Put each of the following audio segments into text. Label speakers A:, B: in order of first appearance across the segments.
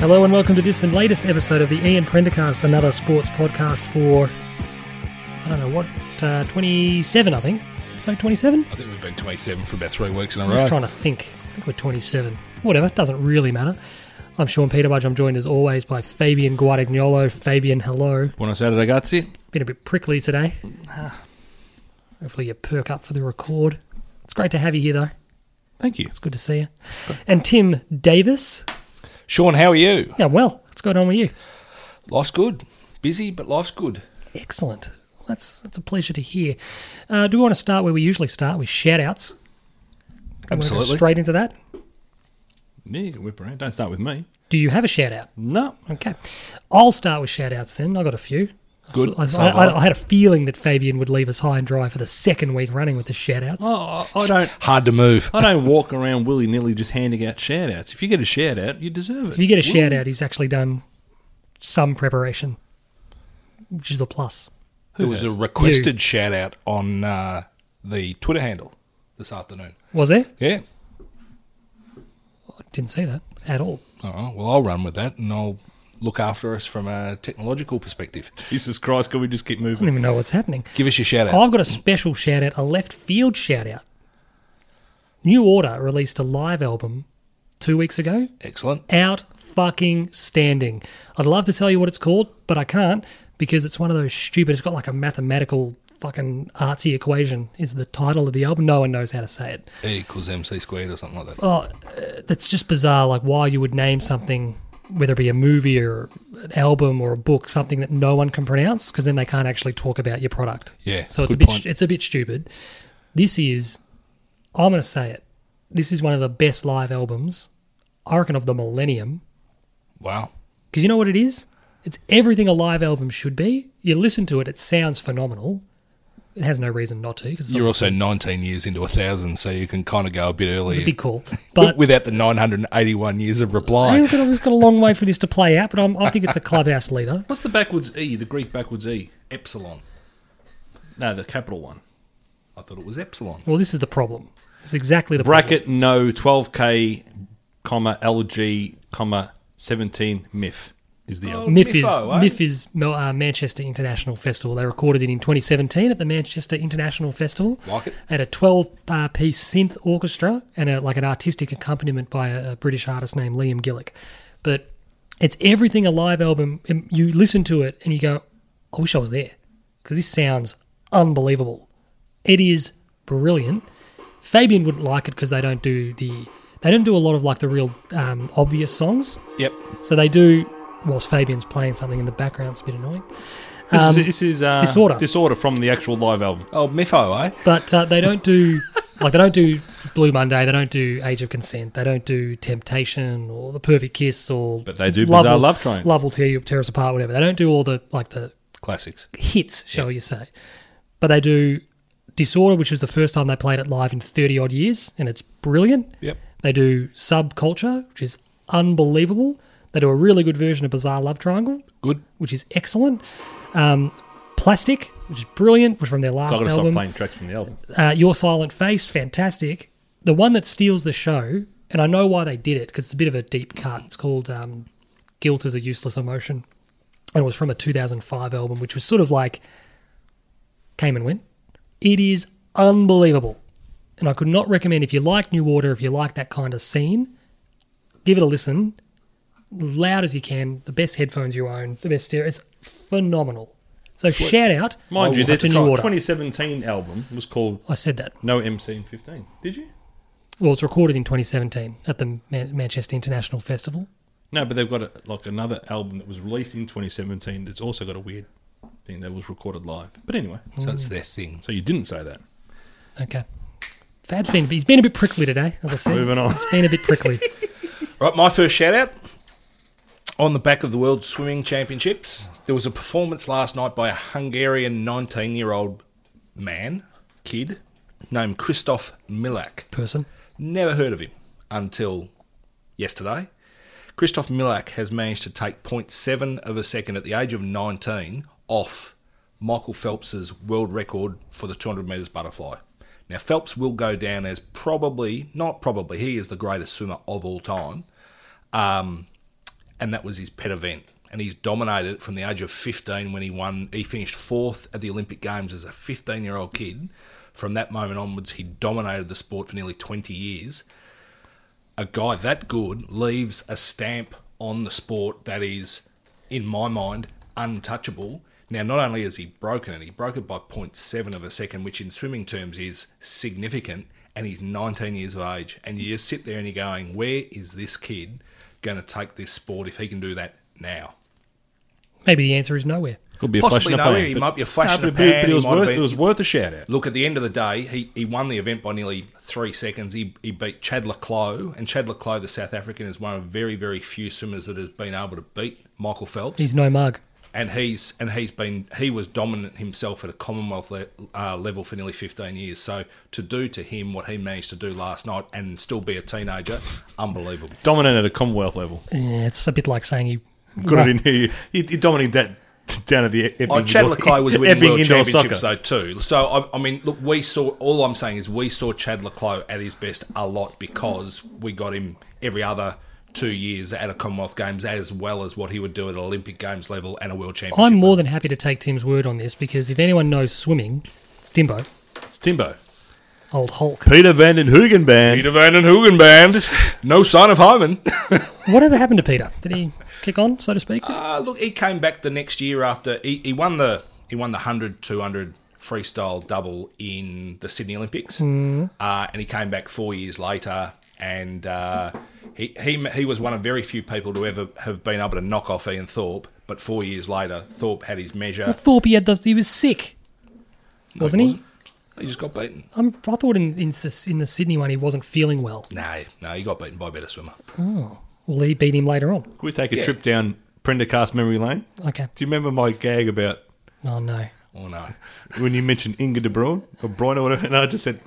A: Hello and welcome to this and latest episode of the Ian Prendercast, another sports podcast for I don't know what uh, twenty seven, I think. Episode twenty seven.
B: I think we've been 27 for about three weeks in a
A: I
B: row.
A: was trying to think. I think we're twenty seven. Whatever, doesn't really matter. I'm Sean Peterbudge. I'm joined as always by Fabian Guadagnolo. Fabian, hello.
C: Buenos Aires, ragazzi.
A: Been a bit prickly today. Ah, Hopefully you perk up for the record. It's great to have you here though.
C: Thank you.
A: It's good to see you. And Tim Davis.
B: Sean, how are you?
A: Yeah, well, what's going on with you?
B: Life's good. Busy, but life's good.
A: Excellent. That's that's a pleasure to hear. Uh, do we want to start where we usually start with shout outs?
B: Absolutely.
A: Straight into that.
C: Yeah, you can whip around. Don't start with me.
A: Do you have a shout out?
C: No.
A: Okay. I'll start with shout outs then. I got a few. I
B: Good.
A: thought- I,
B: Save
A: I-
B: it.
A: I had a feeling that Fabian would leave us high and dry for the second week running with the shout outs.
C: Oh, I I don't.
B: Hard to move.
C: I don't walk around willy nilly just handing out shout outs. If you get a shout out, you deserve
A: If
C: it.
A: you get a shout out, he's actually done some preparation, which is a plus.
B: There was a
C: knows?
B: requested shout out on uh, the Twitter handle this afternoon.
A: Was there?
B: Yeah.
A: I didn't see that at all.
B: Oh, well, I'll run with that and I'll look after us from a technological perspective.
C: Jesus Christ, can we just keep
A: I don't
C: moving?
A: even know what's happening.
B: Give us your shout out.
A: I've got a special shout out, a left field shout out. New Order released a live album two weeks ago.
B: Excellent.
A: Out fucking standing. I'd love to tell you what it's called, but I can't because it's one of those stupid. It's got like a mathematical fucking artsy equation. Is the title of the album? No one knows how to say it.
B: E equals MC squared or something like that.
A: Oh, uh, that's just bizarre. Like why you would name something, whether it be a movie or an album or a book, something that no one can pronounce, because then they can't actually talk about your product.
B: Yeah,
A: So it's a
B: good
A: bit
B: point.
A: it's a bit stupid. This is, I'm going to say it. This is one of the best live albums, I reckon, of the millennium.
B: Wow.
A: Because you know what it is? It's everything a live album should be. You listen to it, it sounds phenomenal. It has no reason not to. Because
B: You're also 19 years into a thousand, so you can kind of go a bit earlier.
A: a big call, but
B: without the 981 years of reply.
A: I've got, I've got a long way for this to play out, but I'm, I think it's a clubhouse leader.
C: What's the backwards E, the Greek backwards E?
B: Epsilon.
C: No, the capital one.
B: I thought it was epsilon.
A: Well, this is the problem. It's exactly the
C: Bracket no 12K, comma LG, comma 17 MIF is the
A: problem.
C: album.
A: MIF is,
B: Miffo, eh?
A: MIF is Mel- uh, Manchester International Festival. They recorded it in 2017 at the Manchester International Festival.
B: Like it.
A: At a 12 uh, piece synth orchestra and a, like an artistic accompaniment by a, a British artist named Liam Gillick. But it's everything a live album. and You listen to it and you go, I wish I was there because this sounds unbelievable. It is brilliant. Fabian wouldn't like it because they don't do the. They don't do a lot of like the real um, obvious songs.
B: Yep.
A: So they do, whilst Fabian's playing something in the background, it's a bit annoying.
C: This
A: Um,
C: is, this is uh,
A: Disorder.
C: Disorder from the actual live album.
B: Oh, Mifo, eh?
A: But uh, they don't do, like, they don't do Blue Monday, they don't do Age of Consent, they don't do Temptation or The Perfect Kiss or.
C: But they do
A: will,
C: Bizarre Love Triangle.
A: Love Will Tear, you, tear Us Apart, whatever. They don't do all the, like, the
B: Classics.
A: hits, shall you say. But they do Disorder, which was the first time they played it live in 30 odd years, and it's brilliant.
B: Yep.
A: They do Subculture, which is unbelievable. They do a really good version of Bizarre Love Triangle.
B: Good.
A: which is excellent. Um, Plastic, which is brilliant, was from their
C: So I've
A: last
C: got to stop
A: album.
C: playing tracks from the album.
A: Uh, Your Silent Face, fantastic. The one that steals the show, and I know why they did it because it's a bit of a deep cut. It's called um, "Guilt is a Useless Emotion," and it was from a 2005 album, which was sort of like came and went. It is unbelievable, and I could not recommend if you like New Order, if you like that kind of scene, give it a listen. Loud as you can, the best headphones you own, the best stereo. It's phenomenal. So shout out,
C: Mind you,
A: to
C: that's
A: New Order.
C: 2017 album was called
A: I said that.
C: No MC in 15. Did you?
A: Well, it's recorded in 2017 at the Man- Manchester International Festival.
C: No, but they've got a, like another album that was released in 2017 that's also got a weird thing that was recorded live. But anyway,
B: So it's their thing.
C: so you didn't say that.
A: Okay. Fab's been he's been a bit prickly today, as I said.
C: Moving on.
A: He's been a bit prickly.
B: Right, my first shout out. On the back of the World Swimming Championships, there was a performance last night by a Hungarian 19 year old man, kid, named Christoph Milak.
A: Person.
B: Never heard of him until yesterday. Christoph Milak has managed to take 0.7 of a second at the age of 19 off Michael Phelps's world record for the 200 metres butterfly. Now, Phelps will go down as probably, not probably, he is the greatest swimmer of all time. Um, and that was his pet event. And he's dominated it from the age of 15 when he won. He finished fourth at the Olympic Games as a 15 year old kid. From that moment onwards, he dominated the sport for nearly 20 years. A guy that good leaves a stamp on the sport that is, in my mind, untouchable. Now, not only has he broken it, he broke it by 0.7 of a second, which in swimming terms is significant, and he's 19 years of age. And you just sit there and you're going, where is this kid going to take this sport if he can do that now?
A: Maybe the answer is nowhere.
C: Could be a flash
B: Possibly
C: in the
B: no,
C: pan.
B: he
C: but-
B: might be a flash in
C: but
B: the
C: but it-
B: pan,
C: But it
B: he
C: was
B: might have
C: worth
B: been-
C: it was worth a shout out.
B: Look, at the end of the day, he, he won the event by nearly three seconds. He, he beat Chad Leclos, and Chad Leclos, the South African, is one of very, very few swimmers that has been able to beat Michael Phelps
A: He's no mug.
B: and he's and he's been he was dominant himself at a Commonwealth le- uh, level for nearly 15 years. So to do to him what he managed to do last night and still be a teenager, unbelievable.
C: Dominant at a Commonwealth level.
A: Yeah, it's a bit like saying he.
C: Got it in here. You, you dominated that t- down at the Epping.
B: Oh, Chad Leclerc was winning
C: Epping
B: world
C: indoor
B: championships
C: soccer.
B: though too. So I, I mean, look, we saw. All I'm saying is we saw Chad Leclerc at his best a lot because we got him every other two years at a Commonwealth Games as well as what he would do at an Olympic Games level and a World Championship.
A: I'm more than happy to take Tim's word on this because if anyone knows swimming, it's Dimbo,
C: It's Timbo.
A: old Hulk.
C: Peter Van den Hoogen band.
B: Peter Van den Hoogen band, no sign of Hyman.
A: Whatever happened to Peter? Did he kick on, so to speak?
B: Uh, look, he came back the next year after he, he won the he won the 100, 200 freestyle double in the Sydney Olympics, uh, and he came back four years later, and uh, he, he he was one of very few people to ever have been able to knock off Ian Thorpe. But four years later, Thorpe had his measure.
A: Thorpe, he, had the, he was sick, wasn't he?
B: He just got beaten.
A: I'm, I thought in, in, the, in the Sydney one he wasn't feeling well.
B: No, no, he got beaten by a better swimmer.
A: Well, he beat him later on.
C: Could we take a
B: Yeah.
C: trip down Prendergast memory lane?
A: Okay.
C: Do you remember my gag about
A: Oh, no.
B: Oh no.
C: when you mentioned Inga de Bruin or Bruyne or whatever? And I just said,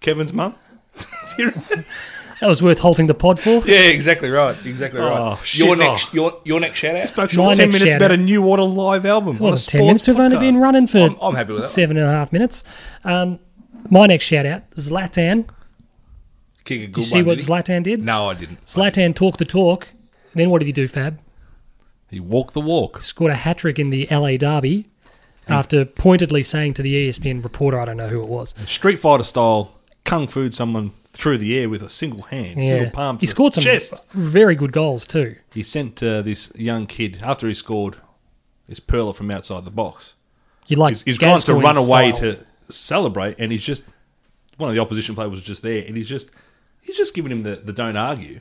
C: Kevin's mum? Do you remember?
A: That was worth halting the pod for.
B: Yeah, exactly right. Exactly right.
C: shit,
B: your
C: oh.
B: next, your your next shout out.
C: Spoke
A: My
C: for 10
A: next
C: minutes
A: shout
C: about a
A: out.
C: New Water live album.
A: It wasn't 10 minutes. We've only been running for
B: I'm- I'm happy with that.
A: seven and a half minutes. Um, my next shout out Zlatan.
B: Kick a good
A: You see
B: one,
A: what
B: did he?
A: Zlatan did?
B: No, I didn't.
A: Zlatan talked the talk. Then what did he do, Fab?
C: He walked the walk.
A: Scored a hat trick in the LA Derby
C: Hmm.
A: after pointedly saying to the E ESPN reporter, I don't know who it was.
C: Street Fighter style, kung fu someone through the air with a single hand, single palm.
A: he
C: to the
A: scored some
C: chest.
A: very good goals, too.
C: he sent uh, this young kid after he scored this perler from outside the box.
A: You like
C: He's, he's gone to run away
A: Gascoigne-style.
C: to celebrate, and he's just one of the opposition players was just there, and he's just he's just giving him the, the don't argue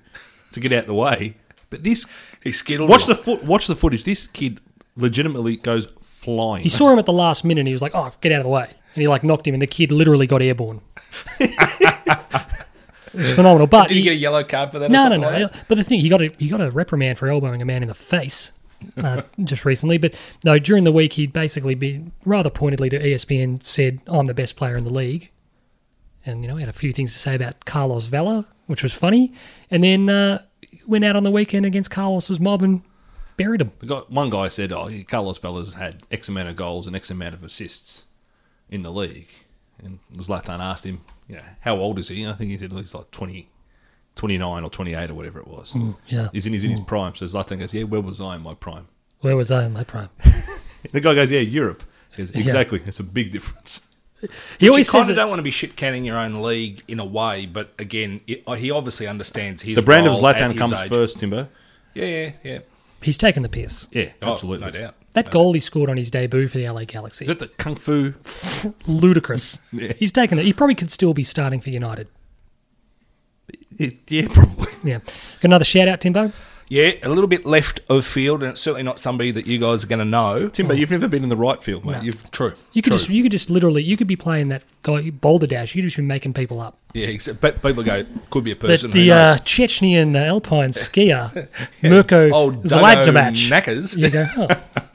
C: to get out the way. But this
B: He skittled.
C: watch
B: him.
C: the foot watch the footage. This kid legitimately goes flying.
A: You saw him at the last minute and he was like, oh, get out of the way. And he like knocked him and the kid literally got airborne. it was phenomenal. But
B: Did
A: he-
B: he get a yellow card for that? or
A: No, no,
B: something
A: no.
B: Like that?
A: But the thing, he got a he got a reprimand for elbowing a man in the face uh, just recently. But no, during the week he basically be rather pointedly to E ESPN said, "I'm the best player in the league," and you know he had a few things to say about Carlos Vela, which was funny. And then uh, went out on the weekend against Carlos's mob and buried him.
C: The guy, one guy said, "Oh, Carlos Bella's had X amount of goals and X amount of assists in the league." And Zlatan asked him, "You know, how old is he?" And I think he said he's like 20, 29 or twenty eight or whatever it was.
A: Yeah,
C: He's in his in his prime. So Zlatan goes, "Yeah, where was I in my prime?"
A: where was I in my prime?
C: And the guy goes, "Yeah, Europe." He goes, exactly. It's a big difference.
A: He
B: You
A: always says
B: kind of
A: that,
B: don't want to be shit canning your own league in a way, but again, it, uh, he obviously understands his
C: The brand of
B: role at
C: Zlatan
B: his
C: comes
B: age.
C: first, Timbo.
B: Yeah, yeah, yeah.
A: he's taken the piss.
C: Yeah,
B: Oh,
C: absolutely.
B: no doubt.
A: That goal he scored on his debut for the LA Galaxy,
C: Is that the kung fu?
A: ludicrous.
C: Yeah.
A: He's taken it. He probably could still be starting for United.
C: Yeah, probably.
A: Yeah. Got another shout out, Timbo.
B: Yeah, a little bit left of field, and it's certainly not somebody that you guys are going to know.
C: Timbo, you've never been in the right field, mate. You've
B: True.
A: You could
B: true.
A: just you could just literally you could be playing that guy boulder dash. You could just be making people up.
B: yeah, except, but people go could be a
A: But
B: person.
A: the
B: who
A: uh,
B: knows?
A: Chechenian uh, alpine skier Mirko
B: Old
A: Zladjemac.
B: Oh, knackers.
A: You go. Oh,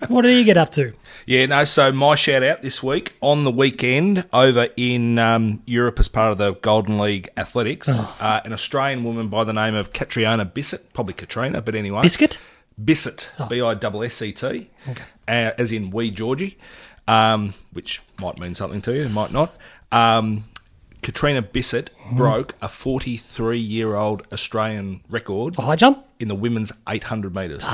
A: what do you get up to?
B: Yeah, no. So my shout out this week on the weekend over in um, Europe as part of the Golden League Athletics, uh, an Australian woman by the name of Catriona Bissett, probably Katrina, but anyway,
A: Biscuit.
B: Bissett, B I S S E T, uh, as in Wee Georgie, um, which might mean something to you, might not. Um, Katrina Bissett broke a 43 year old Australian record
A: The high jump?
B: in the women's 800 metres.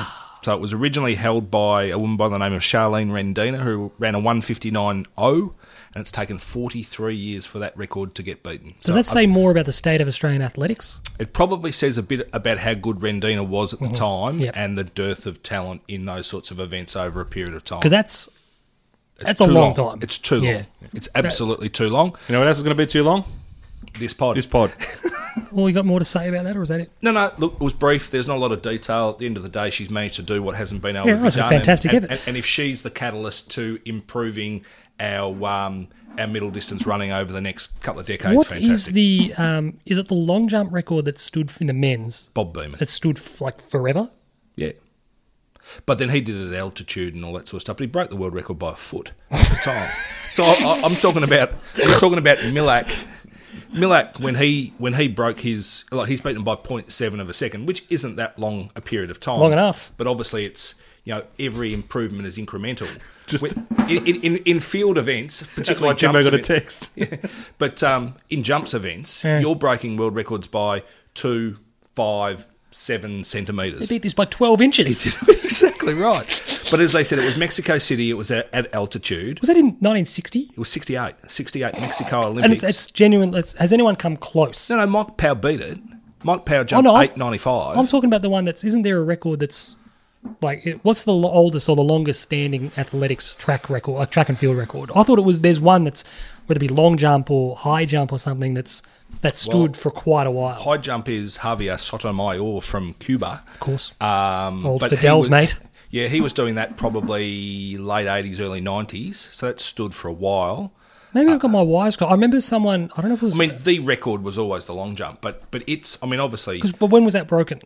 B: so it was originally held by a woman by the name of Charlene Rendina, who ran a 159.0, and it's taken 43 years for that record to get beaten. um,
A: Does that say more about the state of Australian athletics?
B: It probably says a bit about how good Rendina was at the time
A: Mm-hmm. Yep.
B: and the dearth of talent in those sorts of events over a period of time.
A: Because that's
B: It's
A: that's a
B: too
A: long time.
B: It's too
A: Yeah.
B: long. It's absolutely too long.
C: You know what else is going to be too long?
B: This pod.
C: This pod.
A: all you got more to say about that, or is that it?
B: no, no, look, it was brief. There's not a lot of detail. At the end of the day, she's managed to do what hasn't been able
A: Yeah,
B: to be
A: that's a
B: done.
A: fantastic
B: and,
A: effort.
B: and, and if she's the catalyst to improving our um, our middle distance running over the next couple of decades,
A: What
B: fantastic.
A: is the um, is it the long jump record that stood in the men's
B: Bob Beeman.
A: that stood f- like forever?
B: Yeah. But then he did it at altitude and all that sort of stuff. But he broke the world record by a foot at the time. so I, I, I'm talking about I'm talking about Milak. Milak when he when he broke his like he's beaten by 0.7 of a second, which isn't that long a period of time.
A: Long enough.
B: But obviously, it's you know every improvement is incremental. Just in, in, in, in field events,
C: That's
B: particularly
C: why Jimbo
B: jumps
C: got a
B: events-
C: text.
B: but um, in jumps events,
A: Yeah.
B: you're breaking world records by two, five, seven centimeters.
A: They beat this by twelve inches.
B: exactly right. But as they said, it was Mexico City. It was at, at altitude.
A: Was that in 1960?
B: It was 68, 68 Mexico
A: And
B: Olympics.
A: it's, it's genuine. It's, has anyone come close?
B: no, no, Mike Power beat it. Mike Power jumped
A: Oh, no, I'm-
B: eight ninety
A: I'm
B: five.
A: talking about the one that's. Isn't there a record that's like it, what's the lo- oldest or the longest standing athletics track record, like track and field record? I thought it was there's one that's whether it be long jump or high jump or something that's that stood for quite a while.
B: High jump is Javier Sotomayor from Cuba.
A: Of course,
B: Um,
A: Old
B: he
A: Fidel's
B: was-
A: mate.
B: Yeah, he was doing that probably late eighties, early nineties. So that stood for a while.
A: maybe I've got my wires. crossed. I remember someone. I don't know if it was.
B: uh, I mean, the record was always the long jump, but but it's. I mean, obviously,
A: Because, but when was that broken?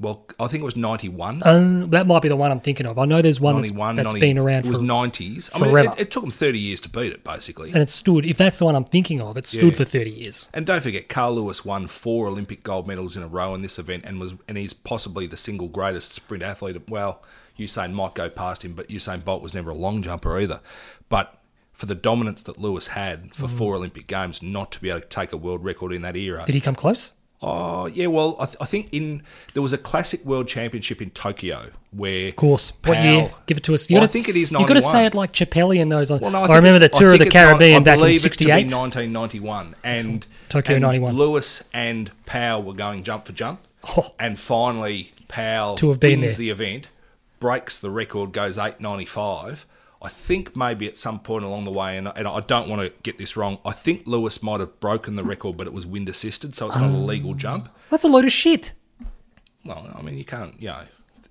B: well, I think it was ninety one.
A: Uh, that might be the one I'm thinking of. I know there's one that's,
B: 91,
A: that's
B: 90
A: been around
B: It was
A: for,
B: 90s. I mean,
A: forever.
B: it, it took them 30 years to beat it, basically.
A: and it stood. If that's the one I'm thinking of, it stood for
B: Yeah.
A: 30 years.
B: And don't forget, Carl Lewis won four Olympic gold medals in a row in this event, and was and he's possibly the single greatest sprint athlete. Well, Usain might go past him, but Usain Bolt was never a long jumper either. But for the dominance that Lewis had for four Olympic games, not to be able to take a world record in that era.
A: Mm. Did he come close?
B: Oh yeah, well I, th- I think in there was a classic world championship in Tokyo where
A: Of course. What
B: Powell-
A: year? Give it to us. You
B: Well, I
A: gotta-
B: think it is
A: you got to
B: 91.
A: say it like Chappelli and those.
B: Well, no,
A: I,
B: think
A: remember the
B: it's-
A: tour of
B: think
A: the
B: it's not-
A: Caribbean
B: I
A: back in
B: believe it to be
A: '68.
B: 1991, and
A: Tokyo
B: and
A: 91.
B: Lewis and Powell were going jump for jump,
A: Oh.
B: and finally Powell
A: To have been
B: wins
A: there.
B: the event, breaks the record, goes 895. I think maybe at some point along the way, and, and I don't want to get this wrong. I think Lewis might have broken the record, but it was wind assisted, so it's
A: Ah.
B: not a legal jump.
A: That's a load of shit.
B: Well, I mean, you can't, you know,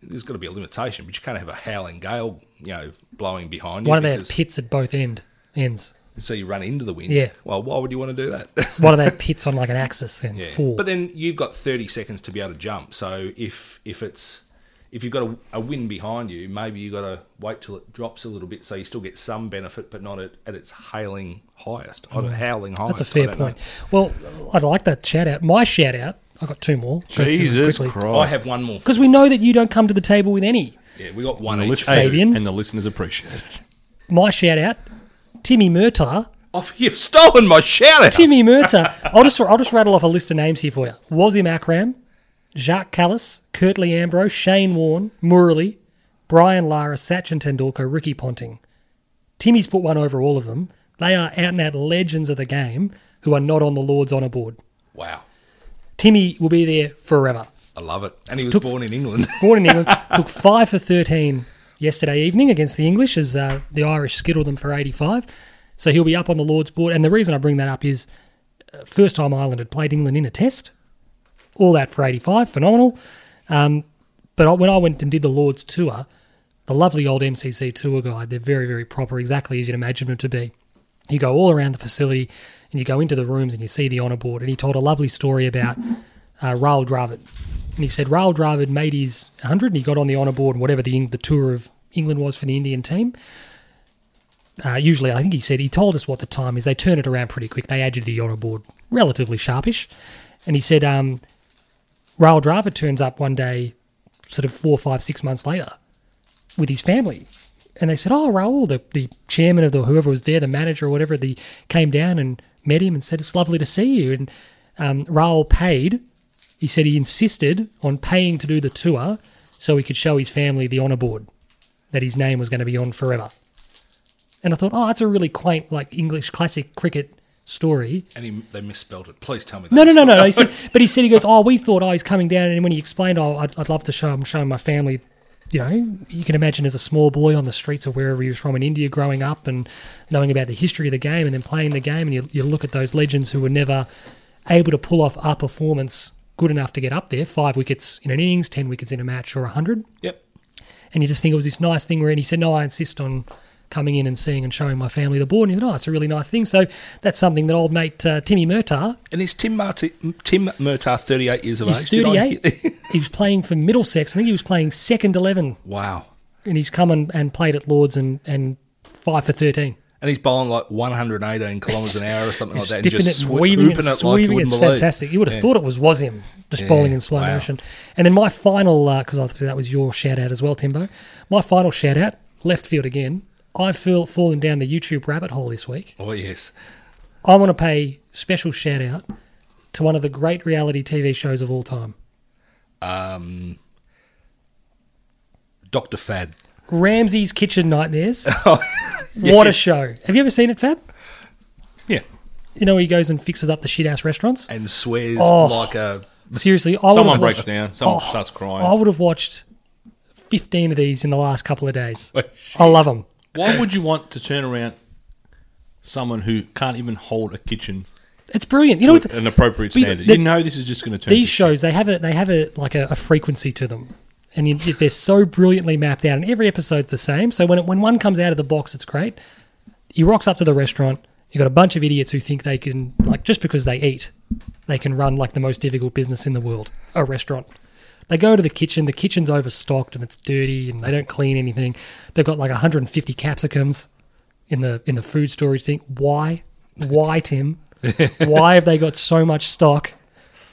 B: there's got to be a limitation, but you can't have a howling gale, you know, blowing behind you.
A: Why do they have
B: because-
A: pits at both end ends?
B: so you run into the wind.
A: Yeah.
B: Well, why would you want to do that?
A: Why do they have pits on like an axis then?
B: Yeah.
A: Four.
B: But then you've got 30 seconds to be able to jump. So if if it's if you've got a, a wind behind you, maybe you've got to wait till it drops a little bit, so you still get some benefit, but not at, at its hailing highest, or at howling highest.
A: That's a
B: I
A: fair
B: don't know.
A: point. Well, I'd like that shout out. My shout out. I've got two more.
C: Jesus Christ.
B: I have one more.
A: Because we know that you don't come to the table with any.
B: Yeah, we got one
C: The
B: each.
C: list-
B: Hey.
A: Fabian.
C: And the listeners appreciate it.
A: My shout out, Timmy Murtagh.
B: Oh, you've stolen my shout out.
A: Timmy Murta. I'll just I'll just rattle off a list of names here for you. Wazim Akram, Jacques Callis, Kurtley Ambrose, Shane Warne, Murali, Brian Lara, Sachin Tendulkar, Ricky Ponting. Timmy's put one over all of them. They are out and out legends of the game who are not on the Lord's honour board.
B: Wow.
A: Timmy will be there forever.
B: I love it. And he was
A: Took-
B: born in England.
A: Born in England, took five for thirteen yesterday evening against the English as uh, the Irish skittled them for eighty-five. So he'll be up on the Lord's board. And the reason I bring that up is uh, first time Ireland had played England in a test. All that for eighty-five, phenomenal. Um, but I, when I went and did the Lord's tour, the lovely old MCC tour guide, they're very, very proper, exactly as you'd imagine them to be. You go all around the facility and you go into the rooms and you see the honour board. And he told a lovely story about uh, Raul Dravid. And he said Raul Dravid made his 100 and he got on the honour board, whatever the, Eng- the tour of England was for the Indian team. Uh, usually, I think he said he told us what the time is. They turn it around pretty quick. They add you to the honour board relatively sharpish. And he said um, Raul Dravid turns up one day, sort of four, five, six months later, with his family. And they said, "Oh, Raul, the, the chairman of the whoever was there, the manager or whatever, the came down and met him and said, It's lovely to see you. And um, Raul paid. He said he insisted on paying to do the tour so he could show his family the honour board that his name was going to be on forever. And I thought, oh, that's a really quaint, like English classic cricket story.
B: And he, they misspelled it. Please tell me that.
A: No, no, no, no. He said, but he said he goes, oh, we thought, oh, he's coming down. And when he explained, oh, I'd, I'd love to show him, showing my family. You know, you can imagine as a small boy on the streets of wherever he was from in India, growing up and knowing about the history of the game, and then playing the game, and you, you look at those legends who were never able to pull off a performance good enough to get up there, five wickets in an innings, ten wickets in a match, or a hundred
B: Yep.
A: and you just think it was this nice thing where and he said, No, I insist on coming in and seeing and showing my family the board. And he said, Oh, it's a really nice thing. So that's something that old mate uh, Timmy Murtagh,
B: And is Tim Marti- Tim Murtagh 38 years of
A: he's
B: age? Did I
A: 38,
B: hear-
A: he was playing for Middlesex. I think he was playing second 11,
B: wow.
A: and he's come and, and played at Lords and, and five for 13.
B: And he's bowling like 118 kilometres an hour or something like Oh, that. And
A: dipping
B: just
A: it,
B: sw-
A: and weaving it,
B: hooping it like you
A: sweeping it.
B: wouldn't
A: It's
B: believe.
A: fantastic. You would have thought it was was him just bowling in slow
B: wow.
A: motion. And then my final, because I think that was your shout out as well, Timbo. My final shout out, left field again. I've feel, fallen down the YouTube rabbit hole this week.
B: Oh, yes.
A: I want to pay special shout out to one of the great reality TV shows of all time,
B: Um, Dr. Fad.
A: Ramsey's Kitchen Nightmares.
C: Oh,
A: What a
B: Yes.
A: show! Have you ever seen it, Fab?
C: Yeah.
A: You know, he goes and fixes up the shit ass restaurants.
B: And swears
A: Oh.
B: like a.
A: Seriously, I
C: Someone
A: would've-
C: breaks down. Someone
A: Oh,
C: starts crying.
A: I would have watched 15 of these in the last couple of days. I love them.
C: Why would you want to turn around someone who can't even hold a kitchen
A: It's brilliant. You know, what
C: at an appropriate
A: But
C: standard?
A: the-
C: you know this is just going to turn.
A: these
C: to
A: shows they have a they have a like a, a frequency to them, and you, they're so brilliantly mapped out, and every episode's the same. So when it, when one comes out of the box, it's great. He rocks up to the restaurant. You have got a bunch of idiots who think they can like just because they eat, they can run like the most difficult business in the world, a restaurant. They go to the kitchen. The kitchen's overstocked and it's dirty, and they don't clean anything. They've got like 150 capsicums in the in the food storage thing. Why? Why, Tim? Why have they got so much stock?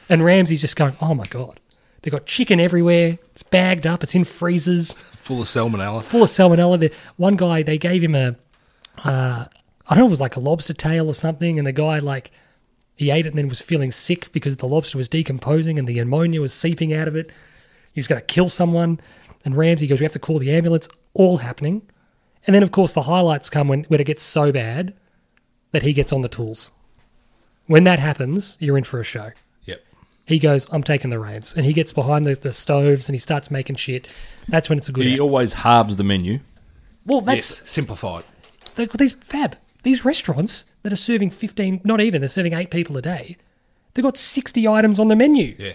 A: And Ramsey's just going, "Oh my god, they've got chicken everywhere. It's bagged up. It's in freezers,
B: Full of salmonella.
A: full of salmonella." The, one guy, they gave him a, uh, I don't know, it was like a lobster tail or something, and the guy like he ate it and then was feeling sick because the lobster was decomposing and the ammonia was seeping out of it. He was going to kill someone, and Ramsey goes, "We have to call the ambulance." All happening, and then of course the highlights come when when it gets so bad that he gets on the tools. When that happens, you're in for a show
B: Yep.
A: he goes, I'm taking the reins. And he gets behind the, the stoves and he starts making shit. That's when it's a good
C: He
A: app.
C: always halves the menu.
A: Well, that's
B: Yes. Simplified.
A: they- these fab. These restaurants that are serving 15, not even, they're serving eight people a day. They've got 60 items on the menu.
B: Yeah.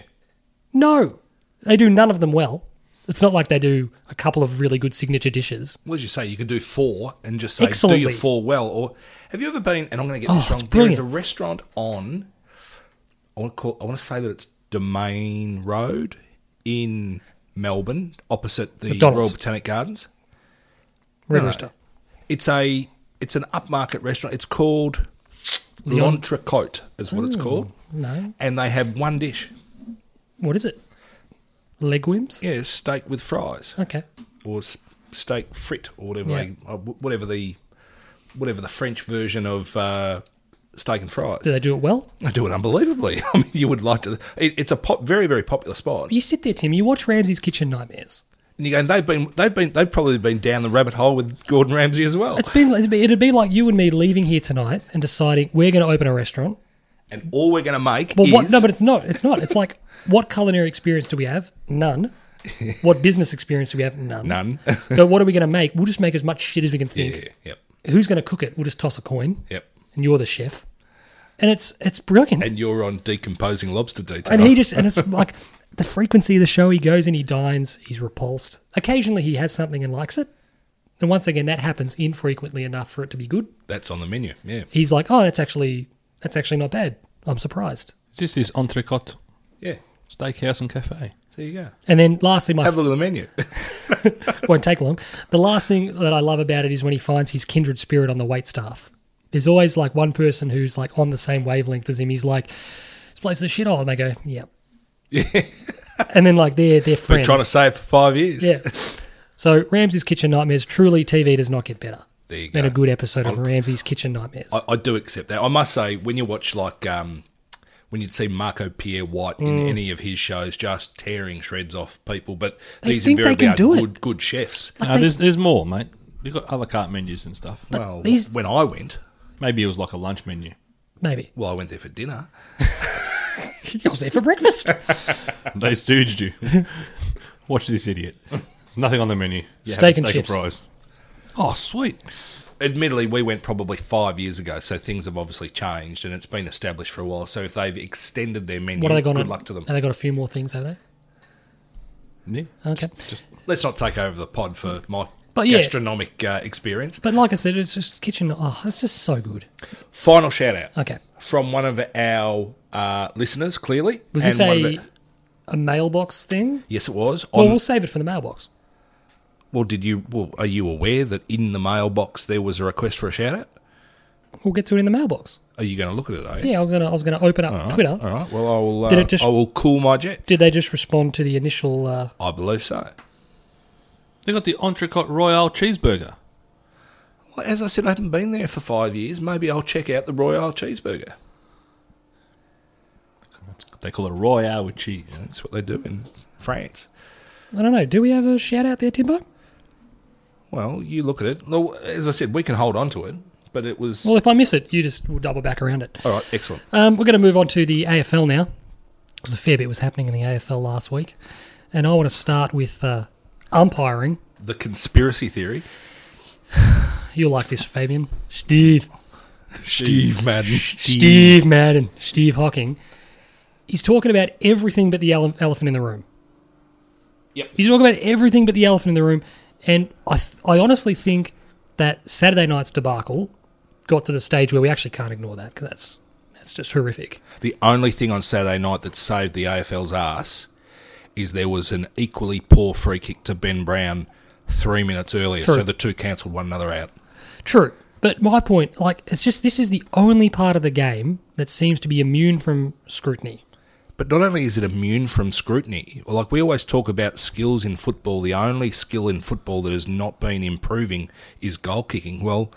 A: No, they do none of them well. It's not like they do a couple of really good signature dishes.
B: What did you say? You could do four and just say, do your
A: Excellently.
B: four well. Or have you ever been, and I'm going to get
A: Oh,
B: this
A: it's
B: wrong, there is a
A: brilliant.
B: restaurant on, I want to call, I want to say that it's Domain Road in Melbourne, opposite the
A: McDonald's.
B: Royal Botanic Gardens.
A: Red
B: no.
A: Rooster.
B: It's a, it's an upmarket restaurant. It's called
A: Leon-
B: L'Entrecote is what
A: Mm.
B: it's called.
A: No.
B: And they have one dish.
A: What is it? Legwims?
B: Yeah, steak with fries.
A: Okay.
B: or s- steak frit or whatever
A: Yeah.
B: they, uh, wh- whatever the whatever the French version of uh, steak and fries.
A: Do they do it well?
B: I do it unbelievably. I mean, you would like to. It, it's a pop, very very popular spot.
A: You sit there, Tim, you watch Ramsay's Kitchen Nightmares.
B: And you go, and they've been they've been they've probably been down the rabbit hole with Gordon Ramsay as well.
A: It's been, it'd be- it'd be like you and me leaving here tonight and deciding we're going to open a restaurant
B: And all we're going to make
A: Well,
B: is
A: what? No, but it's not. It's not. It's like, what culinary experience do we have? None. What business experience do we have? None.
B: none.
A: So what are we going to make? We'll just make as much shit as we can think.
B: yeah, yep,
A: Who's going to cook it? We'll just toss a coin,
B: yep.
A: and you're the chef. And it's it's brilliant. And,
B: And you're on decomposing lobster detail.
A: he just and it's like the frequency of the show. He goes and he dines. He's repulsed. Occasionally, he has something and likes it. And once again, that happens infrequently enough for it to be good.
B: that's on the menu. Yeah,
A: He's like, oh, that's actually that's actually not bad. I'm surprised.
C: It's just this entrecote
B: yeah.
C: steakhouse and cafe.
B: There you go.
A: And then lastly, my
B: Have a look at the menu.
A: won't take long. The last thing that I love about it is when he finds his kindred spirit on the wait staff. There's always like one person who's like on the same wavelength as him. He's like, this place is a shithole. And they go, yep. and then like they're, they're
B: Been
A: friends.
B: trying to save for five years.
A: yeah. So Ramsey's Kitchen Nightmares truly TV does not get better.
B: There you go.
A: than a good episode of Ramsey's Kitchen Nightmares.
B: I, I do accept that. I must say, when you watch like um, when you'd see Marco Pierre White in
A: Mm.
B: any of his shows, just tearing shreds off people, but these
A: think they
B: invariably
A: can
B: are
A: do it.
B: good good chefs.
C: No, there's, there's more, mate. You've got other cart menus and stuff.
B: Well,
A: these-
B: when I went,
C: Maybe it was like a lunch menu.
A: Maybe.
B: well, I went there for dinner.
A: I was there for breakfast.
C: They stooged you. Watch this idiot. There's nothing on the menu. You have
A: Steak and
C: steak
A: chips.
C: fries. Oh, sweet.
B: Admittedly, we went probably five years ago, so things have obviously changed, and it's been established for a while. So if they've extended their menu,
A: What are they going
B: good
A: on?
B: luck to them.
A: Have they got a few more things, have they?
C: Yeah.
A: Okay.
C: Just
B: Let's not take over the pod for my
A: But yeah.
B: gastronomic uh, experience.
A: But like I said, it's just kitchen. Oh, it's just so good.
B: Final shout out
A: Okay.
B: from one of our uh, listeners. Clearly,
A: Was this
B: and one of
A: a,
B: our-
A: a mailbox thing?
B: Yes, it was.
A: Well,
B: On-
A: we'll save it for the mailbox.
B: Well, did you? Well, are you aware that in the mailbox there was a request for a shout out?
A: We'll get to it in the mailbox.
B: Are you going to look at it? Eh?
A: Yeah, I'm gonna, I was going to open up Twitter.
B: All right. Well, I will. Uh,
A: Did it just-
B: I will cool my jets.
A: Did they just respond to the initial? Uh,
B: I believe so.
C: they got the entrecote royale cheeseburger.
B: Well, as I said, I haven't been there for five years. Maybe I'll check out the Royale Cheeseburger.
C: That's, they call it a royale with cheese.
B: That's what they do in France.
A: I don't know. Do we have a shout out there, Timbo?
B: Well, you look at it. Well, as I said, we can hold on to it. But it was
A: Well, if I miss it, you just will double back around it.
B: all right. Excellent.
A: Um, we're going to move on to the AFL now because a fair bit was happening in the AFL last week, and I want to start with uh, umpiring.
B: The conspiracy theory.
A: You'll like this, Fabian. Steve.
B: Steve Madden.
A: Steve Madden, Steve Hawking. He's talking about everything but the ele- elephant in the room.
B: Yep.
A: He's talking about everything but the elephant in the room. And I, th- I honestly think that Saturday night's debacle got to the stage where we actually can't ignore that because that's, that's just horrific.
B: The only thing on Saturday night that saved the AFL's ass is there was an equally poor free kick to Ben Brown three minutes earlier,
A: True.
B: so the two cancelled one another out.
A: True. But my point, like, it's just this is the only part of the game that seems to be immune from scrutiny.
B: But not only is it immune from scrutiny, like we always talk about skills in football, the only skill in football that has not been improving is goal kicking. Well,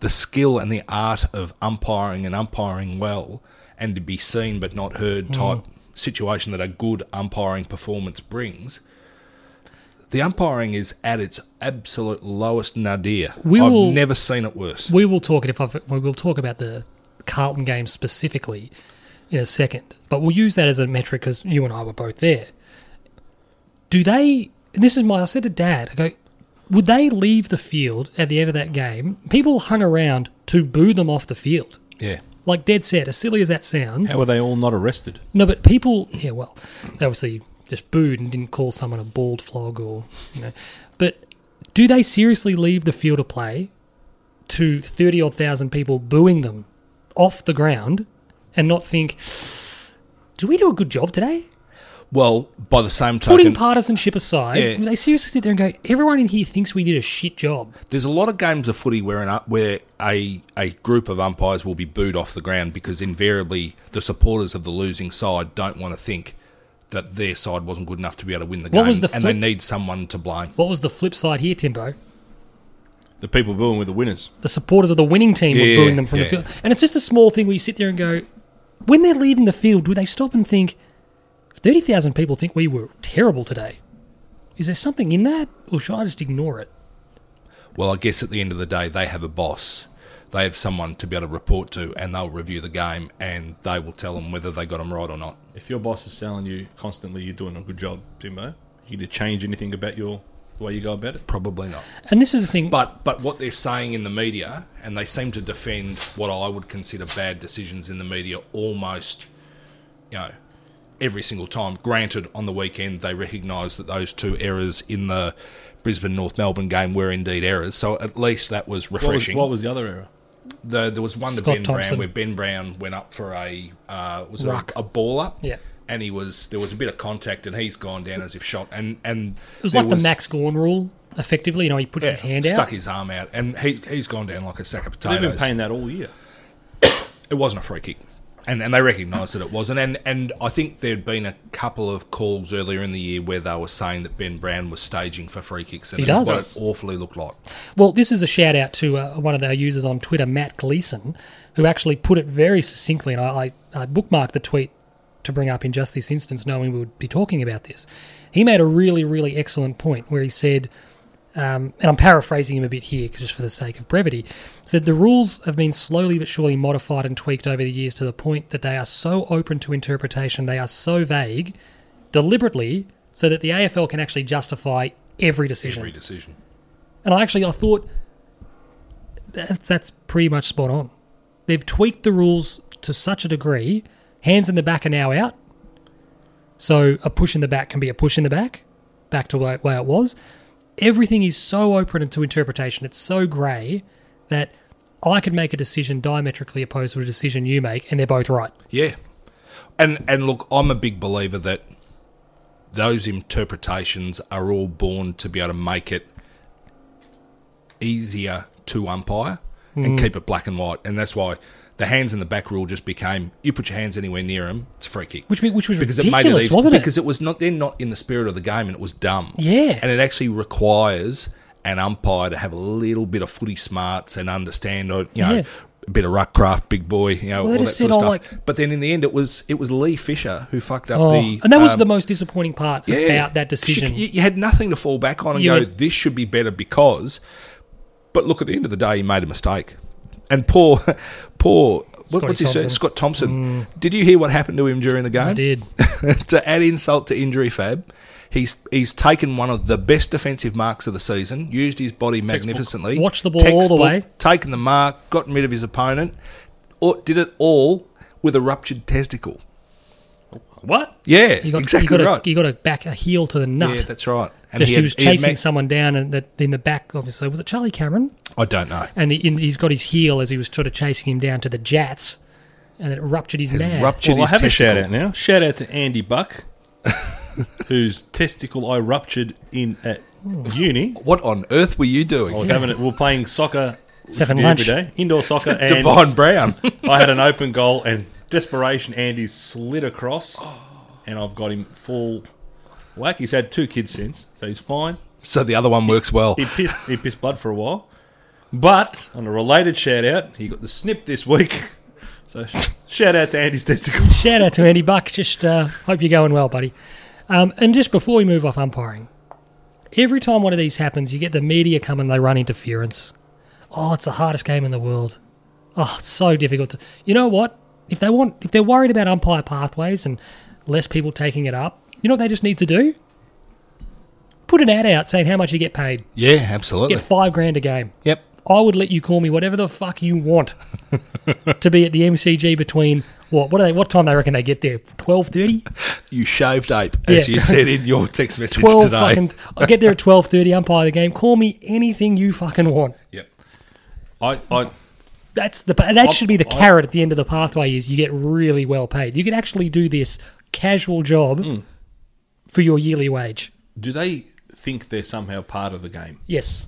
B: the skill and the art of umpiring and umpiring well and to be seen but not
A: Hmm.
B: heard type situation that a good umpiring performance brings. The umpiring is at its absolute lowest nadir.
A: We
B: I've
A: will-
B: never seen it worse.
A: We will talk if I've, we will talk about the Carlton game specifically in a second, but we'll use that as a metric because you and I were both there. Do they? And this is my. I said to Dad, I go, would they leave the field at the end of that game? People hung around to boo them off the field,
B: Yeah.
A: like dead set. As silly as that sounds,
C: How were they all not arrested?
A: no, but people, yeah, well, they obviously just booed and didn't call someone a bald flog or, you know. But do they seriously leave the field of play to 30 odd thousand people booing them off the ground and not think, do we do a good job today?
B: Well, by the same
A: Putting
B: token,
A: partisanship aside,
B: Yeah.
A: do they seriously sit there and go, everyone in here thinks we did a shit job.
B: There's a lot of games of footy where an, where a a group of umpires will be booed off the ground because invariably the supporters of the losing side don't want to think that their side wasn't good enough to be able to win the
A: What
B: game,
A: was the
B: and they
A: flip-
B: need someone to blame.
A: What was the flip side here, Timbo?
C: The people booing were the winners.
A: the supporters of the winning team
B: Yeah,
A: were booing them from
B: yeah.
A: the field. And it's just a small thing where you sit there and go, when they're leaving the field, do they stop and think, 30,000 people think we were terrible today? Is there something in that? Or should I just ignore it?
B: Well, I guess at the end of the day, they have a boss. They have someone to be able to report to, and they'll review the game and they will tell them whether they got them right or not.
C: If your boss is selling you constantly, you're doing a good job, Timbo. You need to change anything about your the way you go about it.
B: Probably not.
A: And this is the thing.
B: But but what they're saying in the media, and they seem to defend what I would consider bad decisions in the media almost, you know, every single time. Granted, on the weekend they recognised that those two errors in the Brisbane North Melbourne game were indeed errors, so at least that was
C: What was,
B: refreshing.
C: what was the other error?
B: The- there was one to
A: Scott
B: Ben Brown
A: Thompson.
B: where Ben Brown went up for a uh, was it
A: Ruck.
B: a, a ball up,
A: Yeah.
B: and he was there was a bit of contact, and he's gone down as if shot, and and
A: it was
B: there
A: like the Max Gorn rule, effectively. You know, he puts his hand
B: stuck
A: out.
B: his arm out, and he he's gone down like a sack of
C: They've been
B: potatoes.
C: paying that all year.
B: It wasn't a free kick. and and they recognised that it wasn't. And and I think there'd been a couple of calls earlier in the year where they were saying that Ben Brown was staging for free kicks, and
A: He
B: that's
A: does.
B: what it awfully looked like.
A: Well, this is a shout out to uh, one of our users on Twitter, Matt Gleason, who actually put it very succinctly, and I, I, I bookmarked the tweet to bring up in just this instance, knowing we would be talking about this. He made a really, really excellent point where he said, um, and I'm paraphrasing him a bit here 'cause just for the sake of brevity, said the rules have been slowly but surely modified and tweaked over the years to the point that they are so open to interpretation, they are so vague, deliberately, so that the AFL can actually justify every decision.
B: Every decision.
A: And I actually I thought that's, that's pretty much spot on. They've tweaked the rules to such a degree. Hands in the back are now out. So a push in the back can be a push in the back, back to the way it was. Everything is so open to interpretation. It's so grey that I could make a decision diametrically opposed to a decision you make, and they're both right.
B: Yeah. And and look, I'm a big believer that those interpretations are all born to be able to make it easier to umpire and keep it black and white. And that's why the hands in the back rule just became you put your hands anywhere near him, it's a free kick.
A: Which, which was
B: because
A: ridiculous,
B: it made it even,
A: wasn't it?
B: because it was not they're not in the spirit of the game and it was dumb.
A: Yeah.
B: and it actually requires an umpire to have a little bit of footy smarts and understand, uh, you know,
A: Yeah.
B: a bit of ruck craft, big boy, you know,
A: Well, they
B: all that
A: just
B: sort of
A: said,
B: stuff.
A: "Oh,
B: but then in the end, it was it was Lee Fisher who fucked up
A: Oh,
B: the
A: and that was
B: um,
A: the most disappointing part
B: yeah.
A: about that decision.
B: You, you had nothing to fall back on and
A: Yeah.
B: go, this should be better because. But look, at the end of the day, he made a mistake, and poor, poor. What,
A: Scotty
B: what's his
A: Thompson. Mm.
B: name? Scott Thompson. Did you hear what happened to him during the game?
A: I did.
B: to add insult to injury, Fab, he's he's taken one of the best defensive marks of the season, used his body magnificently,
A: Watched the ball all the way.
B: taken the mark, gotten rid of his opponent, or did it all with a ruptured testicle.
C: What?
B: Yeah,
A: You got,
B: exactly
A: you got
B: right.
A: A, you got a back a heel to the nut.
B: yeah, that's right. And
A: just he,
B: had-
A: was
B: had
A: chasing
B: ma-
A: someone down and that in the back obviously was it charlie cameron
B: I don't know.
A: and the, in, he's got his heel as he was sort of chasing him down to the jats and it ruptured his
B: He's
A: nab
B: Ruptured
C: Well, I
B: his
C: have a
B: testicle.
C: shout out now. Shout out to Andy Buck, whose testicle I ruptured in at uni.
B: What on earth were you
C: I
B: doing,
C: was having it. We were playing soccer which we
A: having
C: did
A: lunch.
C: every day, indoor soccer, and
B: Divine Brown?
C: I had an open goal and desperation. Andy slid across, and I've got him full whack. He's had two kids since, so he's fine.
B: so the other one works well.
C: He pissed. He pissed blood for a while, but on a related shout out, he got the snip this week. So sh- shout out to Andy's testicle.
A: shout out to andy buck just uh, hope you're going well buddy um, and just before we move off umpiring every time one of these happens you get the media come and they run interference oh it's the hardest game in the world oh it's so difficult to you know what if they want if they're worried about umpire pathways and less people taking it up you know what they just need to do put an ad out saying how much you get paid
B: yeah, absolutely.
A: get five grand a game
B: Yep.
A: i would let you call me whatever the fuck you want to be at the mcg between what what, are they, what time they reckon they get there 12.30
B: You shaved ape, as
A: Yeah.
B: you said in your text message
A: 12
B: today.
A: fucking i get there at 12.30 umpire the game call me anything you fucking want
B: yep.
C: I, I
A: That's the that should be the carrot at the end of the pathway is you get really well paid. You can actually do this casual job
C: Hmm.
A: for your yearly wage.
C: do they think they're somehow part of the game?
A: Yes,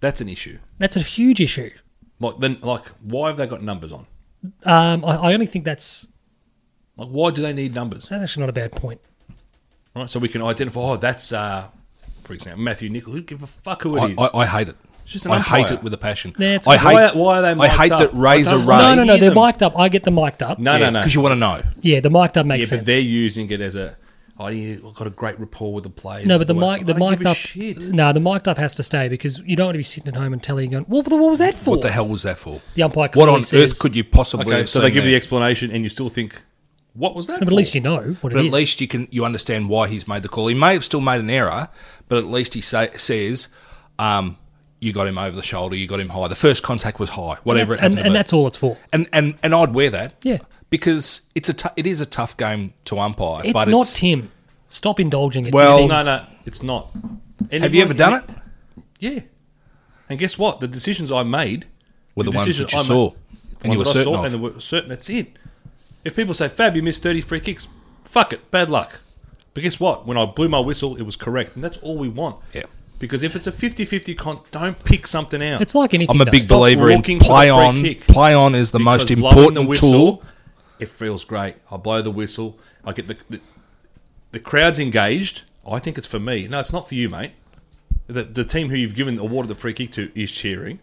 C: That's an issue.
A: that's a huge issue.
C: Like then, like why have they got numbers on?
A: Um, I, I only think that's
C: Like why do they need numbers?
A: that's actually not a bad point.
C: Right, so we can identify. Oh, that's uh, for example, Matthew Nichol. Who give a fuck who it
B: I,
C: is?
B: I, I hate it.
C: just an
B: I hate
C: umpire.
B: it with a passion.
A: Yeah, it's-
B: I hate.
C: Why- why are they
B: I
C: mic'd
B: hate
C: up?
B: that Razor
C: I
B: Ray.
C: don't-
A: no, no, no.
C: hear
A: They're
C: them.
A: mic'd up. I get the mic'd up.
C: no, no, no.
B: Because you want to know.
A: Yeah, the mic'd up
C: yeah,
A: makes
C: but they're
A: sense.
C: using it as a. Oh, you I've got a great rapport with the players.
A: No, but the
C: way-
A: mic, the
C: I don't
A: mic'd
C: give a
A: up.
C: Shit.
A: No, the mic'd up has to stay because you don't want to be sitting at home and telling you going, "What, what was that for?"
B: What the hell was that for?
A: The umpire
B: What
A: clearly
B: on
A: says-
B: earth could you possibly?
C: Okay,
B: have
C: so they
B: seen
C: give
B: there?
C: the explanation, and you still think, what was that?
A: But at least you know what
B: But
A: it
B: at
A: is.
B: least you can you understand why he's made the call. He may have still made an error, but at least he say, says, um, "You got him over the shoulder. You got him high. The first contact was high. Whatever it
A: and
B: happened to
A: and
B: be."
A: that's all it's for.
B: and and and I'd wear that.
A: Yeah.
B: because it's a t- it is a tough game to umpire.
A: It's
B: but
A: not
B: it's,
A: Tim. Stop indulging it.
B: Well-
C: no, no, it's not.
B: have you ever done it?
C: Yeah. And guess what? The decisions I made
B: Were the ones
C: decisions
B: that you
C: I made-
B: saw
C: the
B: and you
C: ones
B: were
C: that I
B: certain
C: saw
B: of.
C: and they were certain that's it. If people say, Fab, you missed 30 free kicks, fuck it, bad luck. But guess what? When I blew my whistle, it was correct. And that's all we want.
B: Yeah.
C: Because if it's a 50 50 con, don't pick something out.
A: It's like anything.
B: I'm a
A: though.
B: big
A: Stop-
B: believer in
C: looking for the
B: play
C: free
B: on.
C: kick.
B: Play on is the most
C: Because blowing
B: important tool.
C: It feels great. I blow the whistle. I get the the, the crowd's engaged. I think it's for me. No, it's not for you, mate. The, the team who you've given awarded the free kick to is cheering.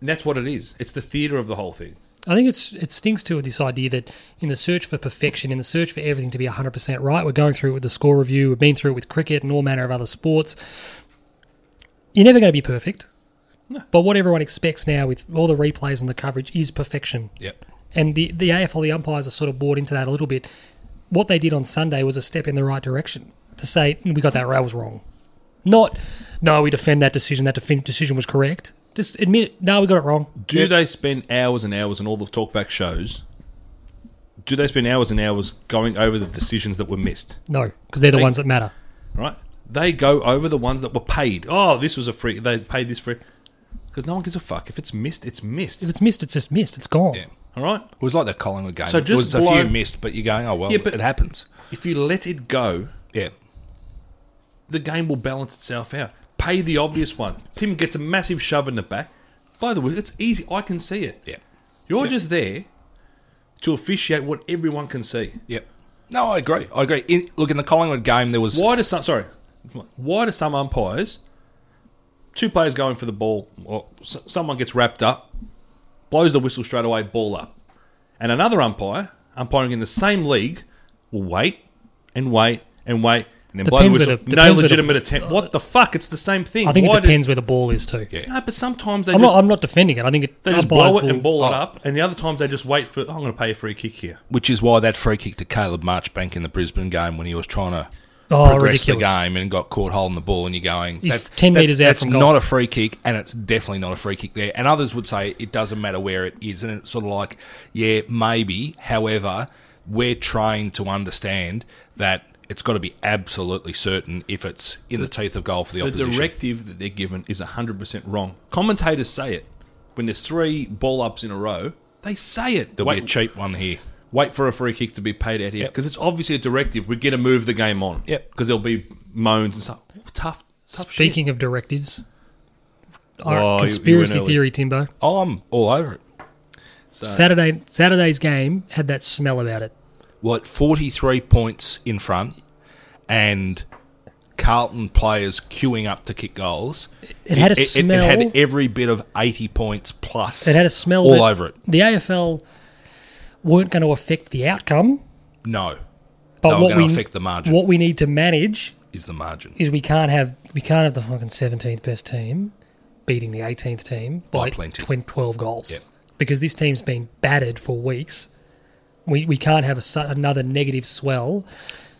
C: And that's what it is. It's the theatre of the whole thing.
A: I think it's it stinks to this idea that in the search for perfection, in the search for everything to be 100% right, we're going through it with the score review, we've been through it with cricket and all manner of other sports. You're never going to be perfect. But what everyone expects now with all the replays and the coverage is perfection.
B: Yep.
A: And the, the AFL, the umpires are sort of bought into that a little bit. What they did on Sunday was a step in the right direction to say, "Mm, we got that, that was wrong. Not, no, we defend that decision, that defen- decision was correct. Just admit, it, no, we got it wrong.
C: Do they spend hours and hours on all the talkback shows? Do they spend hours and hours going over the decisions that were missed?
A: No, because they're the ones that matter.
C: Right? They go over the ones that were paid. Oh, this was a free. They paid this free because no one gives a fuck. If it's missed, it's missed.
A: If it's missed, it's just missed. It's gone.
B: Yeah.
C: All right.
B: It was like the Collingwood game.
C: So
B: It
C: just
B: was
C: blow-
B: a few missed, but you're going, oh well,
C: Yeah, but-
B: it happens.
C: If you let it go,
B: Yeah.
C: the game will balance itself out. Pay the obvious one. Tim gets a massive shove in the back. By the way, it's easy. I can see it.
B: Yeah.
C: You're just there to officiate what everyone can see.
B: Yep. No, I agree. I agree. In, look, in the Collingwood game, there was
C: Why do some sorry? Why do some umpires? Two players going for the ball, or s- someone gets wrapped up, blows the whistle straight away, ball up, and another umpire, umpiring in the same league, will wait and wait and wait, and then blow the
A: Depends where the-
C: whistle. no
A: depends where the-
C: legitimate attempt. What the fuck? It's the same thing.
A: I think
C: Why
A: it
C: do-
A: depends where the ball is too.
B: Yeah.
C: no, but sometimes they
A: I'm
C: just
A: not. I'm not defending it. I think it.
C: they just
A: umpires
C: blow it
A: will-
C: and ball it up, and the other times they just wait for. Oh, I'm going to pay a free kick here.
B: which is why that free kick to Caleb Marchbank in the Brisbane game when he was trying to
A: Oh,
B: progress
A: ridiculous.
B: the game and got caught holding the ball, and you're going
A: He's
B: "That-
A: 10
B: that's-
A: metres out
B: That's
A: from
B: not
A: goal."
B: a free kick, and it's definitely not a free kick there. And others would say it doesn't matter where it is, and it's sort of like, yeah, maybe. However, we're trained to understand that it's got to be absolutely certain if it's in the teeth of goal for the,
C: the
B: opposition.
C: directive that they're given is 100% wrong. Commentators say it. When there's three ball ups in a row, they say it.
B: There'll
C: wait,
B: be a cheap one here.
C: wait for a free kick to be paid out here.
B: Yep.
C: Because it's obviously a directive. We're going to move the game on.
B: Yep.
C: Because there'll be moans and stuff. Oh, tough, tough shit.
A: Speaking of directives, our
C: Whoa, Oh, you- you
A: conspiracy
C: went early.
A: theory, Timbo.
B: Oh, I'm all over it.
A: Saturday Saturday's game had that smell about it.
B: what 43 points in front and Carlton players queuing up to kick goals.
A: It had a
B: It,
A: smell.
B: had every bit of 80 points plus.
A: It had a smell
B: all
A: that
B: over it.
A: The AFL weren't going to affect the outcome,
B: No,
A: but
B: They were
A: what
B: gonna
A: we
B: affect the margin.
A: what we need to manage
B: is the margin
A: is we can't have we can't have the fucking seventeenth best team beating the eighteenth team
B: By
A: by,
B: plenty.
A: 20 12 goals
B: Yep.
A: because this team's been battered for weeks. We we can't have a, su- another negative swell.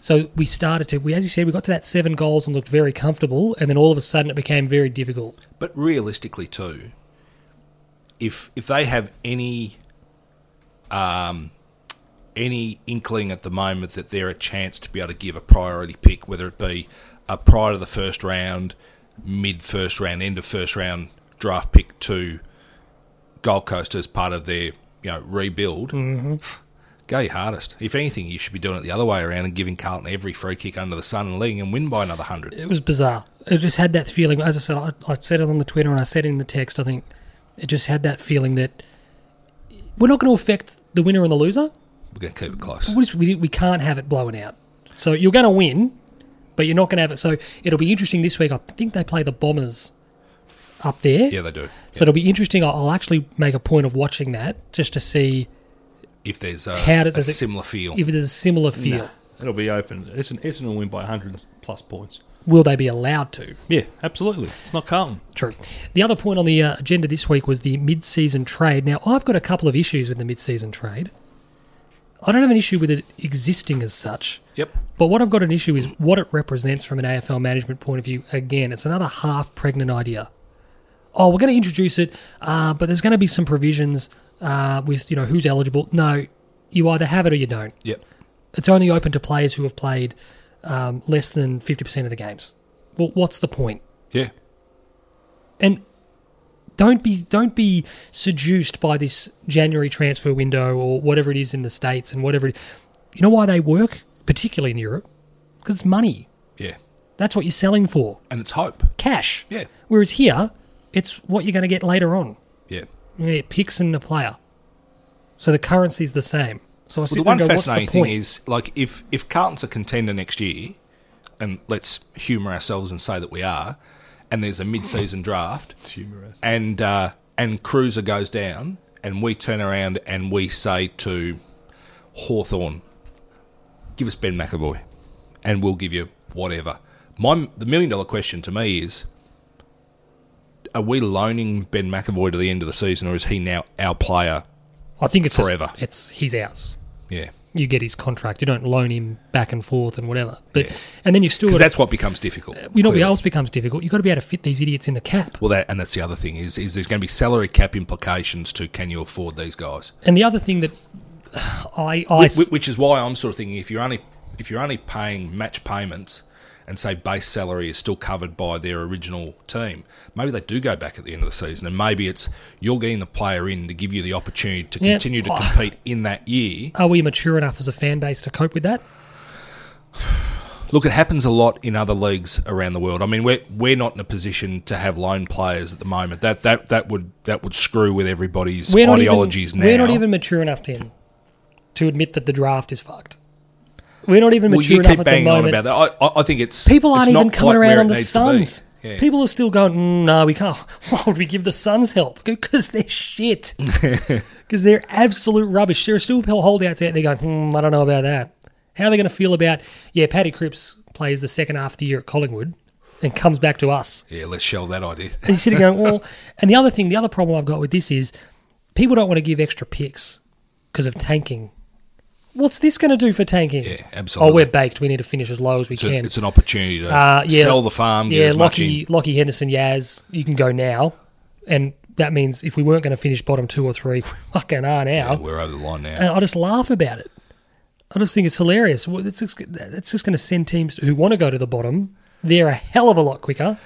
A: So we started to we as you said we got to that seven goals and looked very comfortable, and then all of a sudden it became very difficult.
B: But realistically, too, if if they have any um, any inkling at the moment that they're a chance to be able to give a priority pick, whether it be a prior to the first round, mid first round, end of first round draft pick to Gold Coast as part of their you know rebuild. Go your hardest. If anything, you should be doing it the other way around and giving Carlton every free kick under the sun and letting them win by another hundred.
A: It was bizarre. It just had that feeling. As I said, I, I said it on the Twitter and I said it in the text. I think it just had that feeling that we're not going to affect the winner and the loser.
B: We're going to keep it close.
A: what is, we, we can't have it blown out. So you're going to win, but you're not going to have it. So it'll be interesting this week. I think they play the Bombers up there.
B: Yeah, they do.
A: So it'll be interesting. I'll, I'll actually make a point of watching that just to see
B: if there's a,
A: How does-
B: a
A: does it-
B: similar feel.
A: if there's a similar feel.
C: It'll be open. It's an Essendon will win by 100 plus points.
A: Will they be allowed to?
C: Yeah, absolutely. It's not Carlton.
A: True. The other point on the uh, agenda this week was the mid-season trade. Now, I've got a couple of issues with the mid-season trade. I don't have an issue with it existing as such.
B: yep.
A: But what I've got an issue is what it represents from an AFL management point of view. Again, it's another half pregnant idea. Oh, we're going to introduce it, uh, but there's going to be some provisions uh, with you know who's eligible. No, you either have it or you don't.
B: Yep.
A: It's only open to players who have played um, less than fifty percent of the games. Well, what's the point?
B: Yeah.
A: and don't be don't be seduced by this January transfer window or whatever it is in the states and whatever. It, you know why they work, particularly in Europe, because it's money.
B: Yeah.
A: That's what you're selling for,
B: And it's hope.
A: cash.
B: Yeah.
A: Whereas here, it's what you're going to get later on.
B: Yeah.
A: You know, picks and a player. So the currency's the same. So I sit there
B: Well, the one
A: and go,
B: fascinating
A: what's the
B: thing
A: point?
B: is, like, if if Carlton's a contender next year, and let's humour ourselves and say that we are, and there's a mid-season draft,
C: Humorous.
B: and uh, and Cruiser goes down, and we turn around and we say to Hawthorn, "Give us Ben McAvoy, and we'll give you whatever." My the million dollar question to me is: Are we loaning Ben McAvoy to the end of the season, or is he now our player?
A: I think it's just-
B: forever.
A: it's he's ours.
B: Yeah,
A: You get his contract. You don't loan him back and forth and whatever. But
B: Yeah.
A: and then you still
B: because
A: got
B: that's what becomes difficult.
A: you know what
B: clearly.
A: else becomes difficult. You've got to be able to fit these idiots in the cap.
B: Well, that and that's the other thing is is there's going to be salary cap implications to can you afford these guys,
A: And the other thing that I I
B: Wh- which is why I'm sort of thinking if you're only if you're only paying match payments and say base salary is still covered by their original team, maybe they do go back at the end of the season, and maybe it's you're getting the player in to give you the opportunity to
A: Yeah. Oh.
B: continue to compete in that year.
A: are we mature enough as a fan base to cope with that?
B: Look, it happens a lot in other leagues around the world. I mean, we're we're not in a position to have loan players at the moment. That that that would that would screw with everybody's
A: We're not
B: ideologies
A: even,
B: now.
A: We're not even mature enough, Tim, to admit that the draft is fucked. We're not even
B: Well,
A: mature
B: you
A: enough
B: keep
A: at the
B: banging on
A: moment.
B: about that. I, I, I think it's
A: People
B: it's
A: aren't
B: not
A: even coming
B: quite where
A: around
B: it
A: on the
B: needs to be.
A: Suns.
B: Yeah.
A: People are still going, "Mm, no, we can't. Why would we give the Suns help? Because they're shit. Because they're absolute rubbish. There are still holdouts out there going, hmm, I don't know about that. How are they going to feel about, yeah, Paddy Cripps plays the second half of the year at Collingwood and comes back to us.
B: yeah, let's shelve that idea.
A: And you're sitting going, well, and the other thing, the other problem I've got with this is people don't want to give extra picks because of tanking. What's this going to do for tanking?
B: Yeah, absolutely.
A: Oh, we're baked. We need to finish as low as we
B: It's, a-
A: can.
B: it's an opportunity to
A: Uh, yeah.
B: sell the farm, get
A: yeah,
B: as much
A: Lockie, Lockie Henderson, Yaz, you can go now. And that means if we weren't going to finish bottom two or three, we fucking are
B: in.
A: now.
B: We're over the line now.
A: And I just laugh about it. I just think it's hilarious. Well, It's just, it's just going to send teams who want to go to the bottom, they're a hell of a lot quicker.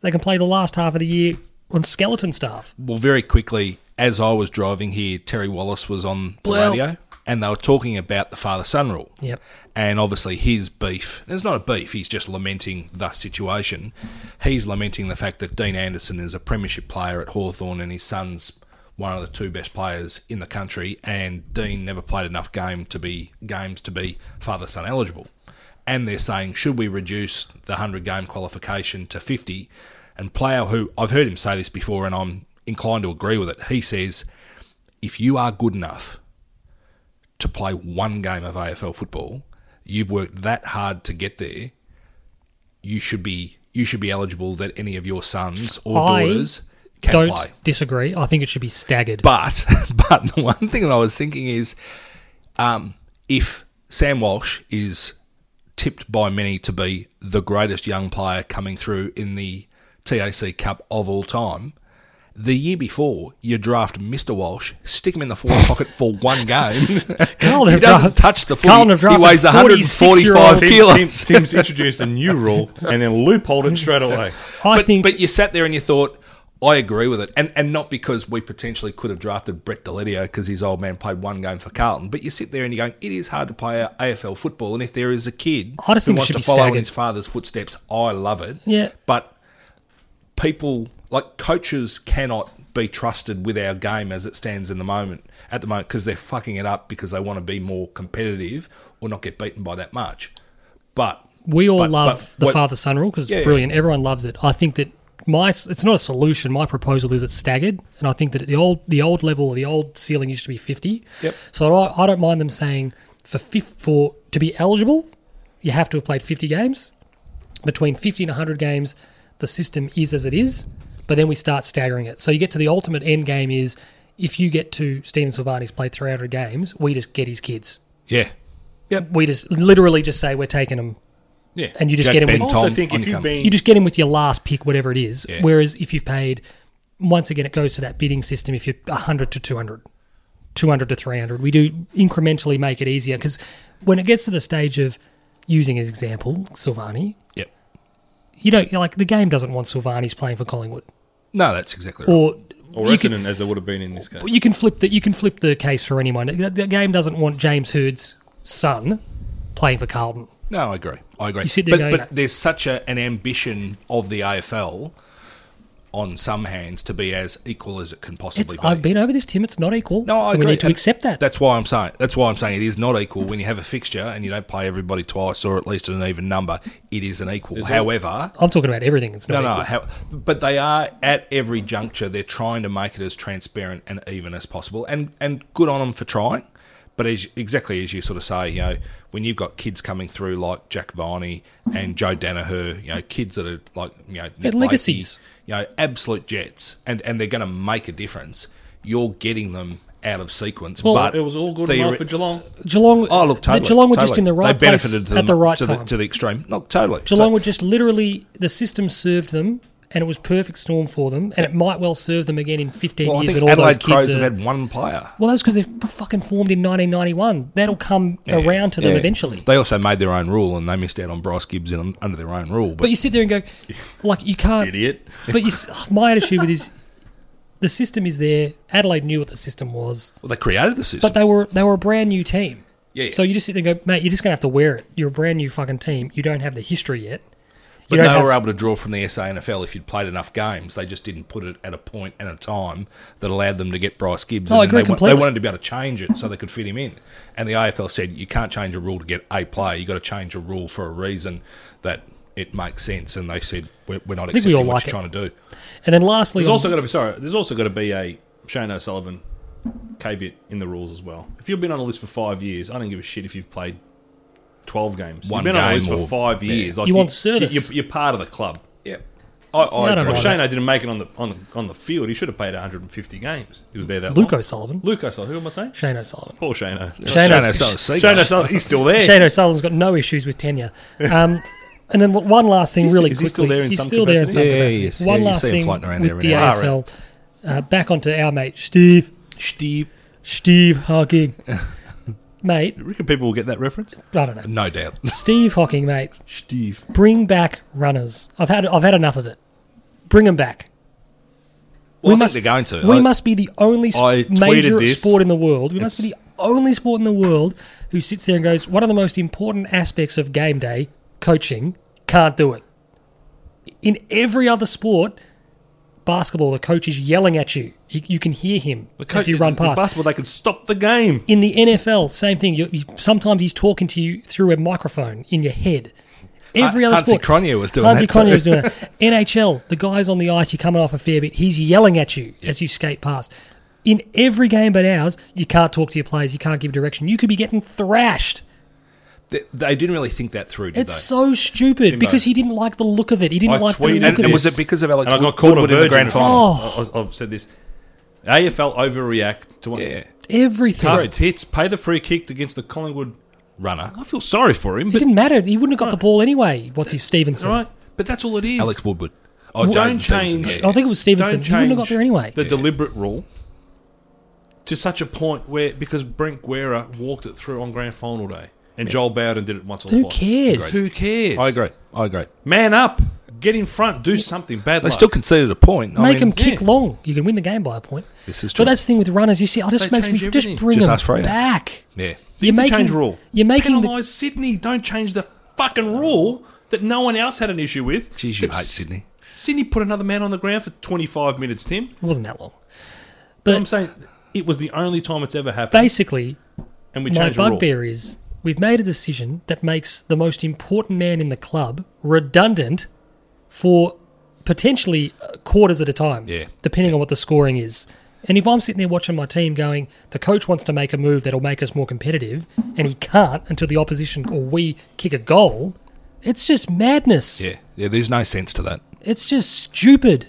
A: They can play the last half of the year on skeleton staff.
B: Well, very quickly, as I was driving here, Terry Wallace was on the
A: Well-
B: radio and they were talking about the father son rule.
A: Yep.
B: And obviously, his beef, and it's not a beef, he's just lamenting the situation. He's lamenting the fact that Dean Anderson is a premiership player at Hawthorn, and his son's one of the two best players in the country. And Dean never played enough game to be games to be father son eligible. And they're saying, should we reduce the 100 game qualification to 50? And Plough, who I've heard him say this before, and I'm inclined to agree with it, he says, if you are good enough to play one game of AFL football, you've worked that hard to get there, you should be you should be eligible that any of your sons or
A: I
B: daughters can
A: don't
B: play.
A: disagree. I think it should be staggered.
B: But but the one thing that I was thinking is, um, if Sam Walsh is tipped by many to be the greatest young player coming through in the TAC Cup of all time. The year before, you draft Mr. Walsh, stick him in the forward pocket for one game.
A: Carlton
B: he
A: have
B: doesn't
A: drafted-
B: touch the
A: Carlton
B: footy.
A: have
B: He
A: drafted
B: weighs 145
A: 46-year-old
D: Tim,
B: kilos.
D: Tim, Tim's introduced a new rule and then loopholed it straight away.
A: I
B: but,
A: think
B: but you sat there and you thought, I agree with it, and and not because we potentially could have drafted Brett Deledio because his old man played one game for Carlton, but you sit there and you're going, it is hard to play AFL football, and if there is a kid
A: I just
B: who
A: think it
B: wants
A: should
B: to
A: be
B: follow in
A: staggered.
B: his father's footsteps, I love it.
A: Yeah.
B: but people like coaches cannot be trusted with our game as it stands in the moment at the moment because they're fucking it up because they want to be more competitive or not get beaten by that much. But
A: we all
B: but-
A: love
B: but
A: the
B: what-
A: father son rule because it's
B: Yeah, yeah.
A: brilliant. Everyone loves it. I think that my s- it's not a solution. My proposal is it's staggered, and I think that at the old the old level, the old ceiling used to be fifty.
B: Yep.
A: So I, I don't mind them saying for fifth for to be eligible, you have to have played fifty games. Between fifty and hundred games, the system is as it is. But then we start staggering it. So you get to the ultimate end game is if you get to Steven Silvani's played three hundred games, we just get his kids.
B: yeah,
A: we just literally just say we're taking him.
C: Yeah.
A: And you just
B: Jack
A: get him.
B: Ben
A: With,
D: I also
B: Tom,
D: think
B: on
D: if
B: you
D: you've
B: come.
D: been
A: you just get him with your last pick, whatever it is.
B: Yeah.
A: Whereas if you've paid, once again, it goes to that bidding system. If you're hundred to 200, 200 to three hundred, we do incrementally make it easier because when it gets to the stage of using his example, Silvani,
B: yep.
A: you don't you're like the game doesn't want Silvani's playing for Collingwood
B: No, that's exactly right.
A: or.
D: or
A: you can,
D: Essendon as they would have been in this case.
A: you can flip the you can flip the case for anyone. The the game doesn't want James Hurd's son playing for Carlton.
B: No, I agree. I agree.
A: You sit there
B: but,
A: going-
B: but there's such a, an ambition of the AFL on some hands to be as equal as it can possibly
A: It's,
B: be.
A: I've been over this, Tim. It's not equal.
B: No, I
A: And
B: agree.
A: We need to
B: And
A: accept that.
B: That's why I'm saying. That's why I'm saying it is not equal when you have a fixture and you don't play everybody twice or at least at an even number. It is an equal. However,
A: I'm talking about everything. It's not
B: no,
A: equal.
B: no. How, but they are at every juncture. They're trying to make it as transparent and even as possible, and and good on them for trying. But as exactly as you sort of say, you know, when you've got kids coming through like Jack Viney and Joe Danaher, you know, kids that are like you know Nick
A: legacies.
B: Leahy, you know, absolute jets, and and they're going to make a difference. You're getting them out of sequence, but
C: it was all good
B: theori-
C: enough for Geelong.
A: Geelong.
B: Oh, look, totally.
A: The Geelong were just
B: totally.
A: in the right
B: they
A: place
B: benefited to
A: at the right
B: to
A: time.
B: the, to the extreme. No, totally. So-
A: Geelong were just literally the system served them, and it was perfect storm for them, and it might well serve them again in 15
B: well, I
A: years.
B: think
A: when all
B: Adelaide
A: those kids
B: Crows
A: are-
B: have had one player.
A: well, that's because they fucking formed in 1991. That'll come around to them
B: Yeah.
A: eventually.
B: They also made their own rule and they missed out on Bryce Gibbs in, under their own rule. But,
A: But you sit there and go, like, you can't.
D: Idiot.
A: But you, s- my attitude with is, the system is there. Adelaide knew what the system was,
B: well, they created the system.
A: but they were they were a brand new team.
B: Yeah, yeah.
A: So you just sit there and go, mate, you're just gonna have to wear it. You're a brand new fucking team. You don't have the history yet.
B: But
A: You don't
B: they
A: have-
B: were able to draw from the SANFL if you'd played enough games. They just didn't put it at a point and a time that allowed them to get Bryce Gibbs.
A: Oh,
B: and
A: I
B: then
A: agree
B: they, wa-
A: completely.
B: they wanted to be able to change it so they could fit him in. And the AFL said you can't change a rule to get a player. You've got to change a rule for a reason that it makes sense. And they said we're, we're not
A: think we
B: accepting
A: all
B: what
A: like
B: you're trying to do.
A: And then lastly,
C: There's
A: on-
C: also got to be sorry. There's also got to be a Shane O'Sullivan caveat in the rules as well. If you've been on a list for five years, I don't give a shit if you've played twelve games.
B: One
C: you've been on a
B: game
C: list
B: or-
C: for five
B: yeah.
C: years. Like
A: You want service.
C: You're, you're part of the club.
B: Yeah. I, I
A: No, no,
B: agree.
A: no.
C: If Shane O didn't make it on the on the on the field, he should have played 150 games. He was there that
A: Luke
C: long.
A: O'Sullivan,
C: Luke O'Sullivan. Who am I saying?
A: Shane O'Sullivan.
C: Paul Shane O.
A: Shane
B: Shane
A: O'Sullivan.
B: O'Sullivan.
C: Shane O'Sullivan. He's still there.
A: Shane O'Sullivan's got no issues with tenure. Um, and then w- one last thing,
C: Is he-
A: really
C: is he
A: quickly.
C: still there in
A: he's
C: some
A: still there in some
B: capacity? Yeah, yeah,
A: capacity.
B: he is.
A: One
B: Yeah, you
A: last
B: see him
A: thing
B: floating around
A: with
B: every
A: the
B: now
C: and
A: AFL. Uh, back onto our mate Steve,
B: Steve.
A: Steve Hawking, mate.
C: Reckon people will get that reference.
A: I don't know.
B: No doubt.
A: Steve Hawking, mate.
C: Steve.
A: Bring back runners. I've had I've had enough of it. Bring them back.
B: Well, I think
A: must-
B: they're going to.
A: We
B: I-
A: must be the only sp-
C: I tweeted
A: major
C: this.
A: sport in the world. We must be the
C: It's-
A: only sport in the world who sits there and goes, "One of the most important aspects of game day, coaching, can't do it." In every other sport, basketball, the coach is yelling at you. You, you can hear him as you run past.
C: Possible they could stop the game.
A: in the NFL, same thing. You, you, sometimes he's talking to you through a microphone in your head. Every
B: Ha-
A: other
B: Hansi
A: sport,
B: Cronje was doing
A: Hansi
B: that too.
A: Cronje was doing that. NHL, the guy's on the ice. You're coming off a fair bit. He's yelling at you as you skate past. In every game but ours, you can't talk to your players. You can't give direction. You could be getting thrashed.
B: They, they didn't really think that through, did
A: It's
B: they?
A: so stupid because he didn't like the look of it. He didn't
C: I
A: like the
C: tweeted
A: look Oh.
B: and,
A: of
B: and
A: it.
B: was it because of Alex
C: And I got
B: Wood-
C: called a
B: Woodward in the
C: virgin.
B: grand
C: for it.
B: final?
C: I, have said this. AFL overreact to
B: Yeah,
A: Everything.
C: tough tits. Pay the free kick against the Collingwood.
B: runner.
C: I feel sorry for him,
A: It
C: but
A: didn't matter. He wouldn't have got the ball anyway. What's his Stevenson?
C: right. But that's all it is.
B: Alex Woodward. Oh,
C: don't
B: Jaden Stevenson,
C: change.
B: yeah.
A: I think it was Stevenson.
C: Don't
A: He wouldn't have got
C: change
A: there anyway.
C: The deliberate rule to such a point where because Brent Guerra walked it through on grand final day, and Joel Bowden did it once or
A: Who
C: twice.
A: cares?
C: Who cares?
B: I agree. I agree.
C: Man up. Get in front. Do something. Bad
B: They
C: luck.
B: still conceded a point. I
A: Make
B: mean,
A: them kick
C: yeah.
A: long. You can win the game by a point.
B: This is
A: But
B: true.
A: that's the thing with runners. You see, I just
C: They
A: makes me
C: change
A: just
C: everything.
A: bring
B: Just
A: them
B: ask Freya.
A: back.
B: Yeah.
A: You're
C: It's a
A: making-
C: change rule.
A: You're making the,
C: penalise Sydney. Don't change the fucking rule that no one else had an issue with.
B: Jeez, you
C: Except
B: hate
C: S-
B: Sydney.
C: Sydney put another man on the ground for 25 minutes, Tim.
A: it wasn't that long.
C: But
A: But-
C: I'm saying it was the only time it's ever happened,
A: Basically,
C: and we
A: my
C: changed the rule.
A: bugbear is we've made a decision that makes the most important man in the club redundant for potentially uh, quarters at a time,
B: Yeah.
A: depending on what the scoring is. And if I'm sitting there watching my team going, the coach wants to make a move that'll make us more competitive, and he can't until the opposition or we kick a goal, it's just madness.
B: Yeah. Yeah, there's no sense to that.
A: It's just stupid.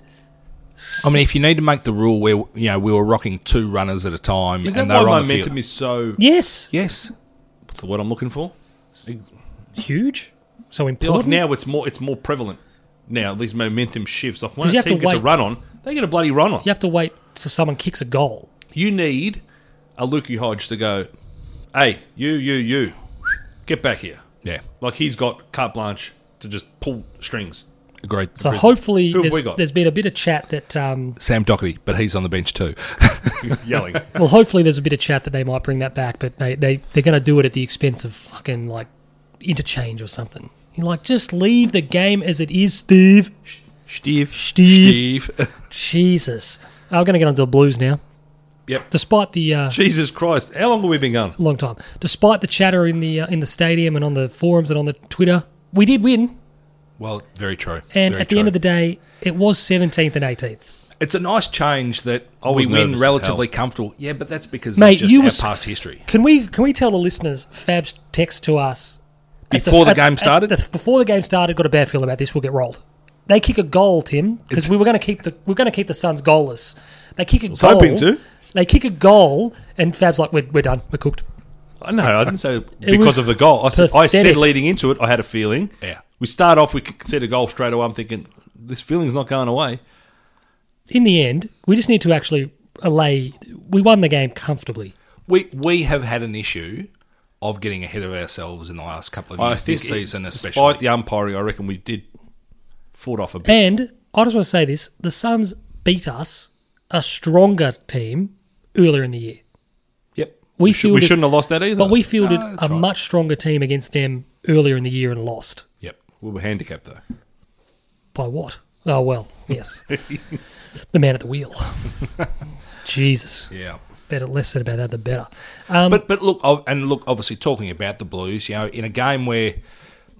B: I mean, if you need to make the rule where, you know, we were rocking two runners at a time
C: Is that
B: and they
C: why
B: were on the field.
C: momentum is so?
A: Yes.
B: yes.
C: What's the word I'm looking for?
A: Huge. So
C: Like
A: important.
C: now, it's more it's more prevalent. Now these momentum shifts. Like when
A: 'Cause you
C: a
A: have to
C: team gets a
A: wait.
C: run on, they get a bloody run on.
A: you have to wait till someone kicks a goal.
C: You need a Lukey Hodge to go, hey, you, you, you, get back here.
B: Yeah.
C: Like he's got carte blanche to just pull strings.
B: Agreed.
A: So hopefully,
C: Who have we
A: there's,
C: got?
A: there's been a bit of chat that, um,
B: Sam Doherty, but he's on the bench too.
C: yelling.
A: well, hopefully there's a bit of chat that they might bring that back, but they they they're going to do it at the expense of fucking like interchange or something. You're like, just leave the game as it is, Steve.
D: Steve.
A: Steve.
B: Steve.
A: Jesus. I'm going to get onto the Blues now.
B: Yep.
A: Despite the uh,
C: Jesus Christ, how long have we been going?
A: long time, despite the chatter in the uh, in the stadium and on the forums and on the Twitter, we did win.
B: well, very true.
A: And
B: very
A: at the end
B: true.
A: of the day, it was 17th and 18th.
B: it's a nice change that
C: was
B: we win
C: nervous as
B: relatively comfortable. Yeah, but that's because
A: Mate,
B: of just
A: you
B: our
A: was-
B: past history.
A: Can we can we tell the listeners Fab's text to us at
B: Before the
A: at-
B: game
A: at
B: started?
A: the- before the game started, got a bad feeling about this. We'll get rolled. They kick a goal, Tim, because we were going to keep the we are going to keep the Suns goalless. They kick a goal.
D: hoping to.
A: They kick a goal, and Fab's like, "We're, we're done. We're cooked."
C: I know, I didn't say
A: was
C: because of the goal. I said, I said
A: pathetic.
C: leading into it, I had a feeling.
B: Yeah.
C: We start off, we concede a goal straight away. I'm thinking, this feeling's not going away.
A: In the end, we just need to actually allay. We won the game comfortably.
B: We we have had an issue of getting ahead of ourselves in the last couple of
C: I
B: years,
C: think
B: this
C: it-
B: season especially.
C: Despite the umpiring, I reckon we did fought off a bit.
A: And I just want to say this: the Suns beat us, a stronger team, earlier in the year.
B: yep.
A: We,
C: Should- we
A: fielded-
C: shouldn't have lost that either.
A: But we fielded
B: No,
A: a
B: that's right.
A: much stronger team against them earlier in the year and lost.
B: Yep.
C: we were handicapped, though.
A: By what? Oh, well, yes. the man at the wheel. Jesus.
B: Yeah.
A: Better, less said about that, the better. Um,
B: But but look, ob- and look, obviously talking about the Blues, you know, in a game where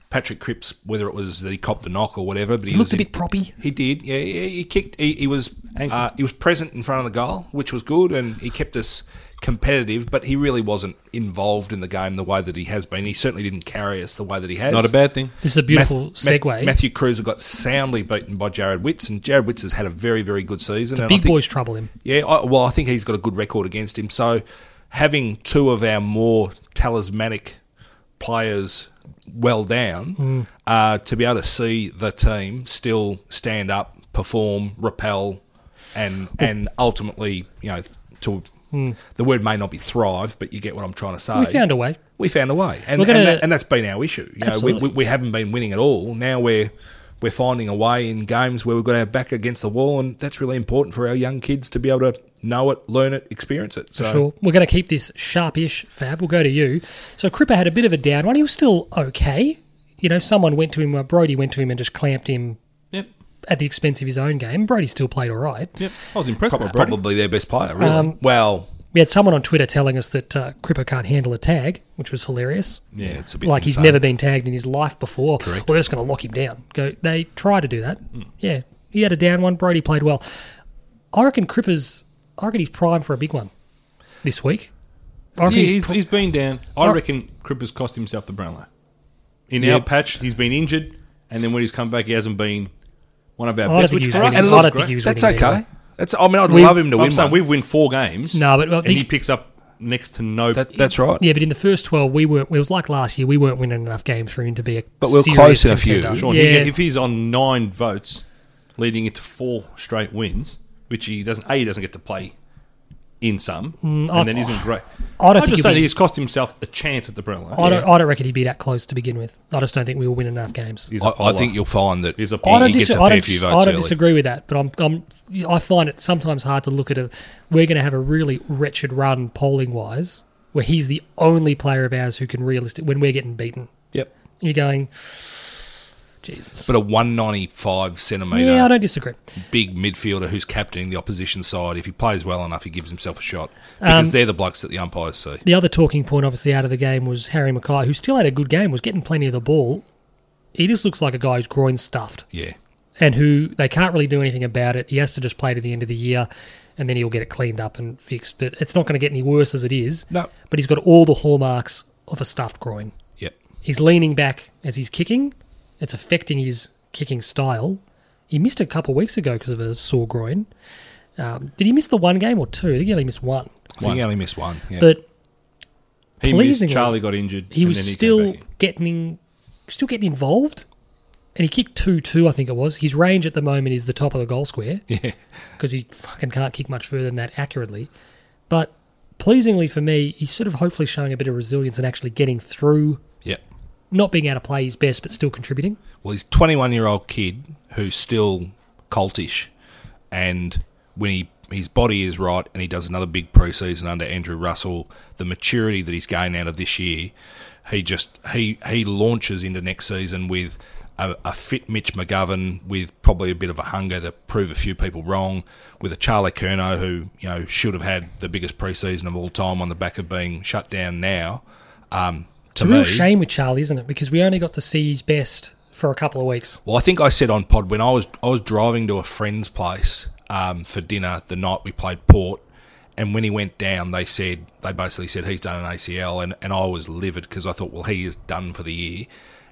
B: Patrick Cripps, whether it was that he copped the knock or whatever, but he
A: looked
B: was
A: a
B: in-
A: bit proppy.
B: He did. Yeah, he, he kicked. He, he was
C: Ankle.
B: uh, he was present in front of the goal, which was good, and he kept us competitive. But he really wasn't involved in the game the way that he has been. He certainly didn't carry us the way that he has.
C: Not a bad thing.
A: This is a beautiful
B: Math- Math-
A: segue.
B: Matthew Cruiser got soundly beaten by Jared Witz, and Jared Witz has had a very, very good season. and I
A: Big
B: think-
A: boys trouble him.
B: yeah, I, well, I think he's got a good record against him. So having two of our more talismanic players well down,
A: Hmm.
B: uh, to be able to see the team still stand up, perform, repel, and and ultimately, you know, to the word may not be thrive, but you get what I'm trying to say.
A: Hmm. We found a way.
B: We found a way, and
A: We're gonna-
B: and, that, and that's been our issue. You know, we,
A: Absolutely.
B: we, we haven't been winning at all. Now we're we're finding a way in games where we've got our back against the wall, and that's really important for our young kids to be able to know it, learn it, experience it. So
A: Sure. We're going to keep this sharpish, Fab. We'll go to you. So Cripper had a bit of a down one. He was still okay. You know, someone went to him, uh, Brody went to him and just clamped him
C: Yep.
A: at the expense of his own game. Brody still played all right.
C: Yep. I was impressed by Brody.
B: probably their best player, really.
A: Um,
B: well,
A: We had someone on Twitter telling us that uh, Cripper can't handle a tag, which was hilarious.
B: yeah, it's a bit
A: Like he's
B: insane.
A: never been tagged in his life before. Well, they're just going to lock him down. Go. They try to do that.
C: Hmm.
A: Yeah, he had a down one. Brody played well. I reckon Cripper's. I reckon he's prime for a big one this week. I reckon
C: Yeah,
A: he's
C: he's, he's been down. I
A: Oh.
C: reckon Cripper's cost himself the Brownlow. In
A: Yeah.
C: our patch, he's been injured, and then when he's come back, he hasn't been one of our
A: don't
C: best.
A: think
C: Which
A: he's
C: for us
A: really-
C: is
A: I don't
C: great.
A: think he was
B: That's
A: winning
B: okay.
A: anyway.
B: That's I mean, I'd
A: We-
B: love him to
C: I'm
B: win.
C: saying
B: one.
C: we win four games.
A: No, but I
C: and
A: think-
C: he picks up next to no.
B: That, that's right.
A: Yeah, but in the first twelve, we weren't. It was like last year. We weren't winning enough games for him to be a.
B: But we were
A: serious
B: close in a few.
A: contender.
C: Sean,
A: yeah,
C: he get- if he's on nine votes, leading into four straight wins, which he doesn't. A he doesn't get to play in some, and
A: Mm, I-
C: then isn't great.
A: I don't
C: am
A: think
C: just
A: he'll
C: saying
A: be-
C: he's cost himself a chance at the Brownlow.
A: I don't. I don't reckon he'd be that close to begin with. I just don't think we will win enough games.
C: He's a
B: I, I
C: polar.
B: think you'll find that
C: He's a
A: I don't,
B: he gets
A: dis-
B: a
A: I
B: fair
A: don't,
B: few
A: dis-
B: votes
A: I don't
B: early.
A: disagree with that, but I'm, I'm, I find it sometimes hard to look at a. We're going to have a really wretched run polling wise, where he's the only player of ours who can realistic when we're getting beaten.
B: Yep.
A: You're going, Jesus.
B: But a 195 centimetre
A: yeah, I don't disagree.
B: big midfielder who's captaining the opposition side, if he plays well enough, he gives himself a shot.
A: Um,
B: Because they're the blokes that the umpires see.
A: The other talking point, obviously, out of the game was Harry Mackay, who still had a good game, was getting plenty of the ball. He just looks like a guy who's groin stuffed.
B: Yeah.
A: and who they can't really do anything about it. He has to just play to the end of the year, and then he'll get it cleaned up and fixed. But it's not going to get any worse as it is.
B: No.
A: But he's got all the hallmarks of a stuffed groin.
B: Yep.
A: He's leaning back as he's kicking. It's affecting his kicking style. He missed a couple weeks ago because of a sore groin. Um, did he miss the one game or two? I think he only missed one.
B: I think he only missed one. Yeah.
A: But
C: He missed,
A: pleasingly,
C: Charlie got injured.
A: he
C: and
A: was
C: then came
A: still
C: back in.
A: getting in- still getting involved and he kicked 2-2 i think it was his range at the moment is the top of the goal square
B: Yeah.
A: because he fucking can't kick much further than that accurately but pleasingly for me he's sort of hopefully showing a bit of resilience and actually getting through
B: Yep.
A: not being able to play his best but still contributing
B: Well, he's 21 year old kid who's still cultish, and when he his body is right and he does another big preseason under Andrew Russell, the maturity that he's gained out of this year, he just he he launches into next season with a, a fit Mitch McGovern with probably a bit of a hunger to prove a few people wrong, with a Charlie Curnow who you know should have had the biggest preseason of all time on the back of being shut down now. Um,
A: It's
B: to
A: a real
B: me,
A: shame with Charlie, isn't it? Because we only got to see his best for a couple of weeks.
B: Well, I think I said on pod when I was I was driving to a friend's place um, for dinner the night we played Port, and when he went down, they said they basically said he's done an ACL, and, and I was livid because I thought, well, he is done for the year,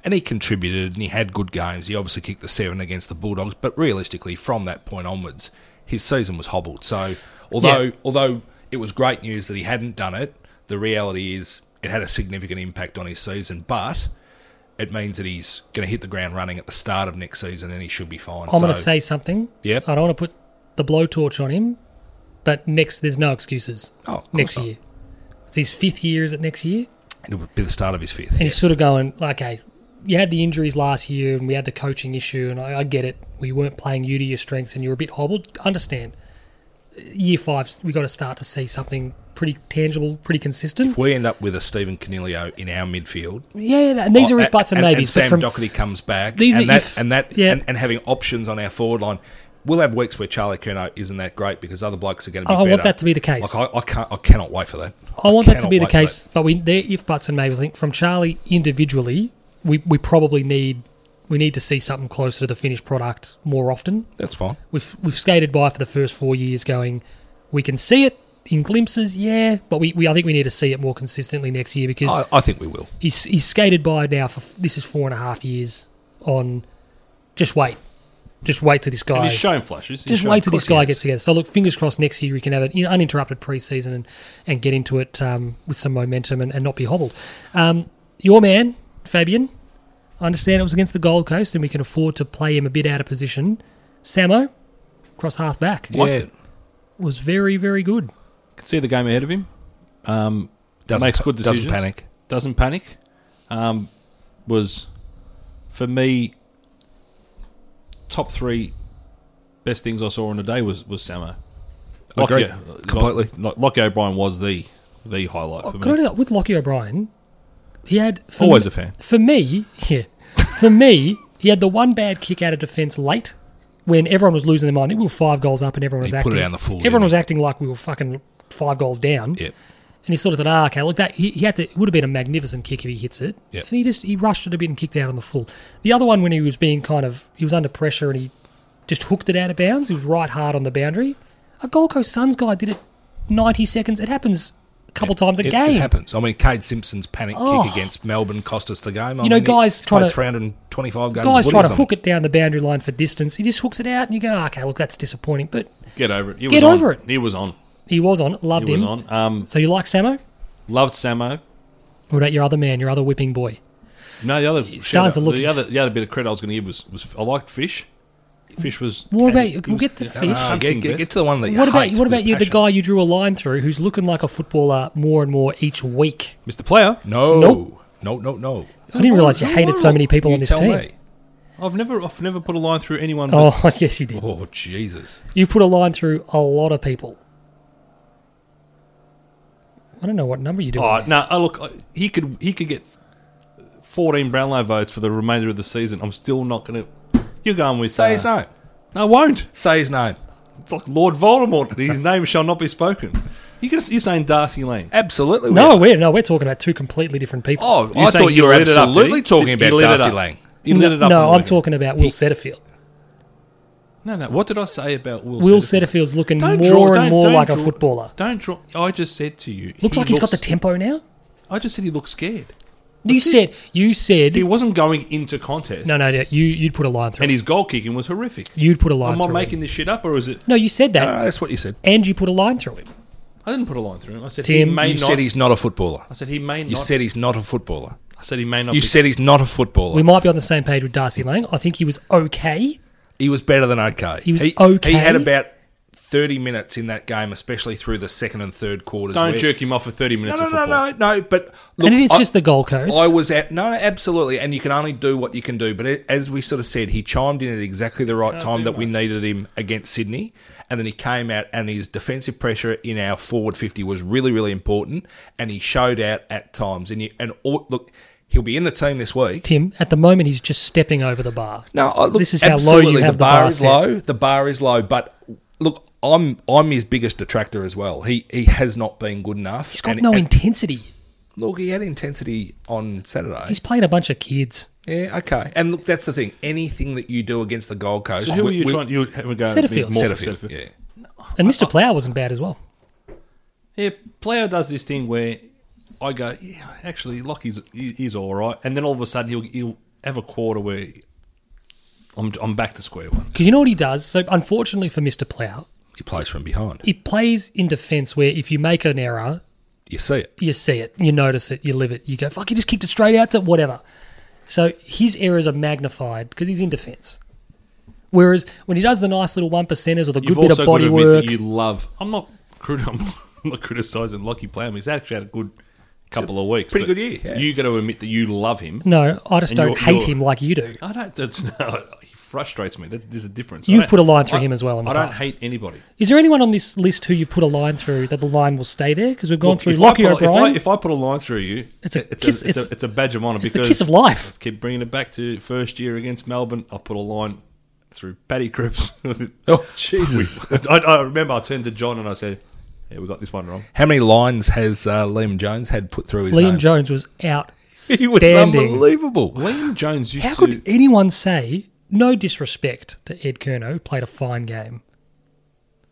B: and he contributed and he had good games. He obviously kicked the seven against the Bulldogs, but realistically, from that point onwards, his season was hobbled. So although
A: Yeah.
B: although it was great news that he hadn't done it, the reality is it had a significant impact on his season, but it means that he's going to hit the ground running at the start of next season and he should be fine.
A: I'm going to
B: So,
A: say something.
B: Yep.
A: I don't want to put the blowtorch on him, but next there's no excuses.
B: Oh, of course
A: next
B: not.
A: year. It's his fifth year. Is it next year?
B: it'll be the start of his fifth.
A: And
B: yes.
A: he's sort of going, okay, you had the injuries last year and we had the coaching issue, and I, I get it. We weren't playing you to your strengths and you were a bit hobbled. Understand. Year five, we got to start to see something pretty tangible, pretty consistent.
B: If we end up with a Stephen Canilio in our midfield.
A: Yeah, that- and these are his
B: oh,
A: butts and,
B: And
A: maybes. but
B: Sam
A: from,
B: Doherty comes back.
A: These
B: and
A: are
B: that,
A: if-
B: and that
A: yeah.
B: and, and having options on our forward line. We'll have weeks where Charlie Curnow isn't that great because other blokes are going to be
A: Oh, I want
B: better.
A: that to be the case.
B: Like I, I can't, I cannot wait for that.
A: I want that to
B: cannot
A: be the
B: wait for that.
A: case, but we there if buts and maybes. I think from Charlie individually, we, we probably need we need to see something closer to the finished product more often.
B: That's fine.
A: We've we've skated by for the first four years, going we can see it in glimpses, yeah, but we, we I think we need to see it more consistently next year because
B: I, I think we will.
A: he's he's skated by now for f- this is four and a half years on. Just wait, just wait till this
C: And
A: guy
C: he's shown flashes. He's
A: just
C: shown-
A: wait
C: of
A: till this
C: course he
A: guy
C: has.
A: gets together. So look, fingers crossed. Next year we can have an in- uninterrupted preseason and and get into it um, with some momentum and, and not be hobbled. Um, your man Fabian, I understand it was against the Gold Coast, and we can afford to play him a bit out of position. Samo, cross half back,
B: Liked
C: Yeah.
B: it.
A: was very very good.
C: Can see the game ahead of him. Um,
B: Doesn't
C: makes
B: pa-
C: good
B: doesn't
C: decisions.
B: panic.
C: Doesn't panic. Um, was for me top three best things I saw on the day was was Samo.
B: Agreed.
C: Lockyer- Lock-
B: Completely.
C: Lock- Lockie O'Brien was the the highlight for
A: Can I
C: me.
A: do that? with Lockie O'Brien? He had for
C: Always
A: me-
C: a fan.
A: For me, yeah, for me, he had the one bad kick out of defence late when everyone was losing their mind. We were five goals up, and everyone was
B: He put
A: acting.
B: it down the full, didn't
A: everyone
B: he?
A: was acting like we were fucking five goals down.
B: Yep.
A: And he sort of thought, ah, okay, look, that he, he had to, it would have been a magnificent kick if he hits it.
B: Yep.
A: And he just, he rushed it a bit and kicked out on the full. The other one, when he was being kind of, he was under pressure and he just hooked it out of bounds. He was right hard on the boundary. A Gold Coast Suns guy did it 90 seconds. It happens a couple times a
B: It,
A: game.
B: it happens. I mean, Cade Simpson's panic
A: Oh.
B: kick against Melbourne cost us the game. I
A: You know,
B: mean, he
A: guys trying
B: played
A: to-
B: 325 games.
A: Guys try to hook it down the boundary line for distance. He just hooks it out and you go, okay, look, that's disappointing. But
C: Get over it. He
A: Get
C: was on.
A: over it.
C: He was on.
A: he was on,
C: He
A: loved
C: was
A: him.
C: on. Um,
A: So you like Samo?
C: loved Samo.
A: What about your other man, your other whipping boy?
C: No, the other
A: starting to look-
C: the other the other bit of credit I was going to give was, was I liked Fish. Fish was
A: What about-
C: it
A: we'll get to Fish.
B: Ah,
C: hunting
B: get, get,
C: best.
B: get to the one that you
A: What about
B: hate
A: what
B: with
A: about you, the
B: passion.
A: guy you drew a line through, who's looking like a footballer more and more each week?
C: Mr. Player.
B: No,
A: Nope.
B: no, no, no.
A: I didn't realise you
C: no,
A: hated so many people
B: You
A: on this
B: tell
A: team.
B: me.
C: I've never I've never put a line through anyone. but-
A: Oh yes, you did.
B: Oh Jesus!
A: You put a line through a lot of people. I don't know what number you do.
C: Oh, no, oh, look, I- he could he could get 14 Brownlow votes for the remainder of the season. I'm still not going to. You're going with
B: Say
C: uh,
B: his name.
C: No, I won't.
B: Say his name.
C: It's like Lord Voldemort. His name shall not be spoken. You could, you're saying Darcy Lane.
B: Absolutely.
A: no,
B: we-
A: we're no, we're talking about two completely different people.
B: Oh,
C: You're
B: I
C: saying
B: thought
C: he
B: you were
C: lit it up, did
B: absolutely
C: he?
B: talking
C: He
B: about
C: lit it
B: Darcy
C: up.
B: Lang.
C: You lit it up. on
A: no,
C: the
A: I'm
C: weekend.
A: talking about Will Setterfield.
C: No, no. What did I say about Will?
A: Will
C: Setterfield?
A: Setterfield's looking
C: Don't
A: more
C: draw-
A: and
C: don't-
A: more
C: don't
A: like a
C: draw-
A: footballer.
C: Don't draw. I just said to you.
A: Looks
C: he
A: like he's got the
C: looks-
A: tempo now.
C: I just said he looked scared.
A: You said you said
C: He wasn't going into contest.
A: no, no, no. You you'd put a line through.
C: And
A: him.
C: his goal kicking was horrific.
A: You'd put a line
C: Am I
A: through. him.
C: making Uh, this shit up or is it?
A: No, you said that,
B: No, no, that's what you said.
A: and you put a line through him.
C: I didn't put a line through him. I said
A: Tim,
C: he may
B: You
C: not.
B: said he's not a footballer.
C: I said he may not.
B: You said he's not a footballer.
C: I said he may not.
B: You
C: be-
B: said he's not a
A: We
B: footballer.
A: might be on the same page with Darcy Lang. I think he was okay.
B: He was better than okay.
A: He was
B: he,
A: okay.
B: He had about thirty minutes in that game, especially through the second and third quarters.
C: Don't
B: where-
C: jerk him off for 30
B: No,
C: minutes
B: no,
C: of
B: no,
C: football.
B: no, no. But look,
A: and it is
B: I-
A: just the Gold Coast.
B: I was at no, no, absolutely, and you can only do what you can do. But it, as we sort of said, he chimed in at exactly the right time that we needed him against Sydney, and then he came out and his defensive pressure in our forward fifty was really, really important, and he showed out at times. And you, and all, look, He'll be in the team this week.
A: Tim, at the moment, he's just stepping over the bar.
B: No, I- uh, look,
A: This is how low
B: absolutely,
A: you have the
B: the bar
A: bar
B: is
A: set.
B: low. The bar is low, but look, I'm I'm his biggest detractor as well. He he has not been good enough.
A: He's got no intensity.
B: look, he had intensity on Saturday.
A: He's playing a bunch of kids.
B: yeah, okay. And look, that's the thing. Anything that you do against the Gold Coast,
C: So who
B: we-
C: are you
B: we-
C: trying? You have a go at
A: Setterfield.
C: being more for
B: Setterfield, Yeah.
A: And Mr. Plough wasn't bad as well.
C: Yeah, Player does this thing where I go, yeah, actually, Lockie's he- he's all right, and then all of a sudden he'll he'll have a quarter where I'm I'm back to square one.
A: Because you know what he does? So, unfortunately for Mr. Plough,
B: He plays from behind.
A: he plays in defence where if you make an error,
B: You see it.
A: you see it, you notice it, you live it, you go, fuck, he just kicked it straight out to whatever. So his errors are magnified because he's in defence. Whereas when he does the nice little one percenters or the good
C: You've
A: bit
C: also
A: of body
C: got to admit
A: work,
C: that you love. I'm not crit- I'm not criticising Lockie Player. He's actually had a good couple of weeks,
B: pretty
C: but
B: good year, yeah.
C: You got to admit that you love him.
A: no, I just
C: And
A: don't
C: you're-
A: hate
C: you're-
A: him like you do.
C: I don't. That, he frustrates me. That, there's a difference.
A: You've
C: I don't-
A: put a line through
C: I-
A: him as well in the
C: I don't
A: past.
C: hate anybody.
A: Is there anyone on this list who you put a line through that the line will stay there? Because we've gone
C: Look,
A: through
C: if
A: Lockie
C: I put, a-
A: O'Brien.
C: If I, if I put a line through you,
A: It's a
C: it's,
A: kiss-
C: a, it's,
A: it's-
C: a, it's a badge of honour
A: it's the
C: because
A: kiss of life.
C: Let's keep bringing it back to first year against Melbourne. I put a line through Paddy Cripps.
B: Oh, Jesus.
C: I, I remember I turned to John and I said, "Yeah, we got this one wrong."
B: How many lines has uh, Liam Jones had put through his
A: Liam
B: name?
A: Jones was
B: He was
A: outstanding.
B: unbelievable.
C: Liam Jones used
A: How
C: to.
A: could anyone say, no disrespect to Ed Kerno, who played a fine game?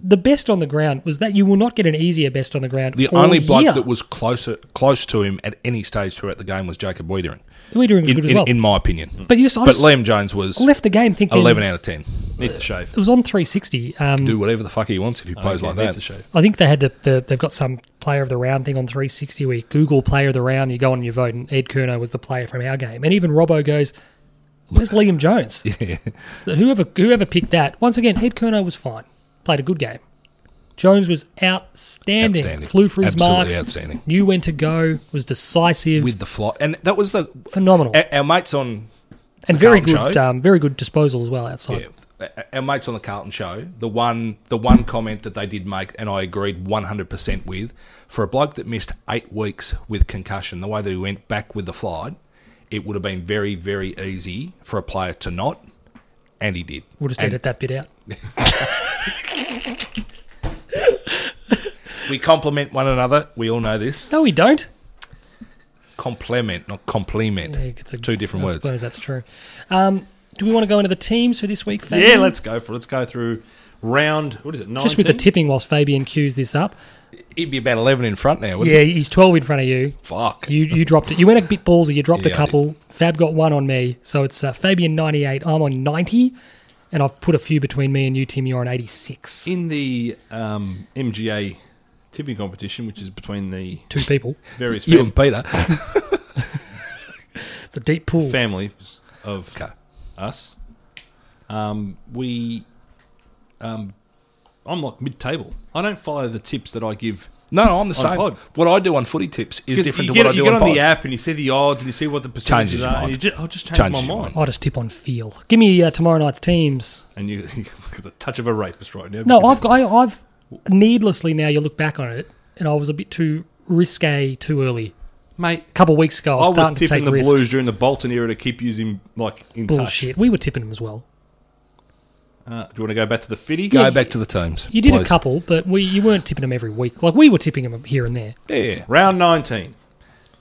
A: The best on the ground was that you will not get an easier best on the ground.
B: The
A: all
B: only bloke
A: year.
B: that was closer close to him at any stage throughout the game was Jacob Wiedering,
A: Wiedering was
B: in,
A: good as
B: in,
A: well.
B: in my opinion.
A: but you just, I
B: But
A: just
B: Liam Jones was
A: left the game thinking
B: 11 out of 10.
C: needs to shave.
A: it was on 360. Um,
B: Do whatever the fuck he wants if he plays
C: Oh, Yeah,
B: like
C: needs
B: that.
C: to shave.
A: I think they had the, the they've got some player of the round thing on 360 where you Google player of the round, you go on and you vote, and Ed Kerno was the player from our game. And even Robbo goes, "Where's Liam Jones?"
B: Yeah.
A: Whoever whoever picked that, once again, Ed Kerno was fine. Played a good game. Jones was outstanding.
B: Outstanding.
A: Flew for his
B: Absolutely
A: marks.
B: outstanding.
A: Knew when to go. Was decisive.
B: With the fly. And that was the.
A: phenomenal.
B: Our, our mates on.
A: and very
B: Carlton
A: good
B: show.
A: um, very good disposal as well outside.
B: Yeah, our mates on the Carlton show, the one the one comment that they did make, and I agreed 100% with, for a bloke that missed eight weeks with concussion, the way that he went back with the flight, it would have been very, very easy for a player to not, and he did.
A: We'll just
B: And
A: edit that bit out.
B: We compliment one another. We all know this.
A: No, we don't.
B: Complement, not compliment.
A: Yeah, it's a-
B: Two different
A: I
B: words.
A: suppose that's true. Um, do we want to go into the teams for this week? Fabian?
C: Yeah, let's go for. it. Let's go through round. What is it? 19?
A: just with the tipping whilst Fabian cues this up.
B: He'd be about 11 in front now, wouldn't
A: Yeah, he's twelve in front of you.
B: he? Fuck.
A: You you dropped it. You went a bit ballsy. You dropped
B: Yeah,
A: a
B: I
A: couple. Fab got one on me, so it's uh, Fabian ninety eight. I'm on ninety, and I've put a few between me and you, Tim. You're on eighty six.
C: in the um, MGA tipping competition, which is between the
A: Two people.
C: various
B: You
C: fam-
B: and Peter.
A: It's a deep pool.
C: families of
B: Okay.
C: us. Um, we, um, I'm like mid-table. I don't follow the tips that I give.
B: No, no, I'm the
C: On
B: same.
C: pod.
B: What I do on footy tips is
C: 'Cause
B: different to
C: you get,
B: what I
C: you
B: do
C: get
B: on,
C: on
B: pod.
C: the app and you see the odds and you see what the
B: Changes
C: percentages
B: your
C: are. and
B: mind.
C: you ju- I'll just change
B: Changes
C: my
B: your
C: mind.
A: I just tip on feel. Give me uh, tomorrow night's teams.
C: And you, you got the touch of a rapist right now.
A: No,
C: because
A: I've got, I, I've needlessly now. You look back on it, and I was a bit too risque too early.
C: mate.
A: A couple of weeks ago, I
C: I
A: was
C: was
A: starting to
C: tipping
A: take
C: the
A: risks.
C: Blues during the Bolton era to keep using like in
A: Bullshit. We were tipping them as well.
C: touch. Uh, do you want to go back to the fitty?
B: Go
A: Yeah,
B: back to the teams.
A: You did a
B: please.
A: couple, but we you weren't tipping them every week. Like we were tipping them here and there.
B: Yeah.
C: Round 19.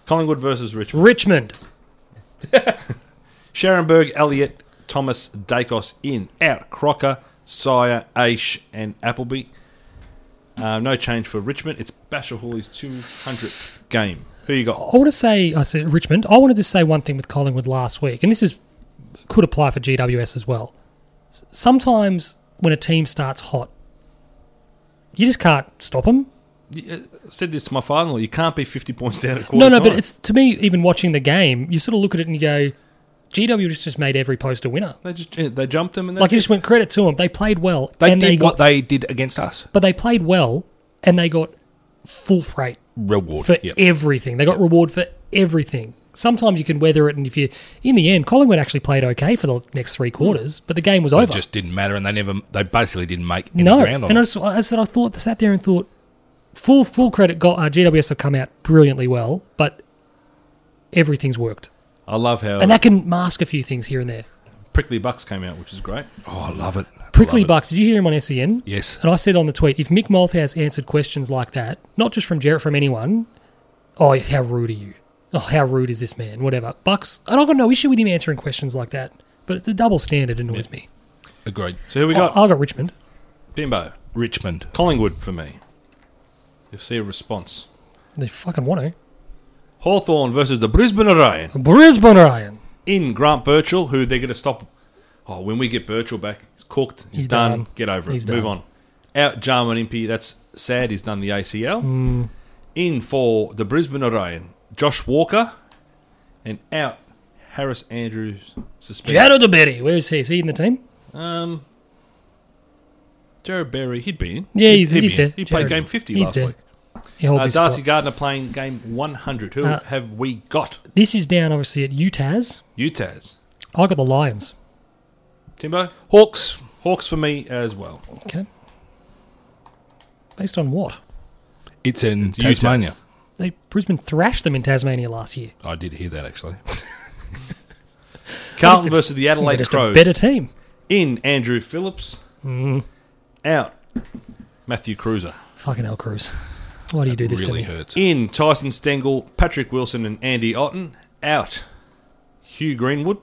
C: Collingwood versus Richmond.
A: Richmond.
C: Sharonberg, Elliott, Thomas, Dacos in, out, Crocker, Sire, Aish, and Appleby. Uh, no change for Richmond. It's Basher Hawley's 200th game. Who you got?
A: I want to say I said Richmond. I wanted to say one thing with Collingwood last week, and this is could apply for GWS as well. S- Sometimes when a team starts hot, you just can't stop them.
C: You, uh, said this to my father-in-law. You can't be 50 points down at quarter
A: No, no, but
C: time.
A: it's to me even watching the game, you sort of look at it and you go, GW just just made every post a winner.
C: They just uh, they jumped him and
A: Like
C: that's
A: you just went credit to them. They played well,
B: They
A: and
B: did
A: they got,
B: what they did against us.
A: but they played well, and they got full freight.
B: Reward.
A: for
B: yep.
A: everything. They got reward for everything. Sometimes you can weather it, and if you, in the end, Collingwood actually played okay for the next three quarters, but the game was
B: it
A: over.
B: just didn't matter, and they never. They basically didn't make any
A: no,
B: ground on
A: and I
B: it.
A: just, I said I thought, sat there and thought, full full credit got uh, GWS have come out brilliantly well, but everything's worked.
C: I love how
A: And that can mask a few things here and there.
C: Prickly Bucks came out, which is great.
B: Oh, I love it.
A: Prickly
B: Love it.
A: Bucks, did you hear him on E SEN?
B: Yes.
A: And I said on the tweet, if Mick Malthouse answered questions like that, not just from Jarrett, from anyone, oh, how rude are you? Oh, how rude is this man? Whatever. Bucks, and I've got no issue with him answering questions like that, but it's a double standard annoys me.
B: Agreed.
C: So here we
A: I,
C: got
A: I got Richmond.
C: Bimbo
B: Richmond.
C: Collingwood for me. You'll see a response.
A: They fucking eh? want to.
C: Hawthorn versus the Brisbane Orion
A: Brisbane Orion.
C: in Grant Birchall, who they're going to stop. Oh, when we get Birchall back, he's cooked. He's,
A: He's
C: done.
A: done.
C: Get over it.
A: He's
C: Move
A: done.
C: on. Out Jarman Impey. That's sad. He's done the ACL.
A: Hmm.
C: In for the Brisbane Orion, Josh Walker, and out Harris Andrews suspended.
A: Jado DeBerry. Where is he? Is he in the team?
C: um, Jared Berry, he'd be in.
A: Yeah,
C: He'd-
A: he's,
C: he'd
A: he's
C: be
A: there.
C: in. He played
A: Jared.
C: game fifty
A: He's
C: last
A: there.
C: week.
A: He holds
C: Uh,
A: his
C: Darcy
A: spot.
C: Gardner playing game 100. Who
A: Uh,
C: have we got?
A: This is down, obviously, at UTAS.
C: Utahs.
A: I got the Lions.
C: Timbo? Hawks. Hawks for me as well.
A: Okay. Based on what?
B: It's in
C: Utah.
B: Tasmania.
A: They Brisbane thrashed them in Tasmania last year.
B: I did hear that actually.
C: Carlton versus the Adelaide
A: They're just a
C: Crows.
A: better team.
C: In Andrew Phillips. Out Matthew Cruiser.
A: Fucking hell, Cruz. Why do you do this
B: really
A: to me?
B: hurts.
C: In Tyson Stengel, Patrick Wilson, and Andy Otten. Out Hugh Greenwood.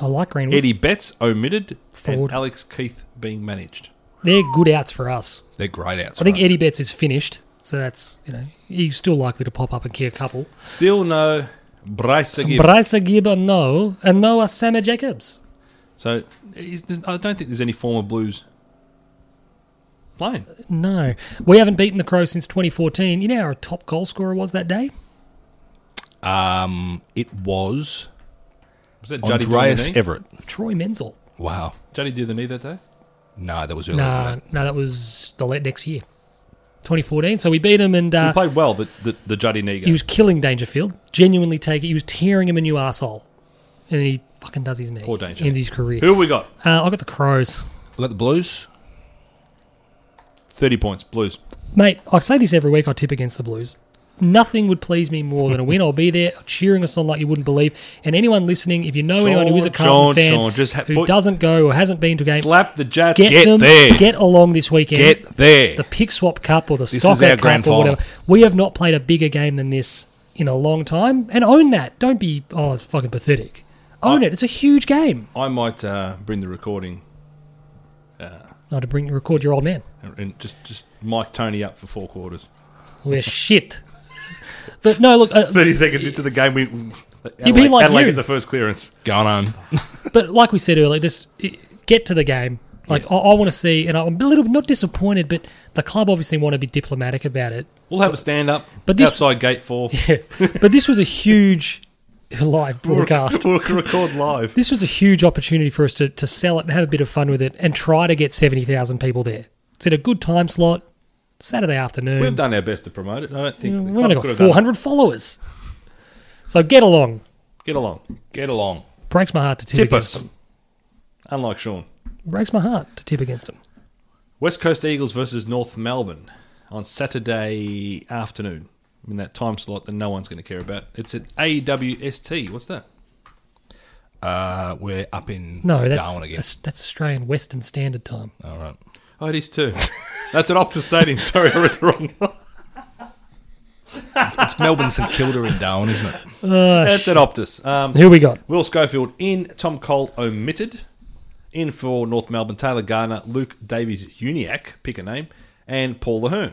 A: I like Greenwood.
C: Eddie Betts omitted.
A: Forward.
C: And Alex Keith being managed.
A: They're good outs for us.
B: They're great outs.
A: I think
B: for us.
A: Eddie Betts is finished, so that's you know he's still likely to pop up and key a couple.
C: Still no Bryce Aguirre.
A: Bryce Aguirre, no, and Noah Sammer Jacobs.
C: So is, there's- I don't think there's any former Blues playing.
A: No, we haven't beaten the Crows since 2014. You know how our top goal scorer was that day?
B: Um, it was
C: Was that Juddy
B: Andreas
A: eh?
C: Dominey?
B: Everett.
A: Troy Menzel.
B: Wow.
C: Juddy did the knee that day.
B: No, that was earlier.
A: Nah, no, that was the let next year, 2014. So we beat him, and
C: He
A: uh,
C: played well. The the, the Juddy knee.
A: he was killing Dangerfield. Genuinely taking, he was tearing him a new arsehole. and he fucking does his knee.
C: Poor Danger.
A: ends his career.
C: Who have we got?
A: Uh, I got the Crows.
B: We got the Blues.
C: Thirty points. Blues.
A: Mate, I say this every week I tip against the Blues. Nothing would please me more than a win. I'll be there cheering us on like you wouldn't believe. And anyone listening, if you know anyone who is a
C: Sean,
A: Carlton
C: Sean,
A: fan
C: Sean, just ha-
A: who
C: put-
A: doesn't go or hasn't been to a game,
C: Slap the Jets.
A: get,
B: get
A: them,
B: there.
A: get along this weekend.
B: Get there.
A: The Pick Swap Cup or the
B: is
A: Soccer
B: our
A: Cup or
B: grand final.
A: whatever. We have not played a bigger game than this in a long time. And own that. Don't be, oh, it's fucking pathetic. Own it. It's a huge game.
C: I might uh, bring the recording
A: Not to bring record your old man.
C: and- and just just mic Tony up for four quarters.
A: We're shit. But no, look, uh,
C: Thirty seconds into the game, we
A: You'd be like you.
C: get the first clearance.
B: Going on.
A: but like we said earlier, just i- get to the game. Like I, I want to see, and I'm a little bit not disappointed, but the club obviously want to be diplomatic about it.
C: We'll have a stand up
A: But this-
C: outside gate four.
A: but this was a huge live broadcast.
C: We'll record live.
A: This was a huge opportunity for us to, to sell it and have a bit of fun with it and try to get 70,000 people there. It's at a good time slot, Saturday afternoon.
C: We've done our best to promote it. I don't think the
A: We've only
C: club
A: got
C: could have done it.
A: 400 followers. So get along.
C: Get along.
B: Get along.
A: Breaks my heart to tip,
C: Tip
A: against
C: us.
A: them.
C: Unlike Sean.
A: Breaks my heart to tip against them.
C: West Coast Eagles versus North Melbourne on Saturday afternoon in that time slot that no one's going to care about. It's at AWST. What's that?
B: Uh, we're up in
A: No, that's,
B: Darwin again.
A: that's, that's Australian Western Standard Time.
B: All right.
C: Oh, it is too. That's at Optus Stadium. Sorry, I read the wrong. one.
B: It's Melbourne St Kilda in Darwin, isn't it?
C: That's at Optus. Um,
A: Who we got?
C: Will Schofield in. Tom Cole omitted. In for North Melbourne. Taylor Garner, Luke Davies, Uniac, pick a name, and Paul Lahern.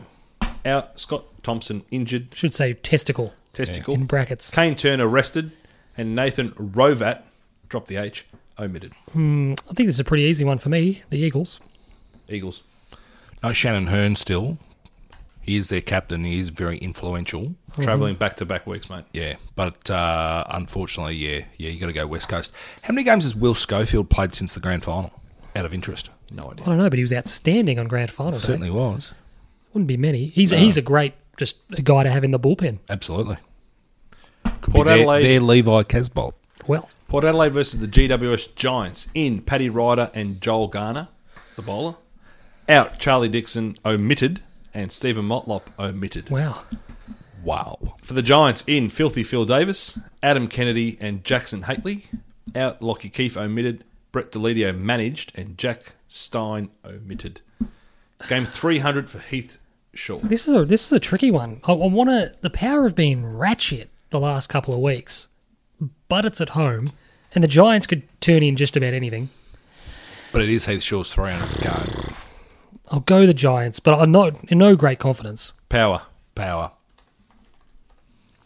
C: Out. Scott Thompson injured.
A: should say testicle
C: Testicle.
A: in brackets.
C: Kane Turner rested, and Nathan Rovat, drop the H, omitted.
A: I think this is a pretty easy one for me, the Eagles.
C: Eagles.
B: No, Uh, Shannon Hearn still. He is their captain. He is very influential.
C: Traveling back to back weeks, mate.
B: Yeah, but uh, unfortunately, yeah, yeah, you got to go West Coast. How many games has Will Schofield played since the grand final? Out of interest,
C: No idea.
A: I don't know, but he was outstanding on grand final day.
B: certainly was.
A: Wouldn't be many. He's he's a great just a guy to have in the bullpen.
B: Absolutely. Could
C: Port
B: be their,
C: Adelaide.
B: their Levi Casbolt.
A: Well,
C: Port Adelaide versus the GWS Giants in Paddy Ryder and Joel Garner, the bowler. Out Charlie Dixon omitted and Stephen Motlop omitted.
A: wow.
B: Wow.
C: For the Giants in filthy Phil Davis, Adam Kennedy and Jackson Haitley. Out Lockie Keefe omitted, Brett Delidio managed, and Jack Stein omitted. Game 300 for Heath Shaw.
A: This is a this is a tricky one. I, I want to. The power have been ratchet the last couple of weeks, but it's at home, and the Giants could turn in just about anything.
B: But it is Heath Shaw's 300th card.
A: I'll go the Giants, but I'm not in no great confidence.
C: Power.
B: Power.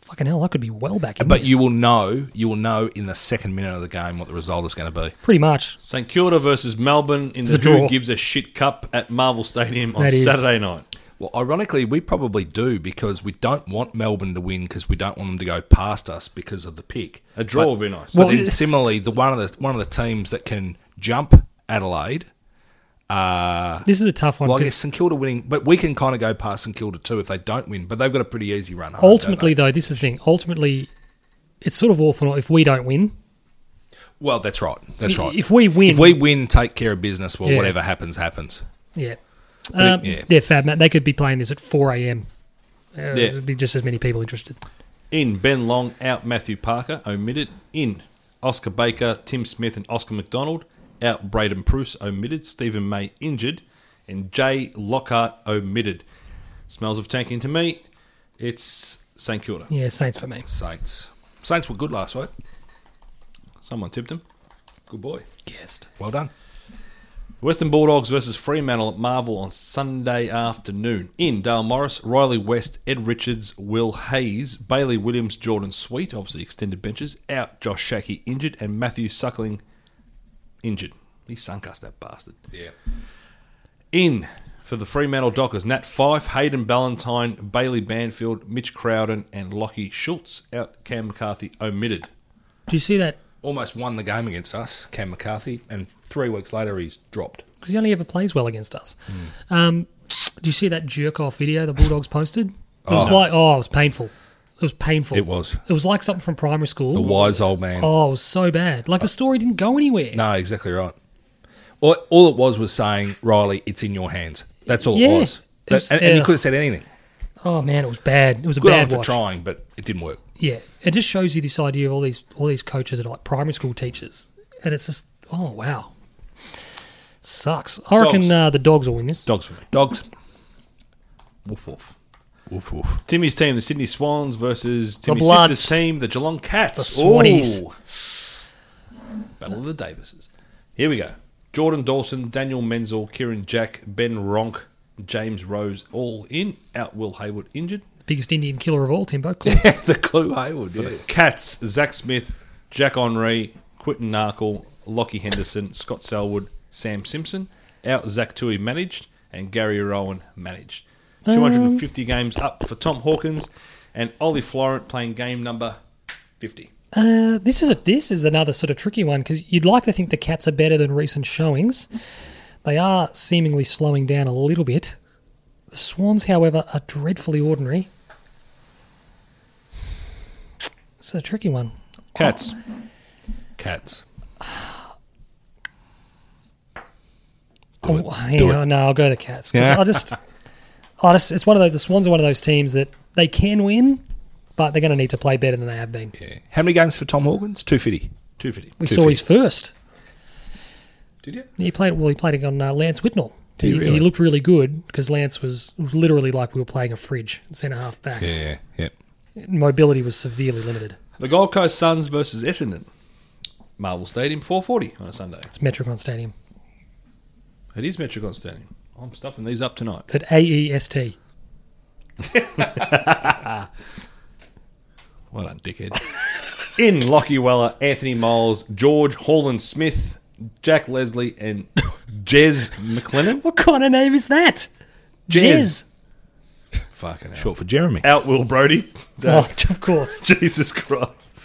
A: Fucking hell, I could be well back in.
B: But
A: this.
B: you will know, you will know in the second minute of the game what the result is going to be.
A: pretty much.
C: St Kilda versus Melbourne in the
A: a draw.
C: Who Gives a Shit Cup at Marvel Stadium on
A: That is-
C: Saturday night.
B: Well, ironically, we probably do because we don't want Melbourne to win because we don't want them to go past us because of the pick.
C: A draw
B: But-
C: would be nice.
B: But
A: Well,
B: then
A: it-
B: similarly, the one of the one of the teams that can jump Adelaide, uh,
A: This is a tough one
B: well, I guess
A: because
B: St Kilda winning, but we can kind of go past St Kilda too if they don't win. But they've got a pretty easy run. home, don't
A: ultimately,
B: they?
A: though, this is the thing. Ultimately, it's sort of awful if we don't win.
B: well, that's right. That's
A: I-
B: right.
A: If we win,
B: If we win, take care of business. Well,
A: Yeah.
B: whatever happens, happens.
A: yeah. Um,
B: yeah.
A: they're fab, mate. They could be playing this at 4 a.m. Uh, yeah. There'd be just as many people interested.
C: In Ben Long, out Matthew Parker, omitted. In Oscar Baker, Tim Smith, and Oscar McDonald. Out Braden Pruce, omitted. Stephen May, injured. And Jay Lockhart, omitted. Smells of tanking to me. It's St Kilda.
A: Yeah, Saints for me.
B: Saints. Saints were good last week.
C: Someone tipped him.
B: Good boy.
A: Guessed.
B: Well done.
C: Western Bulldogs versus Fremantle at Marvel on Sunday afternoon. In Dale Morris, Riley West, Ed Richards, Will Hayes, Bailey Williams, Jordan Sweet, obviously extended benches. Out Josh Shackey injured, and Matthew Suckling injured. He sunk us that bastard.
B: Yeah.
C: In for the Fremantle Dockers, Nat Fife, Hayden Ballantyne, Bailey Banfield, Mitch Crowden, and Lockie Schultz. Out Cam McCarthy omitted.
A: Do you see that?
B: Almost won the game against us, Cam McCarthy, and three weeks later he's dropped.
A: Because he only ever plays well against us.
B: Hmm.
A: Um, do you see that jerk off video the Bulldogs posted? It was like, oh, it was painful. It was painful.
B: It was.
A: It was like something from primary school.
B: The wise old man.
A: Oh, it was so bad. Like the story didn't go anywhere.
B: No, exactly right. All, all it was was saying, Riley, it's in your hands. That's all
A: Yeah.
B: it was.
A: It
B: That-
A: was-
B: and, and you
A: yeah.
B: could have said anything.
A: Oh man, it was bad. It was a
B: Good on
A: bad
B: him for
A: watch.
B: trying, but it didn't work.
A: Yeah, it just shows you this idea of all these all these coaches that are like primary school teachers, and it's just oh wow, sucks. I reckon
C: Dogs.
A: uh, the dogs will win this.
C: Dogs for me.
B: Dogs.
C: Woof woof.
B: Woof, woof.
C: Timmy's team, the Sydney Swans, versus Timmy's
A: Bloods.
C: sister's team, the Geelong Cats.
A: The Swannies.
C: Ooh. Battle of the Davises. Here we go. Jordan Dawson, Daniel Menzel, Kieran Jack, Ben Ronk, James Rose, all in. Out Will Hayward injured.
A: Biggest Indian killer of all, Timbo.
B: the clue Hayward. Yeah.
C: Cats, Zach Smith, Jack Henry, Quinton Narkle, Lockie Henderson, Scott Selwood, Sam Simpson. Out Zach Tui managed and Gary Rowan managed. 250 games up for Tom Hawkins and Ollie Florent playing game number 50.
A: Uh, this is a, this is another sort of tricky one because you'd like to think the cats are better than recent showings. They are seemingly slowing down a little bit. The Swans, however, are dreadfully ordinary. It's a tricky one.
C: Cats.
B: Cats.
A: Oh, yeah, no, I'll go the Cats. 'cause
B: Yeah.
A: I just, I just, it's one of those. The Swans are one of those teams that they can win, but they're going to need to play better than they have been.
B: Yeah. How many games for Tom Hawkins? 250.
C: 250.
A: We
B: Two
A: saw
B: feet.
A: his first.
B: Did you?
A: He played well. He played on uh, Lance Whitnall. He,
B: you really?
A: he looked really good because Lance was, was literally like we were playing a fridge at centre half back.
B: Yeah, yeah.
A: Mobility was severely limited.
C: The Gold Coast Suns versus Essendon. Marvel Stadium, 440 on a Sunday.
A: It's Metricon Stadium.
C: It is Metricon Stadium. I'm stuffing these up tonight.
A: It's at E AEST.
C: Well done, dickhead. In Lockie Weller, Anthony Moles, George Holland Smith, Jack Leslie, and Jez McLennan.
A: What kind of name is that?
C: Jez. Fucking hell.
B: Short for
A: Uh,
B: Jeremy.
C: Out Will Brody.
A: Oh, of course.
C: Jesus Christ.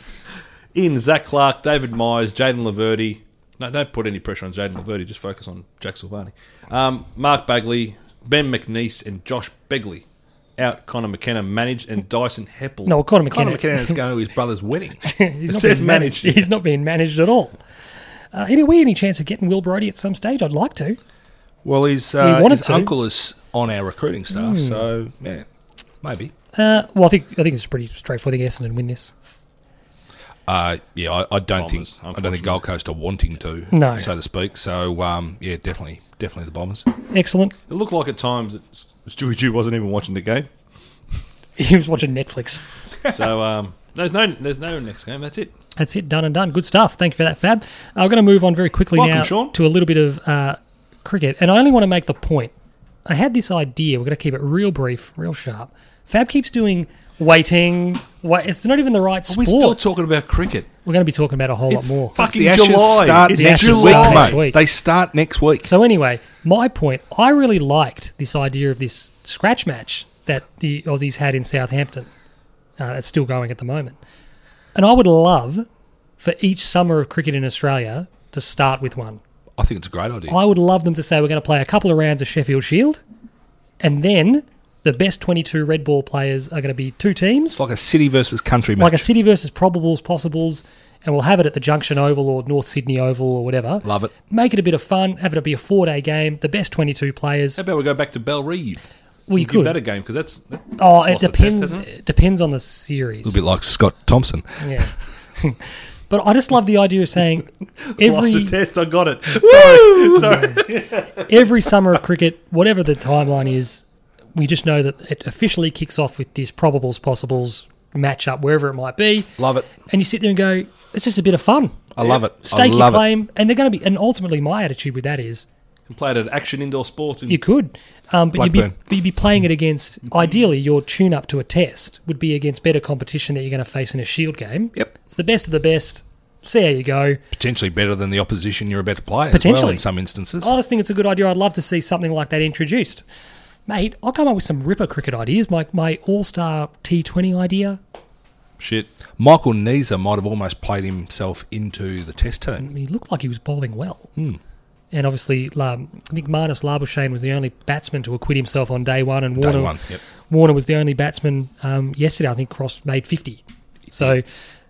C: In Zach Clark, David Myers, Jaden Laverty. No, don't put any pressure on Jaden Laverty. Just focus on Jack Silvani. Um, Mark Bagley, Ben McNeese, and Josh Begley. Out Connor McKenna managed and Dyson Heppel.
A: No, Connor McKenna.
B: Conor McKinnon's going to his brother's wedding.
A: He's not
C: says
A: being
C: managed.
A: He's not being managed at all. Uh, anyway, any chance of getting Will Brody at some stage? I'd like to.
B: Well, his, uh,
A: wanted
B: his
A: to. Hmm.
B: uncle is on our recruiting staff, so yeah, maybe.
A: Uh, well, I think I think it's pretty straightforward. I think Essendon win this.
B: Uh, yeah, I, I don't
C: Bombers,
B: think I don't think
C: unfortunately.
B: Gold Coast are wanting to,
A: No.
B: so to speak. So um, yeah, definitely, definitely the Bombers.
A: Excellent.
C: It looked like at times that
D: Stewie Jew wasn't even watching the game.
A: He was watching Netflix.
C: So um, there's no there's no next game. That's it.
A: That's it. Done and done. Good stuff. Thank you for that, Fab. I'm going to move on very quickly
C: Welcome,
A: now
C: Sean.
A: to a little bit of uh, cricket, and I only want to make the point. I had this idea. We're going to keep it real brief, real sharp. Fab keeps doing waiting. Wait, it's not even the right
C: We're
A: sport.
C: still talking about cricket.
A: We're going to be talking about a whole lot more.
C: fucking
B: the Ashes
C: July.
B: start
C: It's
B: next
A: July.
B: week, mate.
A: Next week.
B: They start next week.
A: So anyway, my point, I really liked this idea of this scratch match that the Aussies had in Southampton. Uh, it's still going at the moment. And I would love for each summer of cricket in Australia to start with one.
B: I think it's a great idea.
A: I would love them to say we're going to play a couple of rounds of Sheffield Shield and then the best 22 red ball players are going to be two teams
B: It's like a city versus country match.
A: like a city versus probables, possibles, and we'll have it at the Junction Oval or North Sydney Oval or whatever.
B: Love it.
A: Make it a bit of fun. Have it be a four-day game. The best twenty-two players.
C: How about we go back to Bell Reeve?
A: Well, you
C: Give that
A: could.
C: a game because that's, that's
A: Oh,
C: lost
A: it
C: the test,
A: depends.
C: hasn't it?
A: it depends on the series.
B: a bit like Scott Thompson.
A: Yeah. but I just love the idea of saying every
D: Lost the test. I got it.
A: every summer of cricket, whatever the timeline is, we just know that it officially kicks off with this probables, possibles matchup, wherever it might be.
B: Love it.
A: And you sit there and go, it's just a bit of fun.
B: I love it. I
A: Stake your
B: love it.
A: claim, and they're going to be. And ultimately, my attitude with that is,
C: Can play it at Action Indoor Sports. In,
A: You could, um, but you'd be,
B: Blackburn.
A: but you'd be playing it against. Ideally, your tune up to a test would be against better competition that you're going to face in a Shield game.
B: Yep.
A: it's the best of the best. See how you go.
B: Potentially better than the opposition you're about to play. Potentially,
A: Potentially. Oh.
B: in some instances.
A: I just think it's a good idea. I'd love to see something like that introduced. Mate, I'll come up with some ripper cricket ideas. My my All Star T Twenty idea.
C: Shit.
B: Michael Neeser might have almost played himself into the Test team.
A: He looked like he was bowling well.
B: Hmm.
A: And obviously, um, I think Marnus Labuschagne was the only batsman to acquit himself on day one, and
B: Day
A: Warner
B: one. Yep.
A: Warner was the only batsman um, yesterday. I think Cross made 50. So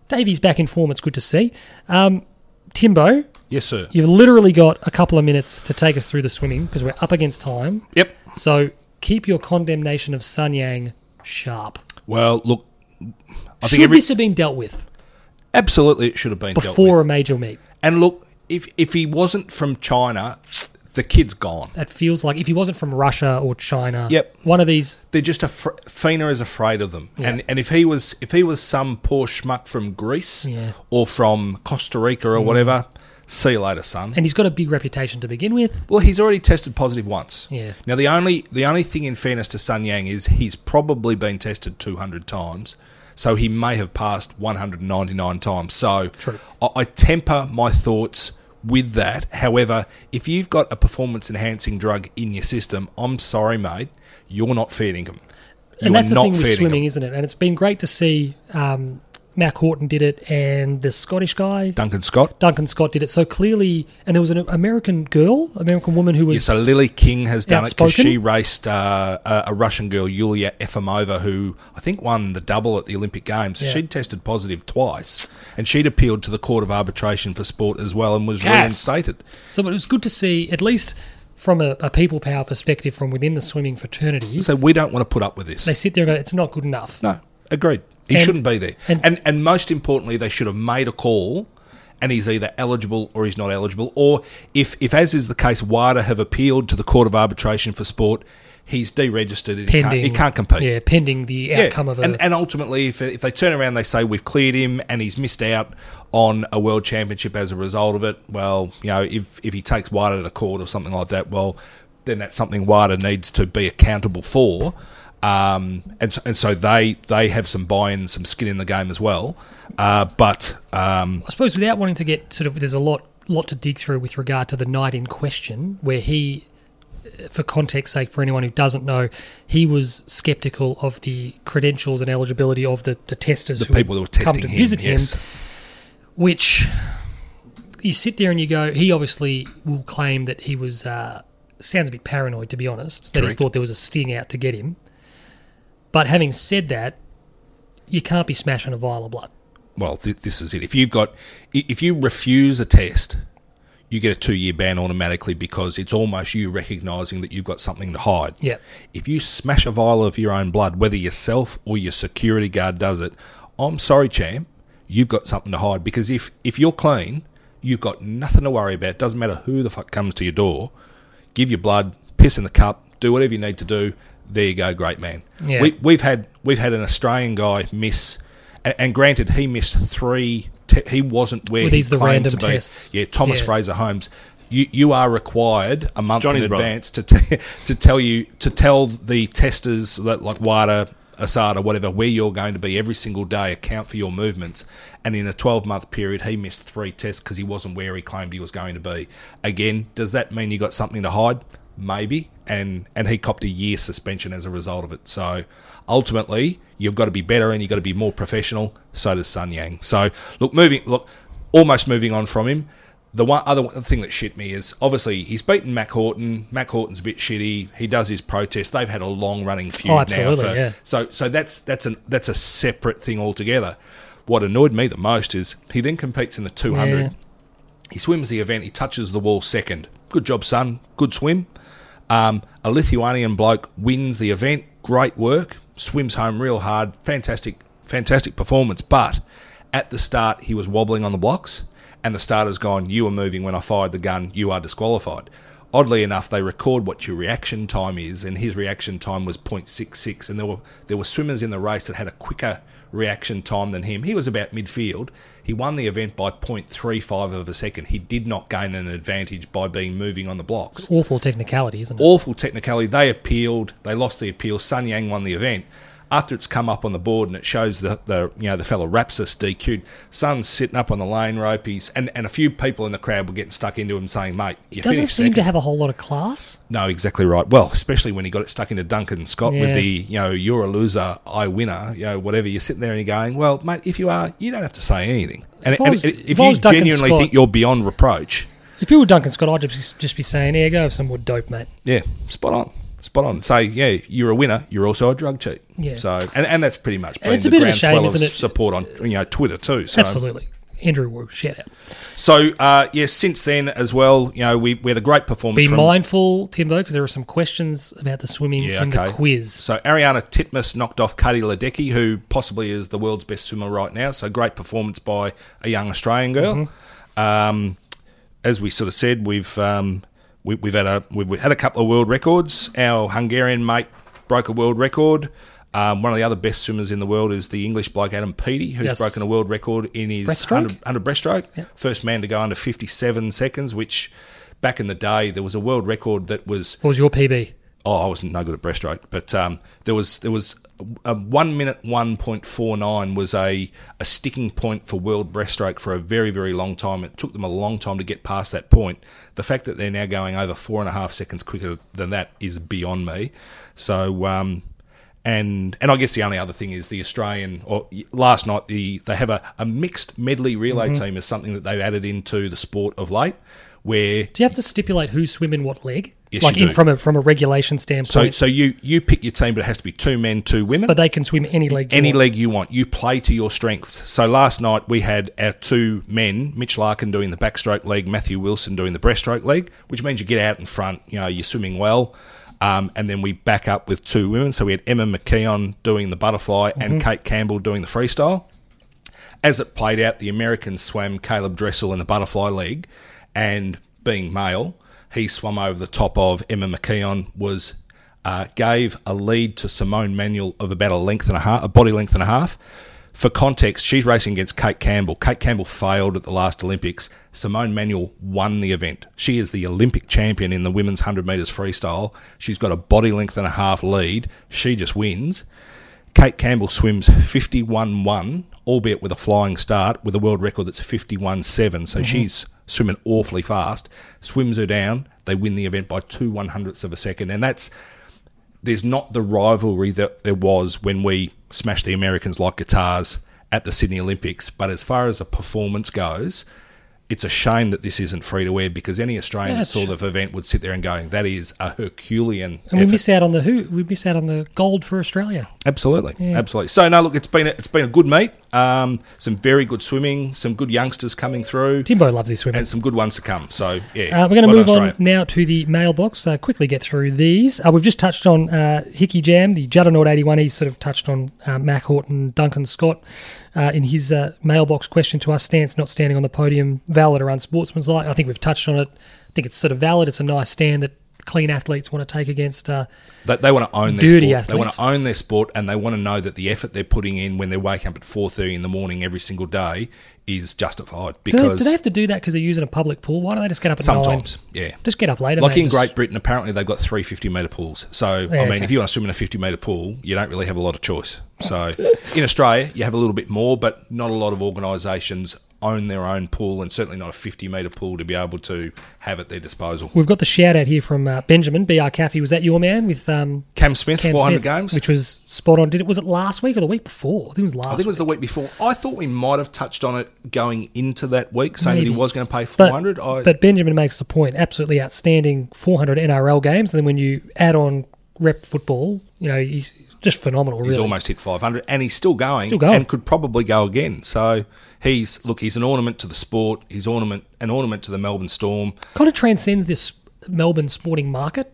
A: Davy's back in form. It's good to see. Um, Timbo,
B: Yes, sir.
A: you've literally got a couple of minutes to take us through the swimming because we're up against time.
B: Yep.
A: So keep your condemnation of Sun Yang sharp.
B: Well, look, I think
A: Should
B: every,
A: this have been dealt with
B: absolutely it should have been dealt
A: before
B: with.
A: a major meet?
B: And look, if if he wasn't from China, the kid's gone.
A: That feels like if he wasn't from Russia or China,
B: Yep.
A: one of these
B: They're just afr Fina is afraid of them. And and if he was if he was some poor schmuck from Greece
A: Yeah.
B: or from Costa Rica or whatever, see you later, son.
A: and he's got a big reputation to begin with.
B: Well, he's already tested positive once.
A: Yeah.
B: Now the only the only thing in fairness to Sun Yang is he's probably been tested 200 times, so he may have passed 199 times. So
A: True.
B: I, I temper my thoughts with that. However, if you've got a performance enhancing drug in your system, I'm sorry, mate, you're not fair income. You
A: and that's
B: are
A: the
B: not
A: thing
B: fair
A: with
B: dinkum.
A: swimming, isn't it? And it's been great to see um, Mac Horton did it, and the Scottish guy
B: Duncan Scott.
A: Duncan Scott did it. So clearly, and there was an American girl, American woman who was
B: Yeah, so Lily King has done it because
A: Outspoken.
B: she raced uh, a, a Russian girl, Yulia Efimova, who I think won the double at the Olympic Games.
A: Yeah.
B: She'd tested positive twice, and she'd appealed to the Court of Arbitration for Sport as well and was reinstated.
A: so. But it was good to see, at least from a, a people power perspective, from within the swimming fraternity,
B: So we don't want to put up with this.
A: they sit there and go, "It's not good enough."
B: no, agreed. He
A: And-
B: shouldn't be there.
A: and-
B: And, and most importantly, they should have made a call. And he's either eligible or he's not eligible. Or if, if as is the case, WADA have appealed to the Court of Arbitration for Sport, he's deregistered. and He can't,
A: Pending,
B: he can't compete.
A: Yeah, pending the outcome of a
B: and, and ultimately, if, if they turn around, they say we've cleared him and he's missed out on a world championship as a result of it. Well, you know, if if he takes wider to court or something like that, well, then that's something wider needs to be accountable for. Um, and so, and so they they have some buy-in, some skin in the game as well. Uh, but um,
A: I suppose without wanting to get sort of, there's a lot lot to dig through with regard to the night in question, where he, uh, for context sake, for anyone who doesn't know, he was sceptical of the credentials and eligibility of the, the testers,
B: the people that were
A: had come
B: testing
A: to
B: him,
A: visit
B: yes.
A: him, which you sit there and you go, he obviously will claim that he was. Uh, sounds a bit paranoid, to be honest, that
B: Correct.
A: he thought there was a sting out to get him. But having said that, you can't be smashing a vial of blood.
B: well, th- this is it. If you've got, i- if you refuse a test, you get a two year ban automatically because it's almost you recognising that you've got something to hide.
A: Yep.
B: If you smash a vial of your own blood, whether yourself or your security guard does it, I'm sorry, champ, you've got something to hide because if, if you're clean, you've got nothing to worry about. doesn't matter who the fuck comes to your door. Give your blood, piss in the cup, do whatever you need to do. There you go, great man.
A: Yeah.
B: We, we've had we've had an Australian guy miss, and, and granted, he missed three. Te- he wasn't where
A: Were
B: he
A: these the
B: claimed
A: random
B: to be.
A: tests?
B: Yeah, Thomas
A: Yeah.
B: Fraser Holmes. You, you are required a month
C: Johnny's
B: in
C: brother.
B: advance to t- to tell you to tell the testers that like WADA, ASADA, whatever, where you're going to be every single day. Account for your movements. And in a 12 month period, he missed three tests because he wasn't where he claimed he was going to be. Again, does that mean he got something to hide? Maybe. And and he copped a year suspension as a result of it. So ultimately, you've got to be better and you've got to be more professional. So does Sun Yang. So look, moving look, almost moving on from him. The one other one- thing that shit me is obviously he's beaten Mac Horton. Mac Horton's a bit shitty. He does his protest. They've had a long running feud
A: Oh, absolutely,
B: now. For,
A: yeah.
B: So so that's that's an that's a separate thing altogether. What annoyed me the most is he then competes in the 200.
A: Yeah.
B: He swims the event. He touches the wall second. Good job, son. Good swim. Um, a Lithuanian bloke wins the event. Great work. Swims home real hard. Fantastic, fantastic performance. But at the start, he was wobbling on the blocks, and the starter's gone, You were moving when I fired the gun. You are disqualified. Oddly enough, they record what your reaction time is, and his reaction time was 0.66. And there were there were swimmers in the race that had a quicker reaction time than him. He was about midfield. He won the event by 0.35 of a second. He did not gain an advantage by being moving on the blocks
A: Awful technicality, isn't it?
B: awful technicality. They appealed. They lost the appeal. Sun Yang won the event. After it's come up on the board and it shows the, the you know the fellow Rapsis DQ'd, Sun's sitting up on the lane rope. He's and, and a few people in the crowd were getting stuck into him saying, "Mate, you
A: Doesn't
B: finished
A: seem
B: second.
A: to have a whole lot of class.
B: No, exactly right. Well, especially when he got it stuck into Duncan Scott with
A: Yeah.
B: the, you know, you're a loser, I winner, you know, whatever. You're sitting there and you're going, well, mate, if you are, you don't have to say anything. And,
A: If I
B: and
A: was-
B: if,
A: if I
B: you
A: was Duncan
B: genuinely
A: Scott-
B: think you're beyond reproach,
A: If you were Duncan Scott, I'd just, just be saying, "Here, go have some more dope, mate."
B: yeah, spot on. Spot on. Say, yeah, you're a winner, you're also a drug cheat.
A: Yeah.
B: So, and, and that's pretty much been
A: it's
B: the
A: a bit of a
B: groundswell
A: shame,
B: of
A: isn't it?
B: support on, you know, Twitter too. So,
A: Absolutely, Andrew Wu, shout out.
B: so uh, yeah, since then as well, you know, we, we had a great performance
A: Be
B: from
A: mindful, Timbo, because there are some questions about the swimming in the quiz.
B: So Ariana Titmus knocked off Katie Ledecky, who possibly is the world's best swimmer right now. So great performance by a young Australian girl.
A: Mm-hmm.
B: Um, as we sort of said, we've um, we, we've had a we've, we've had a couple of world records. Our Hungarian mate broke a world record. Um, one of the other best swimmers in the world is the English bloke Adam Peaty, who's
A: Yes.
B: broken a world record in his
A: Breaststroke?
B: 100, 100 breaststroke. First man to go under 57 seconds, which back in the day, there was a world record that was
A: What was your PB?
B: oh, I was no good at breaststroke, but um, there was there was a one minute one point four nine was a a sticking point for world breaststroke for a very very long time. It took them a long time to get past that point. The fact that they're now going over four and a half seconds quicker than that is beyond me. So. Um, and and I guess the only other thing is the Australian or last night the they have a, a mixed medley relay team is something that they've added into the sport of late where
A: Do you have to stipulate who swim in what leg?
B: Yes,
A: like
B: you
A: in
B: do.
A: from a from a regulation
B: so
A: standpoint,
B: so you you pick your team but it has to be two men two women
A: but they can swim any leg. you
B: any
A: want.
B: leg you want. You play to your strengths. So last night we had our two men, Mitch Larkin doing the backstroke leg, Matthew Wilson doing the breaststroke leg, which means you get out in front. You know you're swimming well, um, and then we back up with two women. So we had Emma McKeon doing the butterfly and Kate Campbell doing the freestyle. As it played out, the American swam Caleb Dressel in the butterfly leg, and being male, he swam over the top of Emma McKeon. Was uh, gave a lead to Simone Manuel of about a length and a half, a body length and a half. For context, she's racing against Kate Campbell. Kate Campbell failed at the last Olympics. Simone Manuel won the event. She is the Olympic champion in the women's 100 metres freestyle. She's got a body length and a half lead. She just wins. Kate Campbell swims 51 1, albeit with a flying start, with a world record that's 51 7.
A: Mm-hmm.
B: So she's swimming awfully fast. Swims her down. They win the event by two one hundredths of a second. And that's. There's not the rivalry that there was when we smashed the Americans like guitars at the Sydney Olympics. But as far as the performance goes, it's a shame that this isn't free to wear because any Australian
A: Yeah,
B: that
A: it's
B: saw the event would sit there and going, "That is a Herculean."
A: and we
B: effort."
A: miss out on the who we miss out on the gold for Australia.
B: Absolutely, absolutely. So no, look, it's been a, it's been a good meet. Um, some very good swimming, some good youngsters coming through,
A: Timbo loves his swimming.
B: and some good ones to come. So yeah,
A: Uh, we're going to
B: well
A: move
B: done,
A: on
B: Australia.
A: now to the mailbox. Uh, quickly get through these. Uh, we've just touched on uh, Hickey Jam, the Juddernaut 81. He's sort of touched on uh, Mac Horton, Duncan Scott uh, in his uh, mailbox question to us stance, not standing on the podium, valid or unsportsmanlike. I think we've touched on it. I think it's sort of valid. It's a nice stand that clean athletes want to take against. Uh,
B: They, they want to own their
A: Dirty
B: sport. They want
A: athletes.
B: to own their sport, and they want to know that the effort they're putting in when they're waking up at four thirty in the morning every single day is justified.
A: do, they,
B: Because
A: do they have to do that because they're using a public pool? Why don't they just get up at
B: sometimes,
A: nine?
B: yeah,
A: Just get up later.
B: like
A: mate.
B: in
A: Just-
B: Great Britain, apparently they've got three 50 metre pools. So, I mean,
A: okay.
B: if you want to swim in a 50 metre pool, you don't really have a lot of choice. So, in Australia, you have a little bit more, but not a lot of organisations own their own pool and certainly not a 50 metre pool to be able to have at their disposal.
A: We've got the shout out here from uh, Benjamin BR Caffey. Was that your man with um,
B: Cam Smith,
A: Cam
B: 400
A: Smith,
B: games.
A: which was spot on. Did it? Was it last week or the week before? I think it was last.
B: I think it was the week before. I thought we might have touched on it going into that week, saying that he
A: Maybe.
B: was going to pay
A: But,
B: 400. I,
A: but Benjamin makes the point. Absolutely outstanding. 400 NRL games, and then when you add on rep football, you know he's just phenomenal.
B: He's
A: really,
B: almost hit 500 and he's still going,
A: Still going.
B: and could probably go again. So he's look, he's an ornament to the sport. He's ornament an ornament to the Melbourne Storm.
A: kind of transcends this Melbourne sporting market.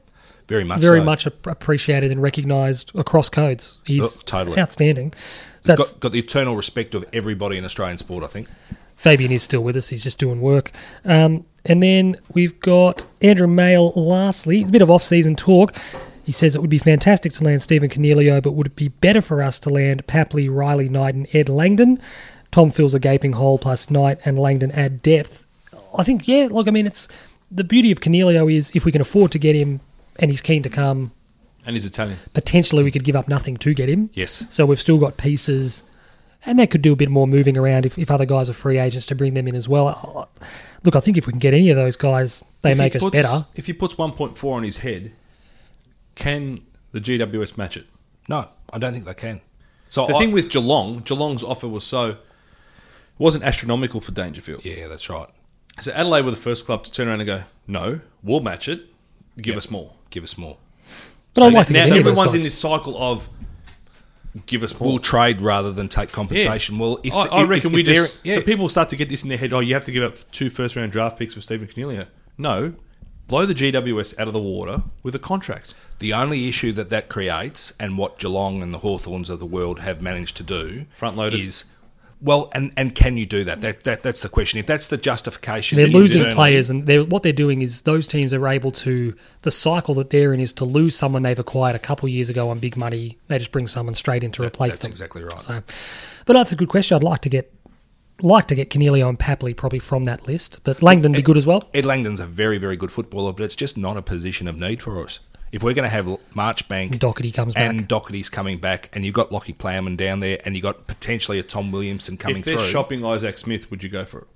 B: Very much.
A: Very
B: so.
A: much ap- appreciated and recognised across codes. He's
B: Oh, totally.
A: outstanding. So that's,
B: Got, got the eternal respect of everybody in Australian sport. I think
A: Fabian is still with us. He's just doing work. Um, and then we've got Andrew Mail. Lastly, it's a bit of off-season talk. He says it would be fantastic to land Stephen Cornelio, but would it be better for us to land Papley, Riley, Knight, and Ed Langdon? Tom fills a gaping hole. Plus Knight and Langdon add depth. I think yeah. Look, I mean, it's the beauty of Cornelio is if we can afford to get him and he's keen to come,
C: And he's Italian.
A: potentially we could give up nothing to get him.
B: yes.
A: So we've still got pieces, and that could do a bit more moving around if, if other guys are free agents to bring them in as well. I- I- Look, I think if we can get any of those guys, they
C: If he
A: make us
C: puts-
A: better.
C: If he puts 1.4 on his head, can the GWS match it?
B: No, I don't think they can. So
C: The
B: I,
C: thing with Geelong, Geelong's offer was so it wasn't astronomical for Dangerfield.
B: yeah, that's right.
C: So Adelaide were the first club to turn around and go, "No, we'll match it. Give us more."
B: Give us more.
A: But I'd like to
C: now
A: get any of those
C: everyone's
A: guys.
C: in this cycle of give us more.
B: We'll trade rather than take
C: Yeah.
B: compensation. Well, if
C: I, I
B: if-
C: reckon
B: if
C: we
B: they're-
C: just
B: yeah.
C: so people start to get this in their head. Oh, you have to give up two first round draft picks for Stephen Cornelio. No, blow the GWS out of the water with a contract.
B: The only issue that that creates, and what Geelong and the Hawthorns of the world have managed to do,
C: Front-loaded.
B: is well, and and can you do that? That, that that's the question. If that's the justification,
A: they're losing
B: internally-
A: players, and they're, what they're doing is those teams are able to. The cycle that they're in is to lose someone they've acquired a couple years ago on big money. They just bring someone straight in to replace
B: That's
A: them.
B: exactly right.
A: So, but that's a good question. I'd like to get like to get Canelio and Papley probably from that list, but Langdon would be good as well.
B: Ed Langdon's a very very good footballer, but it's just not a position of need for us. If we're going to have Marchbank,
A: Doherty comes
B: and
A: back.
B: Doherty's coming back, and you've got Lockie Plowman down there, and you've got potentially a Tom Williamson coming
C: if they're
B: through.
C: shopping Isaac Smith, would you go for it?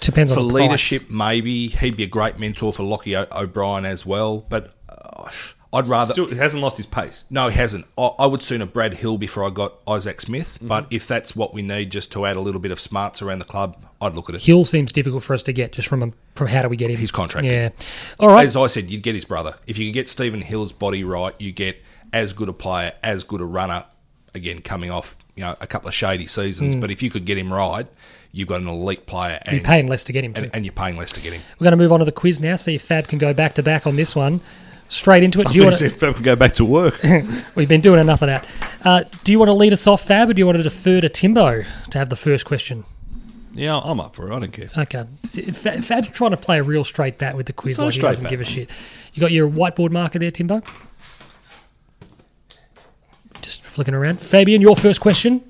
A: Depends
B: for
A: on the price.
B: leadership, maybe he'd be a great mentor for Lockie o- O'Brien as well. But uh, I'd rather
C: Still, he hasn't lost his pace.
B: No, he hasn't. I, I would sooner Brad Hill before I got Isaac Smith.
A: Mhm.
B: But if that's what we need, just to add a little bit of smarts around the club, I'd look at it.
A: Hill seems difficult for us to get just from a, from how do we get him?
B: He's contracted.
A: Yeah. All right.
B: As I said, you'd get his brother. If you could get Stephen Hill's body right, you get as good a player, as good a runner. Again, coming off you know a couple of shady seasons, but if you could get him right, you've got an elite player, and
A: Hmm. You're paying less to get him. Too.
B: and, and you're paying less to get him.
A: We're going to move on to the quiz now. See if Fab can go back to back on this one. Straight into it. Do you want? To,
C: if Fab can go back to work?
A: we've been doing enough of that. Uh, do you want to lead us off, Fab, or do you want to defer to Timbo to have the first question?
C: yeah, I'm up for it. I don't care.
A: Okay. See, Fa- Fab's trying to play a real straight bat with the quiz.
C: not a
A: Like he
C: straight
A: doesn't
C: bat.
A: give a shit. You got your whiteboard marker there, Timbo. Just flicking around. Fabian, your first question.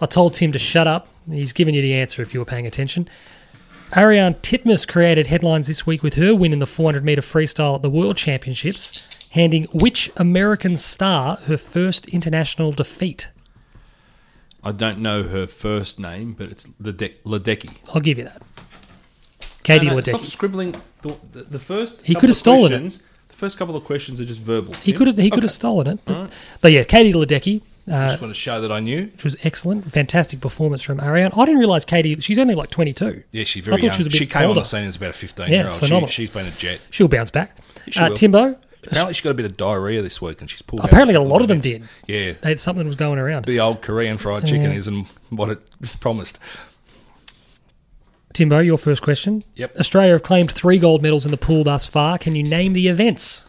A: I told Tim to shut up. He's given you the answer if you were paying attention. Ariane Titmus created headlines this week with her win in the 400 meter freestyle at the World Championships, handing which American star her first international defeat?
C: I don't know her first name, but it's Lede- Ledecky.
A: I'll give you that. Katie
C: No, no,
A: Ledecky.
C: Stop scribbling. The, the, the first
A: He
C: couple
A: could have
C: of
A: stolen it.
C: questions- The first couple of questions are just verbal.
A: He
C: Tim.
A: could have he could have stolen it, but, but yeah, Katie Ledecky,
B: I
A: uh,
B: just want to show that I knew.
A: which was excellent, fantastic performance from Ariane. I didn't realize Katie; she's only like twenty two.
B: Yeah, she's
A: I
B: very
A: thought
B: young.
A: She,
B: She,
A: was a bit
B: came on
A: older.
B: the scene as about a 15
A: Yeah,
B: year old. She,
A: phenomenal.
B: she's been a jet.
A: She'll bounce back.
B: She
A: uh,
B: will.
A: Timbo,
B: Apparently, she got a bit of diarrhea this week, and she's pulled. out
A: Apparently a
B: couple
A: lot of them
B: events. Yeah,
A: They had something that was going around.
B: the uh, old Korean fried chicken isn't what it promised.
A: Timbo, your first question.
B: Yep.
A: Australia have claimed three gold medals in the pool thus far. Can you name the events?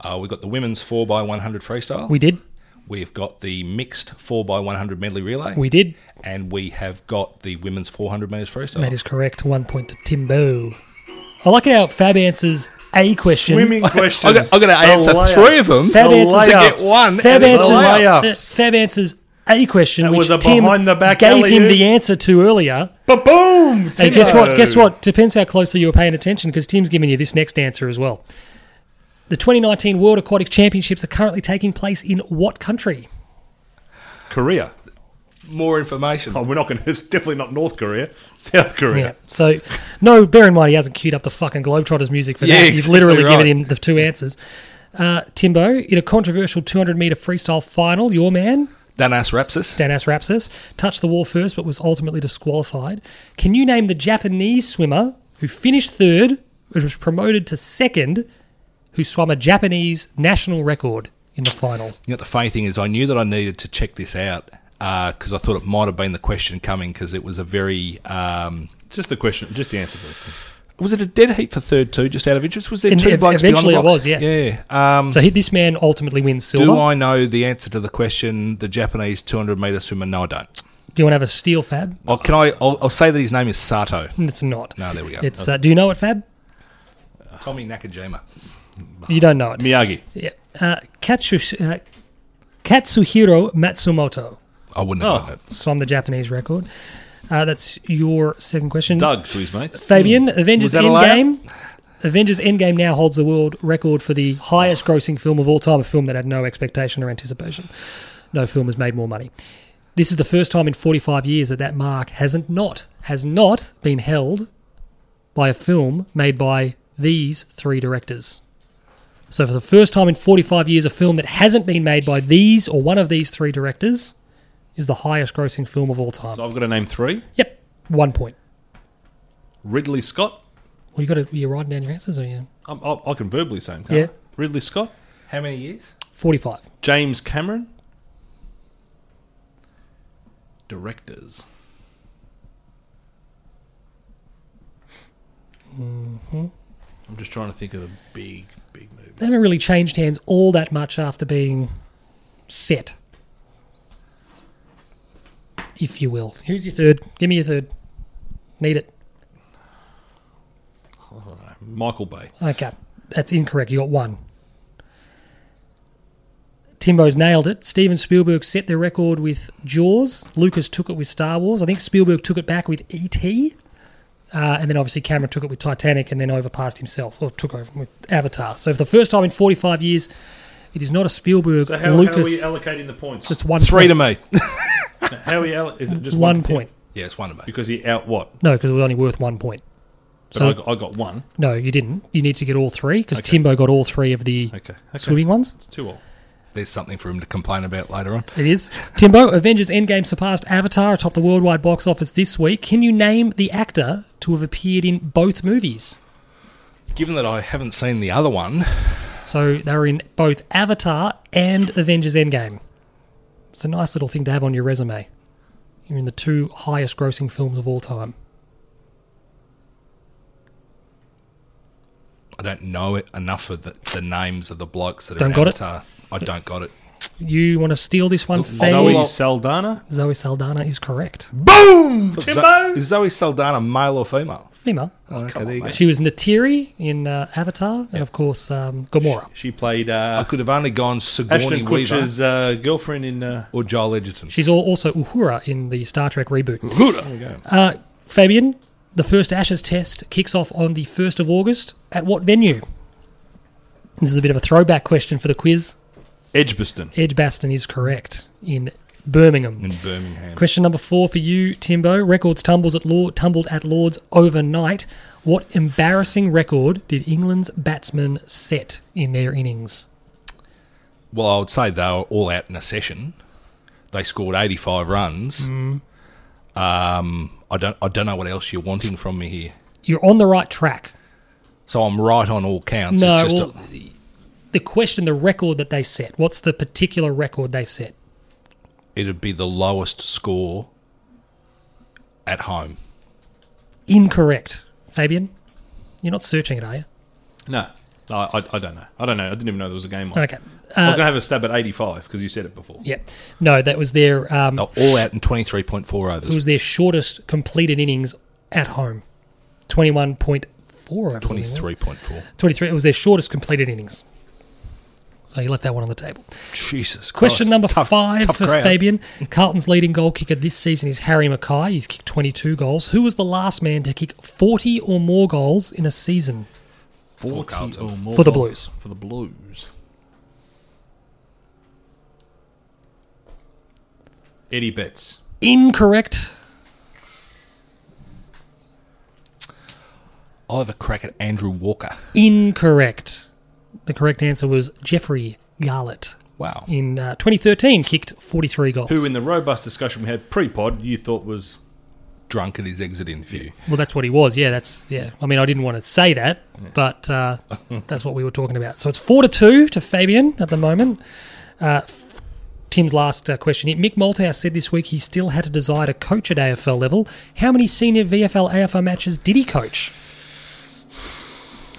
B: Uh, we've got the women's 4x100 freestyle.
A: We did.
B: We've got the mixed 4x100 medley relay.
A: We did.
B: and we have got the women's 400 metres freestyle.
A: That is correct. One point to Timbo. I like it how Fab answers a question.
D: Swimming questions.
B: I'm going to answer
D: layup.
B: three of them.
A: Fab
D: The
A: answers
D: layups.
B: Get one.
A: Fab
B: and it's
A: answers,
B: a layup.
D: layups.
A: uh, Fab answers a question which
D: was a
A: Tim
D: behind-the-back
A: gave him
D: alley-oop.
A: the answer to earlier.
D: Ba-boom!
A: And guess
D: Timo.
A: what? Guess what? Depends how closely you were paying attention because Tim's giving you this next answer as well. The 2019 World Aquatic Championships are currently taking place in what country?
D: Korea.
B: More information.
D: Oh, we're not going to. It's definitely not North Korea. South Korea.
A: Yeah. So, no, bear in mind he hasn't queued up the fucking Globetrotters music for
B: Yeah,
A: that. He's
B: exactly
A: literally
B: right.
A: given him the two answers. Uh, Timbo, in a controversial 200 metre freestyle final, your man,
B: Danas Rapsis.
A: Danas Rapsis, touched the wall first but was ultimately disqualified. Can you name the Japanese swimmer who finished third, who was promoted to second, who swam a Japanese national record in the final?
B: You know, the funny thing is, I knew that I needed to check this out because I thought it might have been the question coming because it was a very. Um,
D: Just the question. Just the answer, please.
B: was it a dead heat for third two, just out of interest? Was there
A: And
B: two
A: ev-
B: blokes
A: eventually it
B: beyond the box?
A: was, yeah.
B: Yeah. Um,
A: So he, this man ultimately wins silver.
B: do I know the answer to the question, the Japanese 200 metre swimmer? No, I don't.
A: Do you want to have a steel fab?
B: Oh, can I? I'll, I'll say that his name is Sato.
A: It's not.
B: No, there we go.
A: It's uh, do you know it, Fab?
B: Tommy Nakajima.
A: You don't know it.
D: Miyagi.
A: Yeah. Uh, Katsu, uh, Katsuhiro Matsumoto
B: I wouldn't have
D: Oh.
B: gotten it.
A: swam the Japanese record. Uh, that's your second question.
C: Doug to his mates.
A: Fabian, Avengers
B: Hmm. Was that a layup?
A: Endgame. Avengers Endgame now holds the world record for the highest grossing film of all time, a film that had no expectation or anticipation. No film has made more money. This is the first time in 45 years that that mark hasn't not has not been held by a film made by these three directors. So for the first time in 45 years a film that hasn't been made by these or one of these three directors is the highest grossing film of all time.
C: So I've got to name three.
A: Yep, one point.
C: Ridley Scott.
A: Well, you got to you're writing down your answers or you
C: i I, I can verbally say him. Can't
A: Yeah.
C: I? Ridley Scott.
B: How many years?
A: 45.
C: James Cameron. Directors.
A: Mm-hmm.
C: I'm just trying to think of the big, big movie.
A: They haven't really changed hands all that much after being set, if you will. Who's your third? Give me your third. Need it.
C: Michael Bay.
A: Okay, that's incorrect. You got one. Timbo's nailed it. Steven Spielberg set the record with Jaws. Lucas took it with Star Wars. I think Spielberg took it back with E.T. Uh, and then obviously Cameron took it with Titanic and then overpassed himself or took over with Avatar. So for the first time in 45 years, it is not a Spielberg.
D: So how,
A: Lucas.
D: how are we allocating the points?
A: it's one
B: Three to
A: point.
B: me.
D: How are we allo- is it just
A: One
D: to ten?
A: point.
B: yeah, it's one to me.
D: Because he out what?
A: No, because it was only worth one point.
C: But
A: So-
C: I, got, I got one.
A: No, you didn't. You need to get all three because Timbo got all three of the
C: Okay. okay.
A: swimming ones.
C: It's two all.
B: There's something for him to complain about later on.
A: It is. Timbo, Avengers Endgame surpassed Avatar atop the worldwide box office this week. Can you name the actor to have appeared in both movies?
B: Given that I haven't seen the other one,
A: So they were in both Avatar and Avengers Endgame. It's a nice little thing to have on your resume. You're in the two highest grossing films of all time.
B: I don't know it enough of the, the names of the blokes that are
A: Don't
B: in
A: got it?
B: Avatar. I don't got it.
A: You want to steal this one, Faye?
B: Zoe-
A: Zoe,
B: I'll-
D: Zoe Saldana.
A: Saldana is correct.
B: Boom!
D: Timbo!
B: is Zoe Saldana male or female?
A: Female.
B: Oh, okay, there you go.
A: She was Natiri in uh, Avatar, and of course, um, Gamora.
C: She played
B: I
C: uh,
B: could have only gone Sigourney
C: Ashton
B: Weaver
C: Kutcher's uh, girlfriend in. Uh,
B: or Joel Edgerton.
A: She's al- also Uhura in the Star Trek reboot. Uhura. Uh, Fabian, the first Ashes test kicks off on the 1st of August. At what venue? This is a bit of a throwback question for the quiz.
C: Edgbaston.
A: Edgbaston is correct in Birmingham.
B: In Birmingham.
A: Question number four for you, Timbo. Records tumbles at Lord, tumbled at Lords overnight. What embarrassing record did England's batsmen set in their innings?
B: Well, I would say they were all out in a session. They scored 85 runs. Um, I don't. I don't know what else you're wanting from me here.
A: You're on the right track.
B: So I'm right on all counts.
A: No,
B: it's just
A: well,
B: a,
A: the question, the record that they set. What's the particular record they set?
B: It'd be the lowest score at home.
A: Incorrect, Fabian. You're not searching it, are you?
C: No, I, I, I don't know. I don't know. I didn't even know there was a game on.
A: Okay.
C: I was
A: Uh,
C: going to have a stab at 85 because you said it before.
A: yeah. No, that was their um,
B: They're all out in 23.4 overs.
A: it was their shortest completed innings at home. Twenty one point four.
B: 23.4.
A: 23. It was their shortest completed innings. So you left that one on the table.
B: Jesus.
A: Question
B: Christ.
A: number
B: Oh, Tough-
A: five
B: tough
A: for
B: crowd.
A: Fabian. Carlton's leading goal kicker this season is Harry Mackay. He's kicked 22 goals. Who was the last man to kick 40 or more goals in a season?
C: 40 or more
A: For the Blues.
C: goals. For the Blues. Eddie Betts.
A: Incorrect.
B: I'll have a crack at Andrew Walker.
A: Incorrect. The correct answer was Jeffrey Garlett.
B: Wow.
A: In uh, 2013, kicked 43 goals.
C: Who, in the robust discussion we had pre pod, you thought was.
B: Drunk at his exit interview.
A: well, that's what he was. Yeah, that's yeah. I mean, I didn't want to say that, but uh, that's what we were talking about. So it's four to two to Fabian at the moment. Uh, f- Tim's last uh, question here. Mick Malthouse said this week he still had a desire to coach at AFL level. How many senior VFL AFL matches did he coach?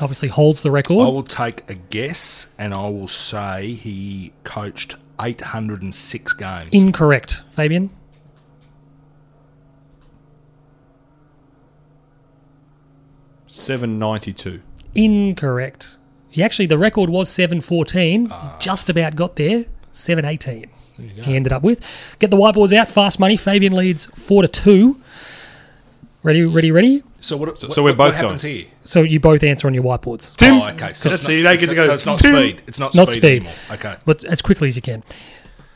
A: Obviously holds the
B: I
C: Oh.
A: record.
B: will take a guess and I will say he coached 806 games.
A: Incorrect, Fabian.
C: Seven ninety two.
A: Incorrect. He actually the record was seven fourteen. just about got there. Seven eighteen. He ended up with. Get the whiteboards out. Fast money. Fabian leads four to two. Ready, ready, ready.
B: so what,
C: So-
B: what-
C: so we're
B: what-
C: both
B: what happens
C: going.
B: here?
A: So you both answer on your whiteboards,
C: Tim!
B: Oh, okay. So,
C: Let's
B: it's
C: see,
B: not,
C: they get
B: so-
C: to go,
B: so it's not
C: Tim!
B: speed. It's not,
A: not
B: speed,
A: speed,
B: anymore. Okay.
A: but as quickly as you can.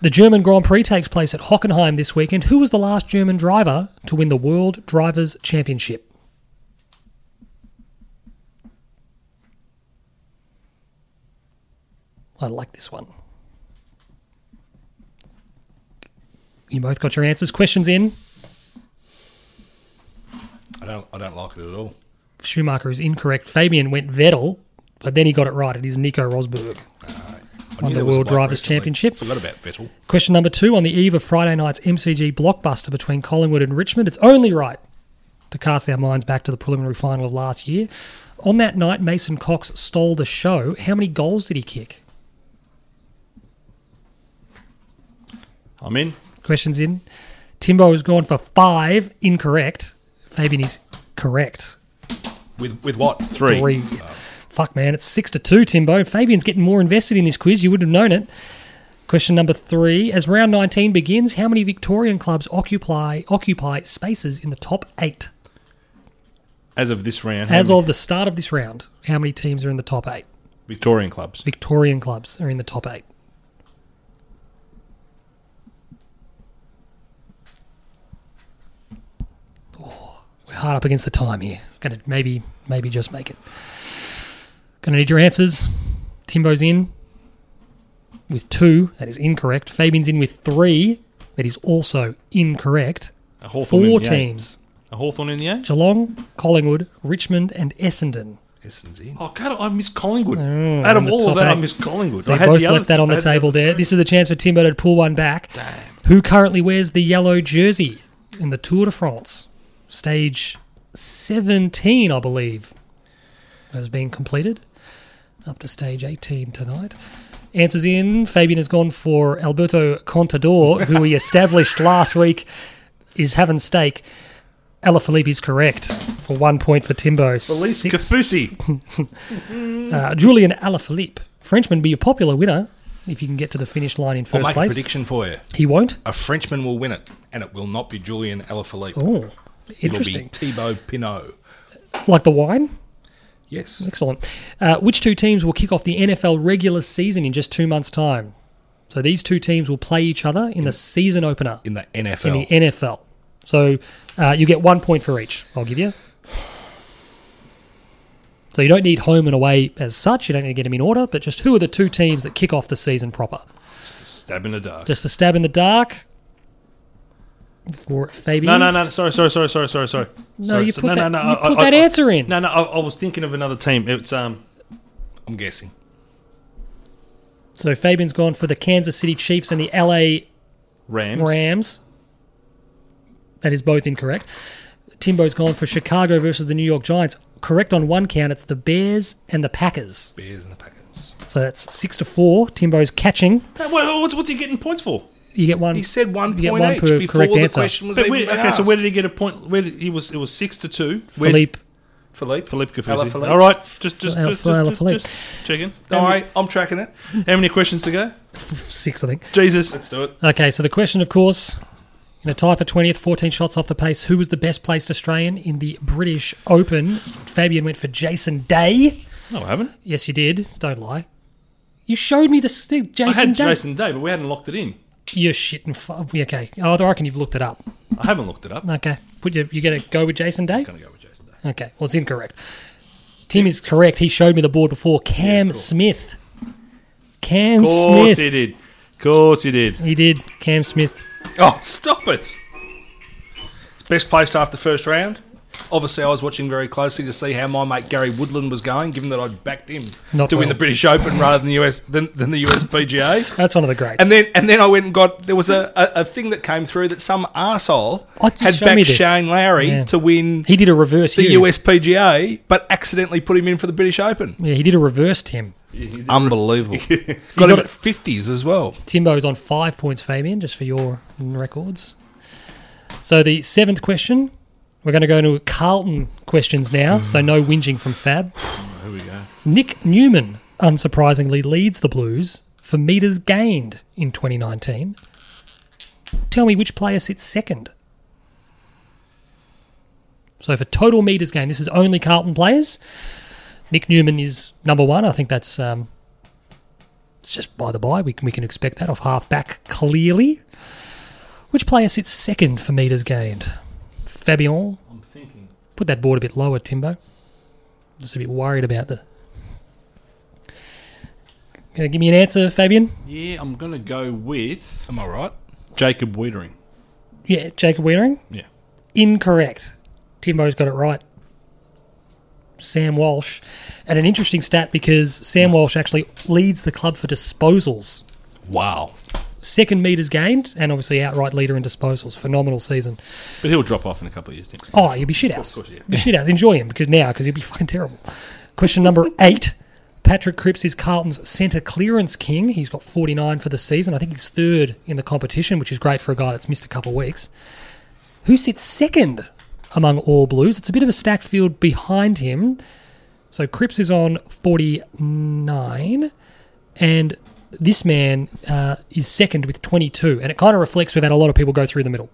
A: The German Grand Prix takes place at Hockenheim this weekend. Who was the last German driver to win the World Drivers' Championship? I like this one. You both got your answers. Questions in.
B: I don't, I don't like it at all.
A: Schumacher is incorrect. Fabian went Vettel, but then he got it right. It is Nico Rosberg.
B: I
A: Won
B: knew
A: the
B: there was a
A: World
B: bloke
A: Drivers'
B: recently.
A: Championship.
B: Forgot about Vettel.
A: Question number two on the eve of Friday night's MCG blockbuster between Collingwood and Richmond, it's only right to cast our minds back to the preliminary final of last year. On that night, Mason Cox stole the show. How many goals did he kick?
C: I'm in.
A: Questions in. Timbo has gone for five, incorrect. Fabian is correct.
B: With, with what?
C: Three.
A: Three. Fuck, man, it's six to two, Timbo. Fabian's getting more invested in this quiz. You would have known it. Question number three. As round 19 begins, how many Victorian clubs occupy, occupy spaces in the top eight?
C: As of this round, how
A: As
C: many
A: of the start of this round, how many teams are in the top eight?
C: Victorian clubs.
A: Victorian clubs are in the top eight. Oh, we're hard up against the time here. Gonna maybe, maybe just make it. Gonna need your answers. Timbo's in with two. That is incorrect. Fabian's in with three. That is also incorrect.
C: A Hawthorn in
A: Four
C: the eight.
A: teams:
C: A Hawthorn in the eight?
A: Geelong, Collingwood, Richmond, and Essendon.
B: Essendon's in.
C: Oh, God, I miss Collingwood.
A: Mm,
C: Out
A: in
C: of
A: the
C: all of
A: top
C: that, I
A: eight.
C: miss Collingwood.
A: So
C: I
A: you
C: had
A: both
C: the other-
A: left that on
C: I
A: the
C: had the-
A: table there. This is the chance for Timbo to pull one back. Who currently wears the yellow jersey in the Tour de France? Stage 17, I believe, has been completed. Up to stage 18 tonight. Answers in. Fabian has gone for Alberto Contador, who we established last week is having steak. Ella Felipe is correct for one point for Timbo.
C: Elise
A: Six-
C: Kafusi.
A: uh, Julian Alaphilippe. Frenchman be a popular winner if you can get to the finish line in
B: I'll
A: first
B: make a
A: place.
B: prediction for you.
A: He won't.
B: A Frenchman will win it, and it will not be Julian Alaphilippe.
A: Oh,
B: It'll be
A: interesting.
B: Thibaut Pinot.
A: Like the wine.
B: Yes.
A: Excellent. Uh, which two teams will kick off the NFL regular season in just two months' time? So these two teams will play each other in the season opener
B: In the
A: in
B: NFL.
A: the NFL. So uh, you get one point for each. I'll give you. So you don't need home and away as such. You don't need to get them in order, but just who are the two teams that kick off the season proper?
C: Just a stab in the dark.
A: Just a stab in the dark for Fabian.
C: No, no, no. Sorry, sorry, sorry, sorry, sorry, sorry.
A: No,
C: sorry,
A: you
C: so-
A: put that,
C: no,
A: you
C: I-
A: put
C: I-
A: that
C: I-
A: answer in.
C: No, no. I, I was thinking of another team. It's um.
B: I'm guessing.
A: So Fabian's gone for the Kansas City Chiefs and the LA
C: Rams.
A: Rams. That is both incorrect. Timbo's gone for Chicago versus the New York Giants. Correct on one count. It's the Bears and the Packers.
B: Bears and the Packers.
A: So that's six to four. Timbo's catching.
C: Hey, well, what's, what's he getting points for?
A: You get one.
B: He said one
A: You get
B: point
A: one
B: each
A: per
B: before
A: correct
B: the
A: answer.
B: question was
C: But
B: even
C: where-
B: been
C: okay, so
B: asked.
C: where did he get a point? Where did, he was it was six to two. Where's-
A: Philippe.
B: Philippe?
C: Philippe Gafuzzi.
B: Ala Philippe.
C: All right, just just
A: Ala-
C: just,
A: Ala
C: just,
A: Philippe.
C: just checking.
B: Don't
C: how,
B: worry,
C: many,
B: I'm tracking it.
C: how many questions to go?
A: Six, I think.
C: Jesus, let's do it.
A: Okay, so the question, of course, in a tie for 20th, 14 shots off the pace. Who was the best placed Australian in the British Open? Fabian went for Jason Day.
C: No, I haven't.
A: Yes, you did. Don't lie. You showed me this thing,
C: I
A: Jason
C: had
A: Day.
C: Jason Day, but we hadn't locked it in.
A: You're shitting. Fu- okay. Oh, I reckon you've looked it up.
C: I haven't looked it up.
A: Okay. Put your, you going to go with Jason Day?
C: I'm gonna go with Jason Day.
A: Okay. Well, it's incorrect. Tim is correct. He showed me the board before. Cam Smith. Cam
C: Of course
A: Smith.
C: he did. Of course he did.
A: He did. Cam Smith.
B: Oh, stop it! It's best placed after first round. Obviously, I was watching very closely to see how my mate Gary Woodland was going, given that I'd backed him
A: Not
B: to win
A: well.
B: the British Open rather than the US than, than the US PGA.
A: That's one of the greats.
B: And then and then I went and got there was a, a, a thing that came through that some arsehole
A: Oh, did you
B: had
A: show me
B: backed
A: this?
B: Shane Lowry
A: Yeah.
B: to win
A: he did a reverse
B: the
A: Hugh.
B: US PGA, but accidentally put him in for the British Open.
A: Yeah, he did a reverse Tim.
B: Unbelievable.
A: got
B: got him
A: it.
B: at fifties as well.
A: Timbo's on five points, Fabian, just for your records. So the seventh question, we're going to go into Carlton questions now, so no whinging from Fab. Here we go. Nick Newman, unsurprisingly, leads the Blues for metres gained in 2019. Tell me which player sits second. So for total metres gained, this is only Carlton players. Nick Newman is number one. I think that's um, it's just by the by. We can, we can expect that off half back clearly. Which player sits second for metres gained? Fabian.
C: I'm thinking.
A: Put that board a bit lower, Timbo. Just a bit worried about the. Gonna give me an answer, Fabian?
C: Yeah, I'm gonna go with
B: Am I right?
C: Jacob Wiedering.
A: Yeah, Jacob Waring.
C: Yeah.
A: Incorrect. Timbo's got it right. Sam Walsh. And an interesting stat because Sam Walsh actually leads the club for disposals
C: Wow.
A: second meters gained, and obviously outright leader in disposals. Phenomenal season.
C: But he'll drop off in a couple of years. Tim.
A: Oh, you'll be shit house.
C: course, yeah.
A: Be shit house. Enjoy him because now because he'll be fucking terrible. Question number eight. Patrick Cripps is Carlton's centre clearance king. He's got 49 for the season. I think he's third in the competition, which is great for a guy that's missed a couple of weeks. Who sits second among all Blues? It's a bit of a stacked field behind him. So Cripps is on 49, and this man uh, is second with 22. And it kind of reflects we've had a lot of people go through the middle.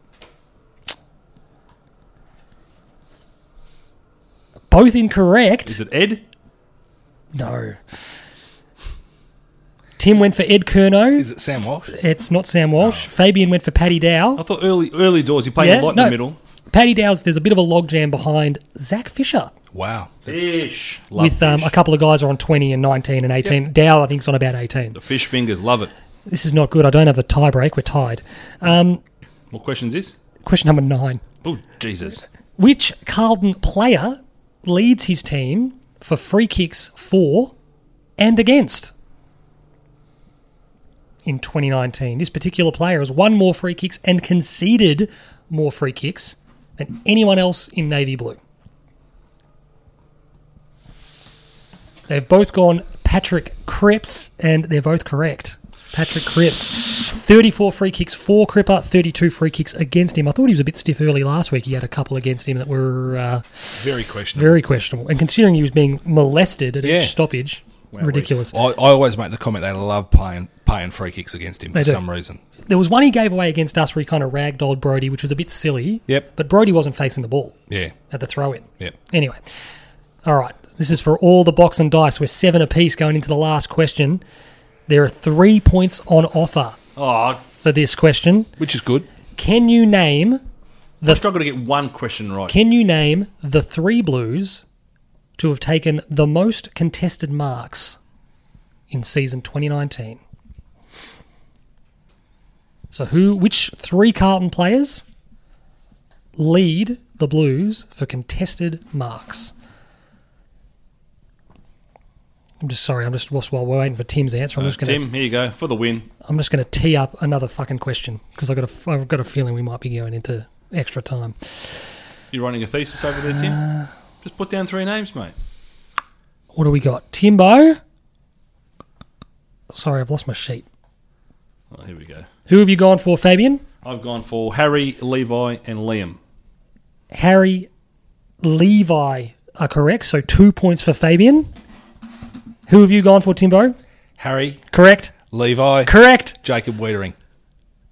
A: Both incorrect.
C: Is it Ed?
A: No. Tim went for Ed Curno.
B: Is it Sam Walsh?
A: It's not Sam Walsh. Fabian went for Paddy
C: I
A: Dow.
C: thought early early doors. You played
A: Yeah,
C: a lot
A: no.
C: in the middle.
A: Paddy Dow's, there's a bit of a logjam behind Zach Fisher.
B: Wow.
C: Fish. Love
A: with um,
C: fish.
A: a couple of guys are on 20 and 19 and 18. Dow, I think, is on about 18.
C: the fish fingers. Love it.
A: This is not good. I don't have a tie break. We're tied.
C: What questions is?
A: Question number nine.
C: Oh Jesus.
A: Which Carlton player leads his team for free kicks for and against in 2019? This particular player has won more free kicks and conceded more free kicks than anyone else in Navy Blue. They've both gone Patrick Cripps, and they're both correct. Patrick Cripps, 34 free kicks for Cripper, 32 free kicks against him. I thought he was a bit stiff early last week. He had a couple against him that were uh,
B: Very questionable.
A: very questionable. And considering he was being molested at
B: Yeah.
A: each stoppage, ridiculous.
B: I, I always make the comment they love paying paying free kicks against him for
A: do.
B: some reason.
A: There was one he gave away against us where he kind of ragdolled Brody, which was a bit silly.
B: Yep.
A: But Brody wasn't facing the ball
B: Yeah,
A: at the throw in.
B: yeah.
A: Anyway, all right. This is for all the box and dice. We're seven apiece going into the last question. There are three points on offer
C: Oh,
A: for this question.
B: Which is good.
A: Can you name
C: I struggle to get one question right.
A: Can you name the three Blues to have taken the most contested marks in season 2019? So, who, which three Carlton players lead the Blues for contested marks? I'm just sorry. I'm just whilst while we're waiting for Tim's answer, I'm just gonna
C: Tim, here you go for the win.
A: I'm just gonna tee up another fucking question because I got a f- I've got a feeling we might be going into extra time.
C: You're running a thesis over there,
A: Uh.
C: Tim. Just put down three names, mate.
A: What do we got? Timbo. Sorry, I've lost my sheet.
C: Oh, here we go.
A: Who have you gone for, Fabian?
C: I've gone for Harry, Levi, and Liam.
A: Harry, Levi are correct. So two points for Fabian. Who have you gone for, Timbo?
B: Harry,
A: Correct.
B: Levi,
A: Correct.
B: Jacob Wiedering.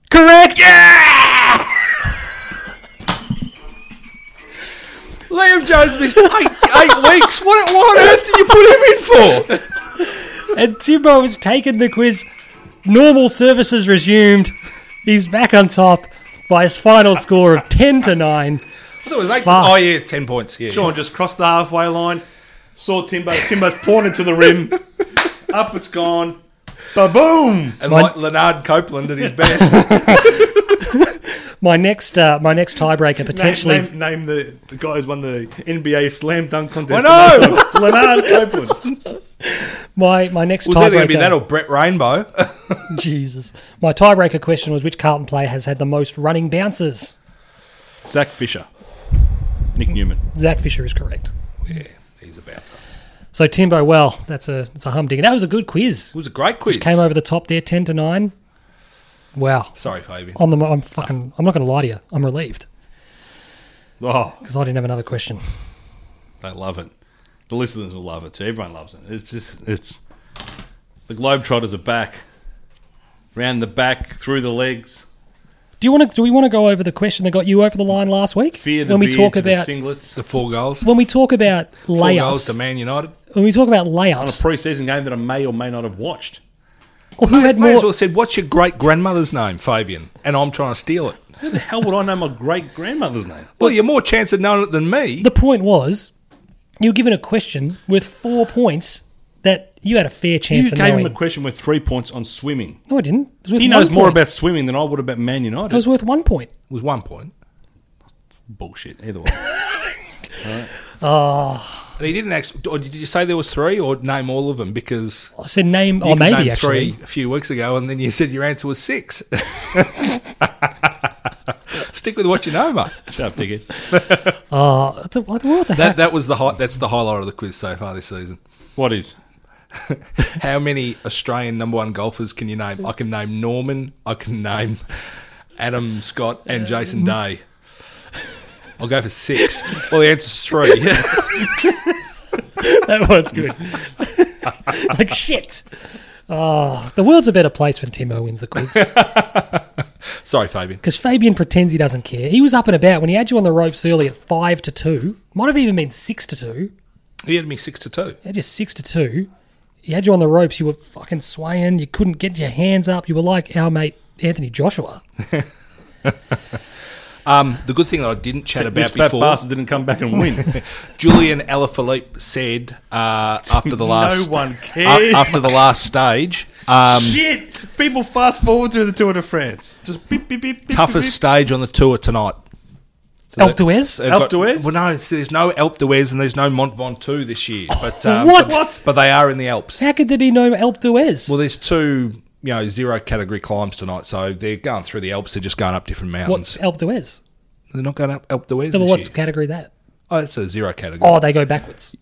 A: Correct.
B: Liam Jones missed eight, eight weeks. What, what on earth did you put him in for?
A: And Timbo has taken the quiz. Normal services resumed. He's back on top by his final score of 10 to 9.
B: I thought it was eight.
A: Fuck.
B: Oh, yeah, 10 points. Yeah,
C: Sean just crossed the halfway line, saw Timbo. Timbo's pointed to the rim. Up it's gone.
B: Ba boom! And like Leonard Copeland at his best.
A: My next uh, my next tiebreaker potentially
C: Name, name the, the guy who's won the NBA slam dunk
B: I
C: contest.
B: know!
C: Leonard Copeland.
A: my my next
B: Was either going to be that or
A: tiebreaker
B: Brett Rainbow?
A: Jesus. My tiebreaker question was which Carlton player has had the most running bounces?
C: Zach Fisher. Nick Newman.
A: Zach Fisher is correct.
B: yeah, he's a bouncer.
A: So Timbo, well, that's a it's a humdinger. That was a good quiz.
B: It was a great quiz.
A: Came over the top there 10 to 9. Wow.
B: Sorry, Fabian.
A: I'm the mo- I'm fucking I'm not going to lie to you. I'm relieved
C: Oh,
A: because I didn't have another question.
C: they love it. The listeners will love it too. Everyone loves it. It's just, it's. The Globetrotters are back. Round the back, through the legs.
A: Do you want to? Do we want to go over the question that got you over the line last week?
C: Fear the
A: when we
C: beard
A: talk
C: to the
A: about
C: singlets.
B: The four goals.
A: when we talk about
B: Four goals to
A: layups.
B: Man United.
A: When we talk about
C: on a
A: layups,
C: preseason game that I may or may not have watched.
A: or who had
B: May as well
A: more?
B: said, what's your great grandmother's name, Fabian? And I'm trying to steal it.
C: Who the hell would I know my great grandmother's name?
B: Well, you're more chance of knowing it than me.
A: The point was, you were given a question with four points that you had a fair
C: You
A: chance of
C: gave him
A: knowing.
C: a question with three points on swimming.
A: no, I didn't. It was worth
C: He
A: one
C: knows more
A: point.
C: about swimming than I would about Man
A: It
C: United.
A: was worth one point.
B: It was one point.
C: Bullshit. Either way,
B: And he didn't actually. Or did you say there was three, or name all of them? Because
A: I said name, or
B: you could
A: Oh, maybe
B: name
A: actually.
B: three a few weeks ago, and then you said your answer was six. Stick with what you know, mate.
C: shut up, dickhead.
A: Uh, it's a- what- what's a
B: That
A: hat?
B: that was the hi- that's the highlight of the quiz so far this season.
C: What is?
B: How many Australian number one golfers can you name? I can name Norman. I can name Adam Scott and Jason Day. I'll go for six. Well, the answer's three.
A: That was good. like shit. Oh, the world's a better place when Timo wins the quiz.
B: Sorry, Fabian.
A: because Fabian pretends he doesn't care. He was up and about when he had you on the ropes early at five to two. Might have even been six to two.
B: He had me six to two.
A: It just six to two. He had you on the ropes. You were fucking swaying. You couldn't get your hands up. You were like our mate Anthony Joshua.
B: Um, the good thing that I didn't chat
C: this
B: about
C: fat
B: before.
C: bastard didn't come back and win.
B: Julian Alaphilippe said uh, after the
C: No
B: last
C: one
B: a-
C: cares.
B: after the last stage, um,
C: Shit! People fast forward through the Tour de France. Just beep beep beep. beep
B: toughest stage on the tour tonight. So
A: El
B: they-
A: Duez?
B: they've
C: Alpe
B: got-
C: d'Huez?
B: Well, no, it's, there's no Alpe d'Huez and there's no Mont Ventoux this year. But um,
A: What?
B: But, but they are in the Alps.
A: How could there be no Alpe d'Huez?
B: Well, there's two you know zero category climbs tonight, so they're going through the Alps. They're just going up different
A: what's
B: mountains.
A: Alpe d'Huez?
B: They're not going up Alpe d'Huez
A: Well,
B: this
A: what's
B: year.
A: category that?
B: Oh, it's a zero category.
A: Oh, they go backwards.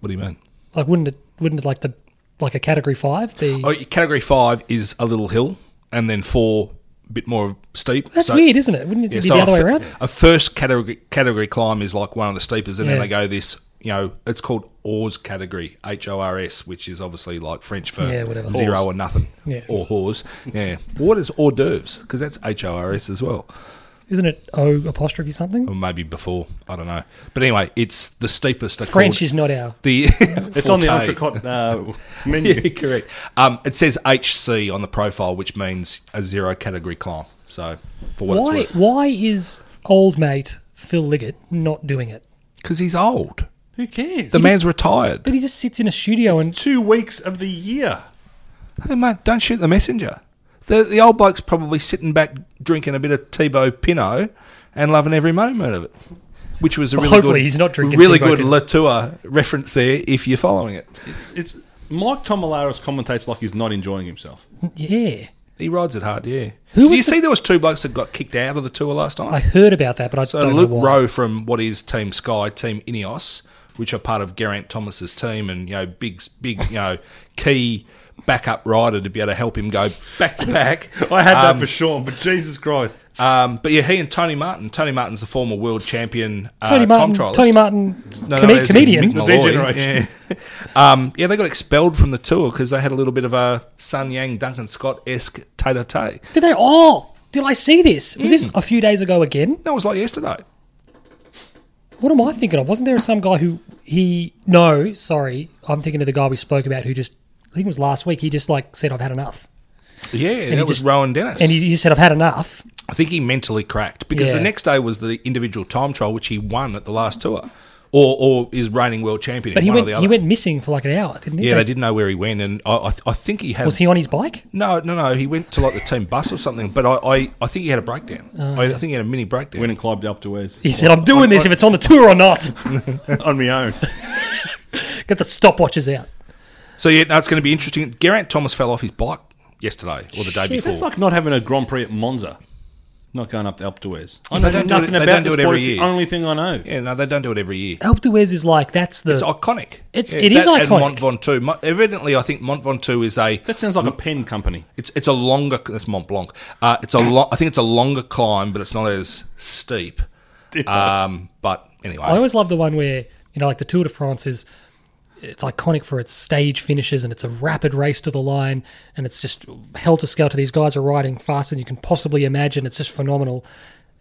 B: What do you mean?
A: Like wouldn't it? Wouldn't it like the like a category five? The
B: Oh, category five is a little hill, and then four a bit more steep.
A: that's
B: So-
A: weird, isn't it? Wouldn't it
B: Yeah,
A: be
B: so
A: the
B: a
A: other way
B: fir-
A: around?
B: A first category category climb is like one of the steepest, and then
A: Yeah.
B: they go this. You know, it's called Ors category, H O R S, which is obviously like French for
A: Yeah, whatever.
B: zero
A: Hors.
B: or nothing,
A: Yeah.
B: or whores. Yeah. What is hors d'oeuvres? Because that's H O R S as well,
A: Isn't it O apostrophe something?
B: or maybe before. I don't know. But anyway, it's the steepest. are
A: French
B: called
A: is not our.
B: the.
C: It's on the
B: forte.
C: entrecote uh, menu.
B: Yeah, correct. Um, it says HC on the profile, which means a zero category climb. So for what
A: Why?
B: it's worth,
A: Why is old mate Phil Liggett not doing it?
B: because he's old.
C: Who cares?
B: The man's retired.
A: But he just sits in a studio and
C: two weeks of the year.
B: Hey, mate, don't shoot the messenger. The, the old bloke's probably sitting back drinking a bit of Tebow Pinot and loving every moment of it. which was a
A: Well,
B: really
A: hopefully
B: good,
A: he's not drinking
B: really
A: Seaboken.
B: good Latour reference there. If you're following it,
C: It's Mike Tomalaris commentates like he's not enjoying himself.
A: Yeah.
B: he rides it hard. Yeah.
A: Who was
B: Did you
A: the-
B: see there was two blokes that got kicked out of the tour last night?
A: I heard about that, but I
B: So
A: don't
B: Luke
A: know why.
B: Rowe from what is Team Sky, Team Ineos, which are part of Geraint Thomas's team, and you know, big, big, you know, key backup rider to be able to help him go back to back.
D: I had that for Sean, but Jesus Christ.
B: Um, but yeah, he and Tony Martin. Tony Martin's the former world champion. Uh,
A: Tony Martin,
B: time trialist.
A: Tony Martin,
B: No, no,
A: com-
B: as in
A: comedian.
B: Mick Malloy.
D: degeneration.
B: Yeah. um, yeah, they got expelled from the tour because they had a little bit of a Sun Yang Duncan Scott esque tete a tete.
A: Did they all? Did I see this? Was
B: Mm.
A: this a few days ago again?
B: That was like yesterday.
A: What am I thinking of? Wasn't there some guy who he? No, sorry, I'm thinking of the guy we spoke about who just I think it was last week. He just like said, "I've had enough,"
B: Yeah, that was
A: just-
B: Rowan Dennis.
A: and he, he said, "I've had enough."
B: I think he mentally cracked because
A: Yeah.
B: the next day was the individual time trial, which he won at the last tour, or or is reigning world champion.
A: But
B: in
A: he
B: one
A: went
B: or the
A: he
B: other.
A: went missing for like an hour, didn't he?
B: yeah, they didn't know where he went, and I I, I think he had
A: Was he on his bike?
B: no no no he went to like the team bus or something. But I I, I think he had a breakdown.
A: Oh,
B: I, I think he had a mini breakdown.
C: Went and climbed up to where's
A: He said, "I'm doing this if it's on the tour or not."
D: on my own.
A: Get the stopwatches out.
B: so yeah, no, it's going to be interesting. Geraint Thomas fell off his bike yesterday or the day
C: If
B: before.
C: It's like not having a Grand Prix at Monza, not going up to Alpe d'Huez. I
B: They
C: know
B: don't do
C: nothing
B: it- they
C: about
B: don't do
C: this
B: it every
C: sport. It's the
B: year.
C: only thing I know.
B: yeah, no, they don't do it every year.
A: Alpe d'Huez is like that's the
B: It's iconic.
A: It's-
B: yeah,
A: it is
B: that
A: iconic.
B: And Mont Ventoux. Mo- Evidently, I think Mont Ventoux is a
C: That sounds like a pen company.
B: It's it's a longer. That's Mont Blanc. Uh, it's a lo- I think it's a longer climb, but it's not as steep. Um, but anyway,
A: I always love the one where you know, like the Tour de France is it's iconic for its stage finishes and it's a rapid race to the line and it's just hell to scale to these guys are riding faster than you can possibly imagine. It's just phenomenal.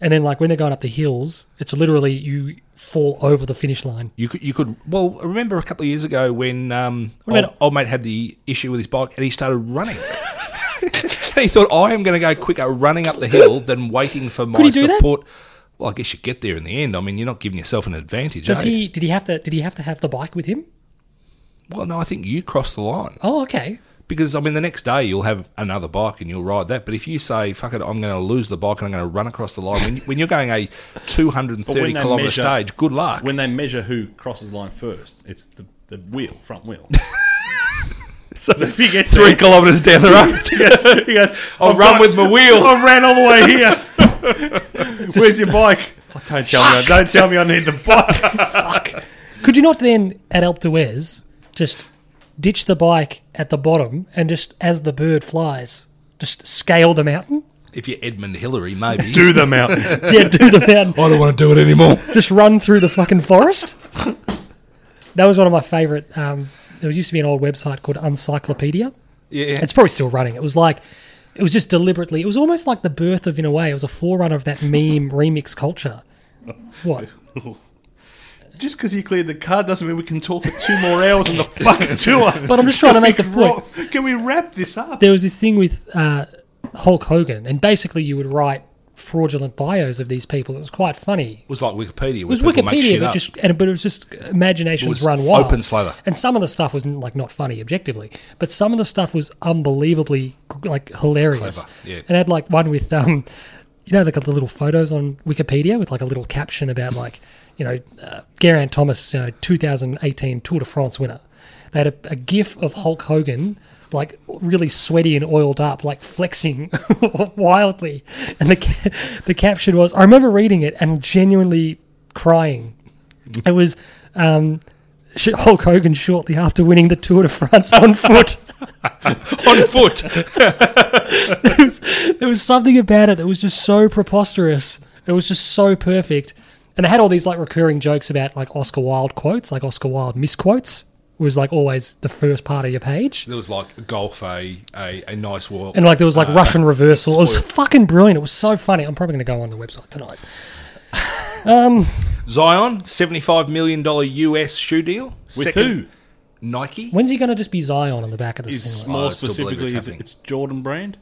A: And then like when they're going up the hills, it's literally you fall over the finish line.
B: you could you could. Well, I remember a couple of years ago when um, old,
A: about-
B: old mate had the issue with his bike and he started running. and he thought, I am going to go quicker running up the hill than waiting for my
A: he do that?
B: support. Well, I guess you get there in the end. I mean, you're not giving yourself an advantage,
A: Does
B: are you?
A: he did he have to did he have to have the bike with him?
B: Well, no, I think you crossed the line.
A: Oh, okay.
B: Because I mean, the next day you'll have another bike and you'll ride that. But if you say "fuck it," I'm going to lose the bike and I'm going to run across the line when, when you're going a 230
C: when they
B: kilometre
C: measure-
B: stage. Good luck.
C: When they measure who crosses the line first, it's the, the wheel, front wheel.
B: So
C: if he gets
B: three
C: there-
B: kilometres down the road,
D: He goes,
B: I'll run with my wheel.
D: I ran all the way here. Where's your bike? Oh, don't tell me. Don't tell me I need the bike.
A: Could you not then at Alpe d'Huez just ditch the bike at the bottom and just as the bird flies, just scale the mountain?
B: If you're Edmund Hillary, maybe
D: Do the mountain.
A: Yeah, do the mountain.
B: I don't want to do it anymore.
A: just run through the fucking forest. that was one of my favorite. Um, there used to be an old website called Encyclopedia.
B: Yeah,
A: It's probably still running. It was like, it was just deliberately. It was almost like the birth of, in a way, it was a forerunner of that meme remix culture. What?
C: Just because he cleared the card doesn't mean we can talk for two more hours on the fucking tour.
A: But I'm just trying to make the point.
C: Can we wrap this up?
A: There was this thing with uh, Hulk Hogan, and basically you would write fraudulent bios of these people. It was quite funny.
B: it was like Wikipedia.
A: It was Wikipedia, but just and, but it was just imaginations
B: was
A: run wild.
B: open slather.
A: And some of the stuff was like not funny objectively, but some of the stuff was unbelievably like hilarious.
B: Clever, yeah.
A: And I had like one with um, you know, like the little photos on Wikipedia with like a little caption about like you know, uh, Geraint Thomas, you know, 2018 Tour de France winner. They had a, a GIF of Hulk Hogan, like really sweaty and oiled up, like flexing wildly, and the ca- the caption was, I remember reading it and genuinely crying it was um, Sh- Hulk Hogan shortly after winning the Tour de France on foot.
B: on foot.
A: there, was, there was something about it that was just so preposterous. It was just so perfect. And they had all these like recurring jokes about like Oscar Wilde quotes, like Oscar Wilde misquotes was like always the first part of your page.
B: There was like golf, a a, a nice walk,
A: And like there was like Russian reversal. It was
B: spoiled.
A: fucking brilliant. It was so funny. I'm probably going to go on the website tonight.
B: Zion, seventy-five million dollar US shoe deal with
C: who?
B: Nike.
A: When's he going to just be Zion on the back of the
C: Is
A: thing?
B: Oh, I
C: more
B: still believe
C: specifically,
B: it's
C: it's,
B: happening.
C: it's Jordan Brand.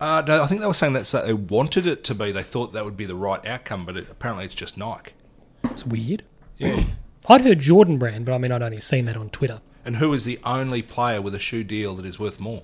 B: Uh, no, I think they were saying that's they wanted it to be. They thought that would be the right outcome, but it, apparently it's just Nike.
A: It's weird.
B: Yeah.
A: I'd heard Jordan Brand, but I mean I'd only seen that on Twitter.
B: and who is the only player with a shoe deal that is worth more?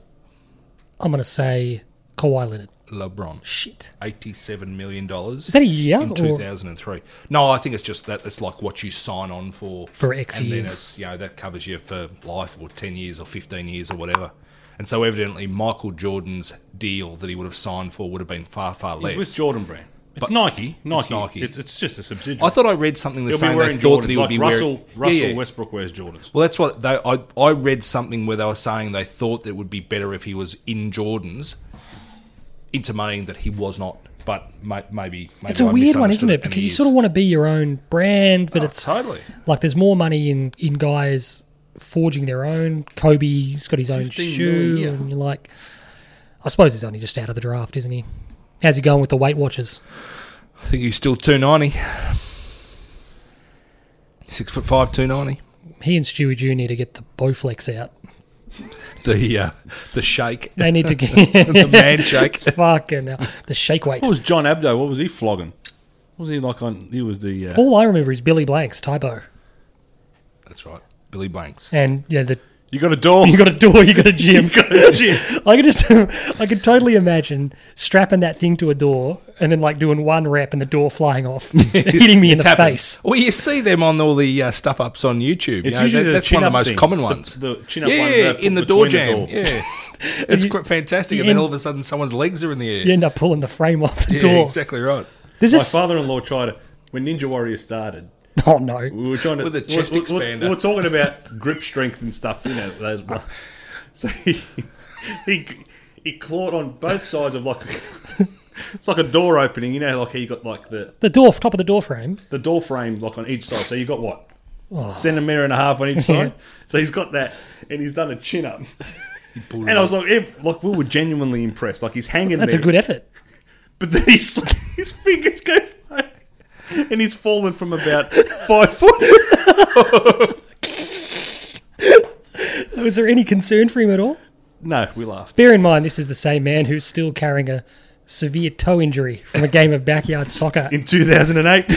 A: I'm going to say Kawhi Leonard.
B: LeBron.
A: Shit.
B: $87 million
A: Is that a year?
B: in
A: or-
B: 2003. No, I think it's just that it's like what you sign on for
A: For X
B: and Then
A: years.
B: it's, you know, that covers you for life or 10 years or 15 years or whatever. And so evidently Michael Jordan's deal that he would have signed for would have been far, far
C: It's
B: less.
C: with Jordan Brand. It's
B: But-
C: Nike. Nike.
B: It's
C: It's
B: Nike.
C: It's, just a subsidiary.
B: I thought I read something the
C: He'll
B: same.
C: be
B: They
C: wearing
B: thought
C: Jordans.
B: that he would
C: like
B: be
C: Russell,
B: wearing
C: Russell
B: Yeah, yeah.
C: Westbrook wears Jordans.
B: Well, that's what they. I, I read something where they were saying they thought that it would be better if he was in Jordans, intimating that he was not. But may, maybe, maybe
A: It's a
B: I
A: weird one,
B: misunderstood
A: isn't it?
B: and
A: Because
B: he
A: you
B: is.
A: sort of want to be your own brand, but it's
B: totally.
A: like there's more money in in guys forging their own. Kobe's got his own
C: 15
A: shoe,
C: million, yeah.
A: and you're like, I suppose he's only just out of the draft, isn't he? How's he going with the Weight Watchers?
B: I think he's still two ninety. Six foot five, two ninety.
A: He and Stewie Jew need to get the Bowflex out.
B: The uh, the shake,
A: They need to get
B: the man shake.
A: fucking hell, the shake weight.
C: What was John Abdo? What was he flogging? What was he like on? He was the. Uh,
A: All I remember is Billy Blanks, Tybo,
B: That's right, Billy Blanks.
A: and yeah, the
C: you got a door.
A: you got a door, you got a gym.
C: Gee,
A: I could just, I could totally imagine strapping that thing to a door and then like doing one rep and the door flying off, hitting me in
B: It's
A: the
B: happened.
A: face.
B: Well, you see them on all the uh, stuff ups on YouTube.
C: It's
B: you know,
C: usually
B: that-
C: the
B: that's one of
C: chin-up
B: the most
C: thing.
B: common
C: The-
B: ones.
C: the chin-up
B: yeah,
C: one
B: yeah,
C: that
B: in the
C: between
B: door
C: the
B: jam.
C: door.
B: Yeah, it's qu- fantastic. And then
A: end-
B: all of a sudden, someone's legs are in the air.
A: You end up pulling the frame off the
B: Yeah,
A: door.
B: exactly right.
A: There's
C: my
A: this.
C: father-in-law tried to. When Ninja Warrior started,
A: Oh no!
C: we were trying to
B: With a chest
C: we- we- we-
B: expander.
C: We were talking about grip strength and stuff. You know, those, so he, he he clawed on both sides of like it's like a door opening. You know, like he got like the
A: The door, top of the door frame.
C: the door frame like on each side. So you got what? Centimetre and a half on each
A: Oh. Yeah.
C: side. So he's got that and he's done a chin up.
B: pulled
C: And I was like, eh, like we were genuinely impressed. Like he's hanging
A: That's a
C: there.
A: good effort.
C: but then he's, his fingers go back and he's fallen from about five foot.
A: Was there any concern for him at all?
C: No, we laughed.
A: Bear in mind, this is the same man who's still carrying a severe toe injury from a game of backyard soccer.
C: In 2008,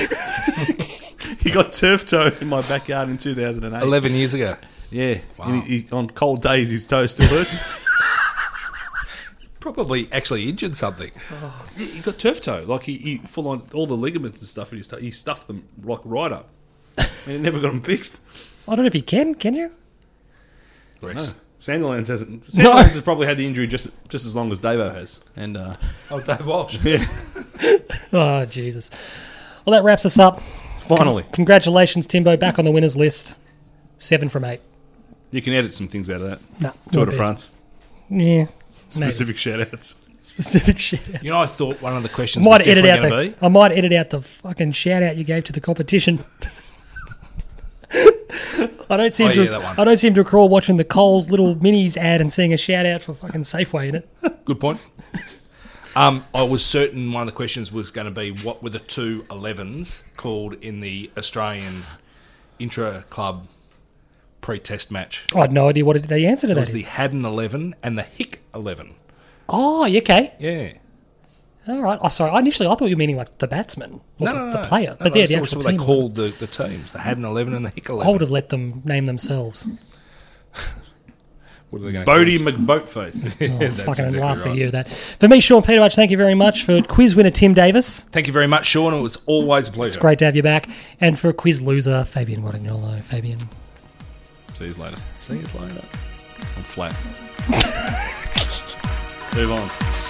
C: he got turf toe in my backyard in 2008.
B: Eleven years ago,
C: Yeah. And he- he- on cold days, his toe still hurts.
B: probably actually injured something.
C: Yeah, he got turf toe. Like he, he full on all the ligaments and stuff in his toe. He stuffed them like right up, and it never got them fixed.
A: I don't know if you can. Can you?
B: Rex.
C: Sandilands hasn't. Sandilands has probably had the injury just just as long as Davo has. And uh,
B: Oh, Dave Walsh.
A: Oh Jesus! Well, that wraps us up.
C: finally,
A: Congratulations, Timbo, back on the winners list. Seven from eight.
C: you can edit some things out of that.
A: No,
C: Tour
A: won't
C: de
A: be.
C: France
A: Yeah. maybe.
C: specific shout outs.
A: specific shit.
B: You know, I thought one of the questions was
A: Might edit
B: definitely
A: out
B: going to
A: the,
B: be.
A: I might edit out the fucking shout out you gave to the competition. I don't seem
B: Oh,
A: to
B: yeah, that one.
A: I don't seem to recall watching the Coles little minis ad and seeing a shout out for fucking Safeway in it.
B: Good point. Um, I was certain one of the questions was going to be what were the two 11s called in the Australian intra club pre test match?
A: I had no idea what it, the answer to
B: It
A: that
B: was
A: is.
B: the Haddon 11 and the Hick 11.
A: oh, yeah, okay,
B: Yeah.
A: all right. Oh, sorry. I initially I thought you were meaning like the batsman, or the,
B: No, no, no,
A: the
B: no.
A: player,
B: No,
A: but
B: no,
A: they're the
B: that's
A: actual
B: what
A: team.
B: they called the, the teams, the Haddon 11 and the Hick
A: I would
B: 11.
A: have let them name themselves.
B: What are they going to
C: Bodie McBoatface.
B: call it? That's
A: fucking
B: exactly
A: last
B: right.
A: year of that. For me, Sean Peterwatch, thank you very much for quiz winner Tim Davis.
B: Thank you very much, Sean. It was always a pleasure.
A: Great to have you back. And for quiz loser, Fabian Wadignolo. Fabian.
C: See you later.
B: See you later.
C: I'm flat. Move on.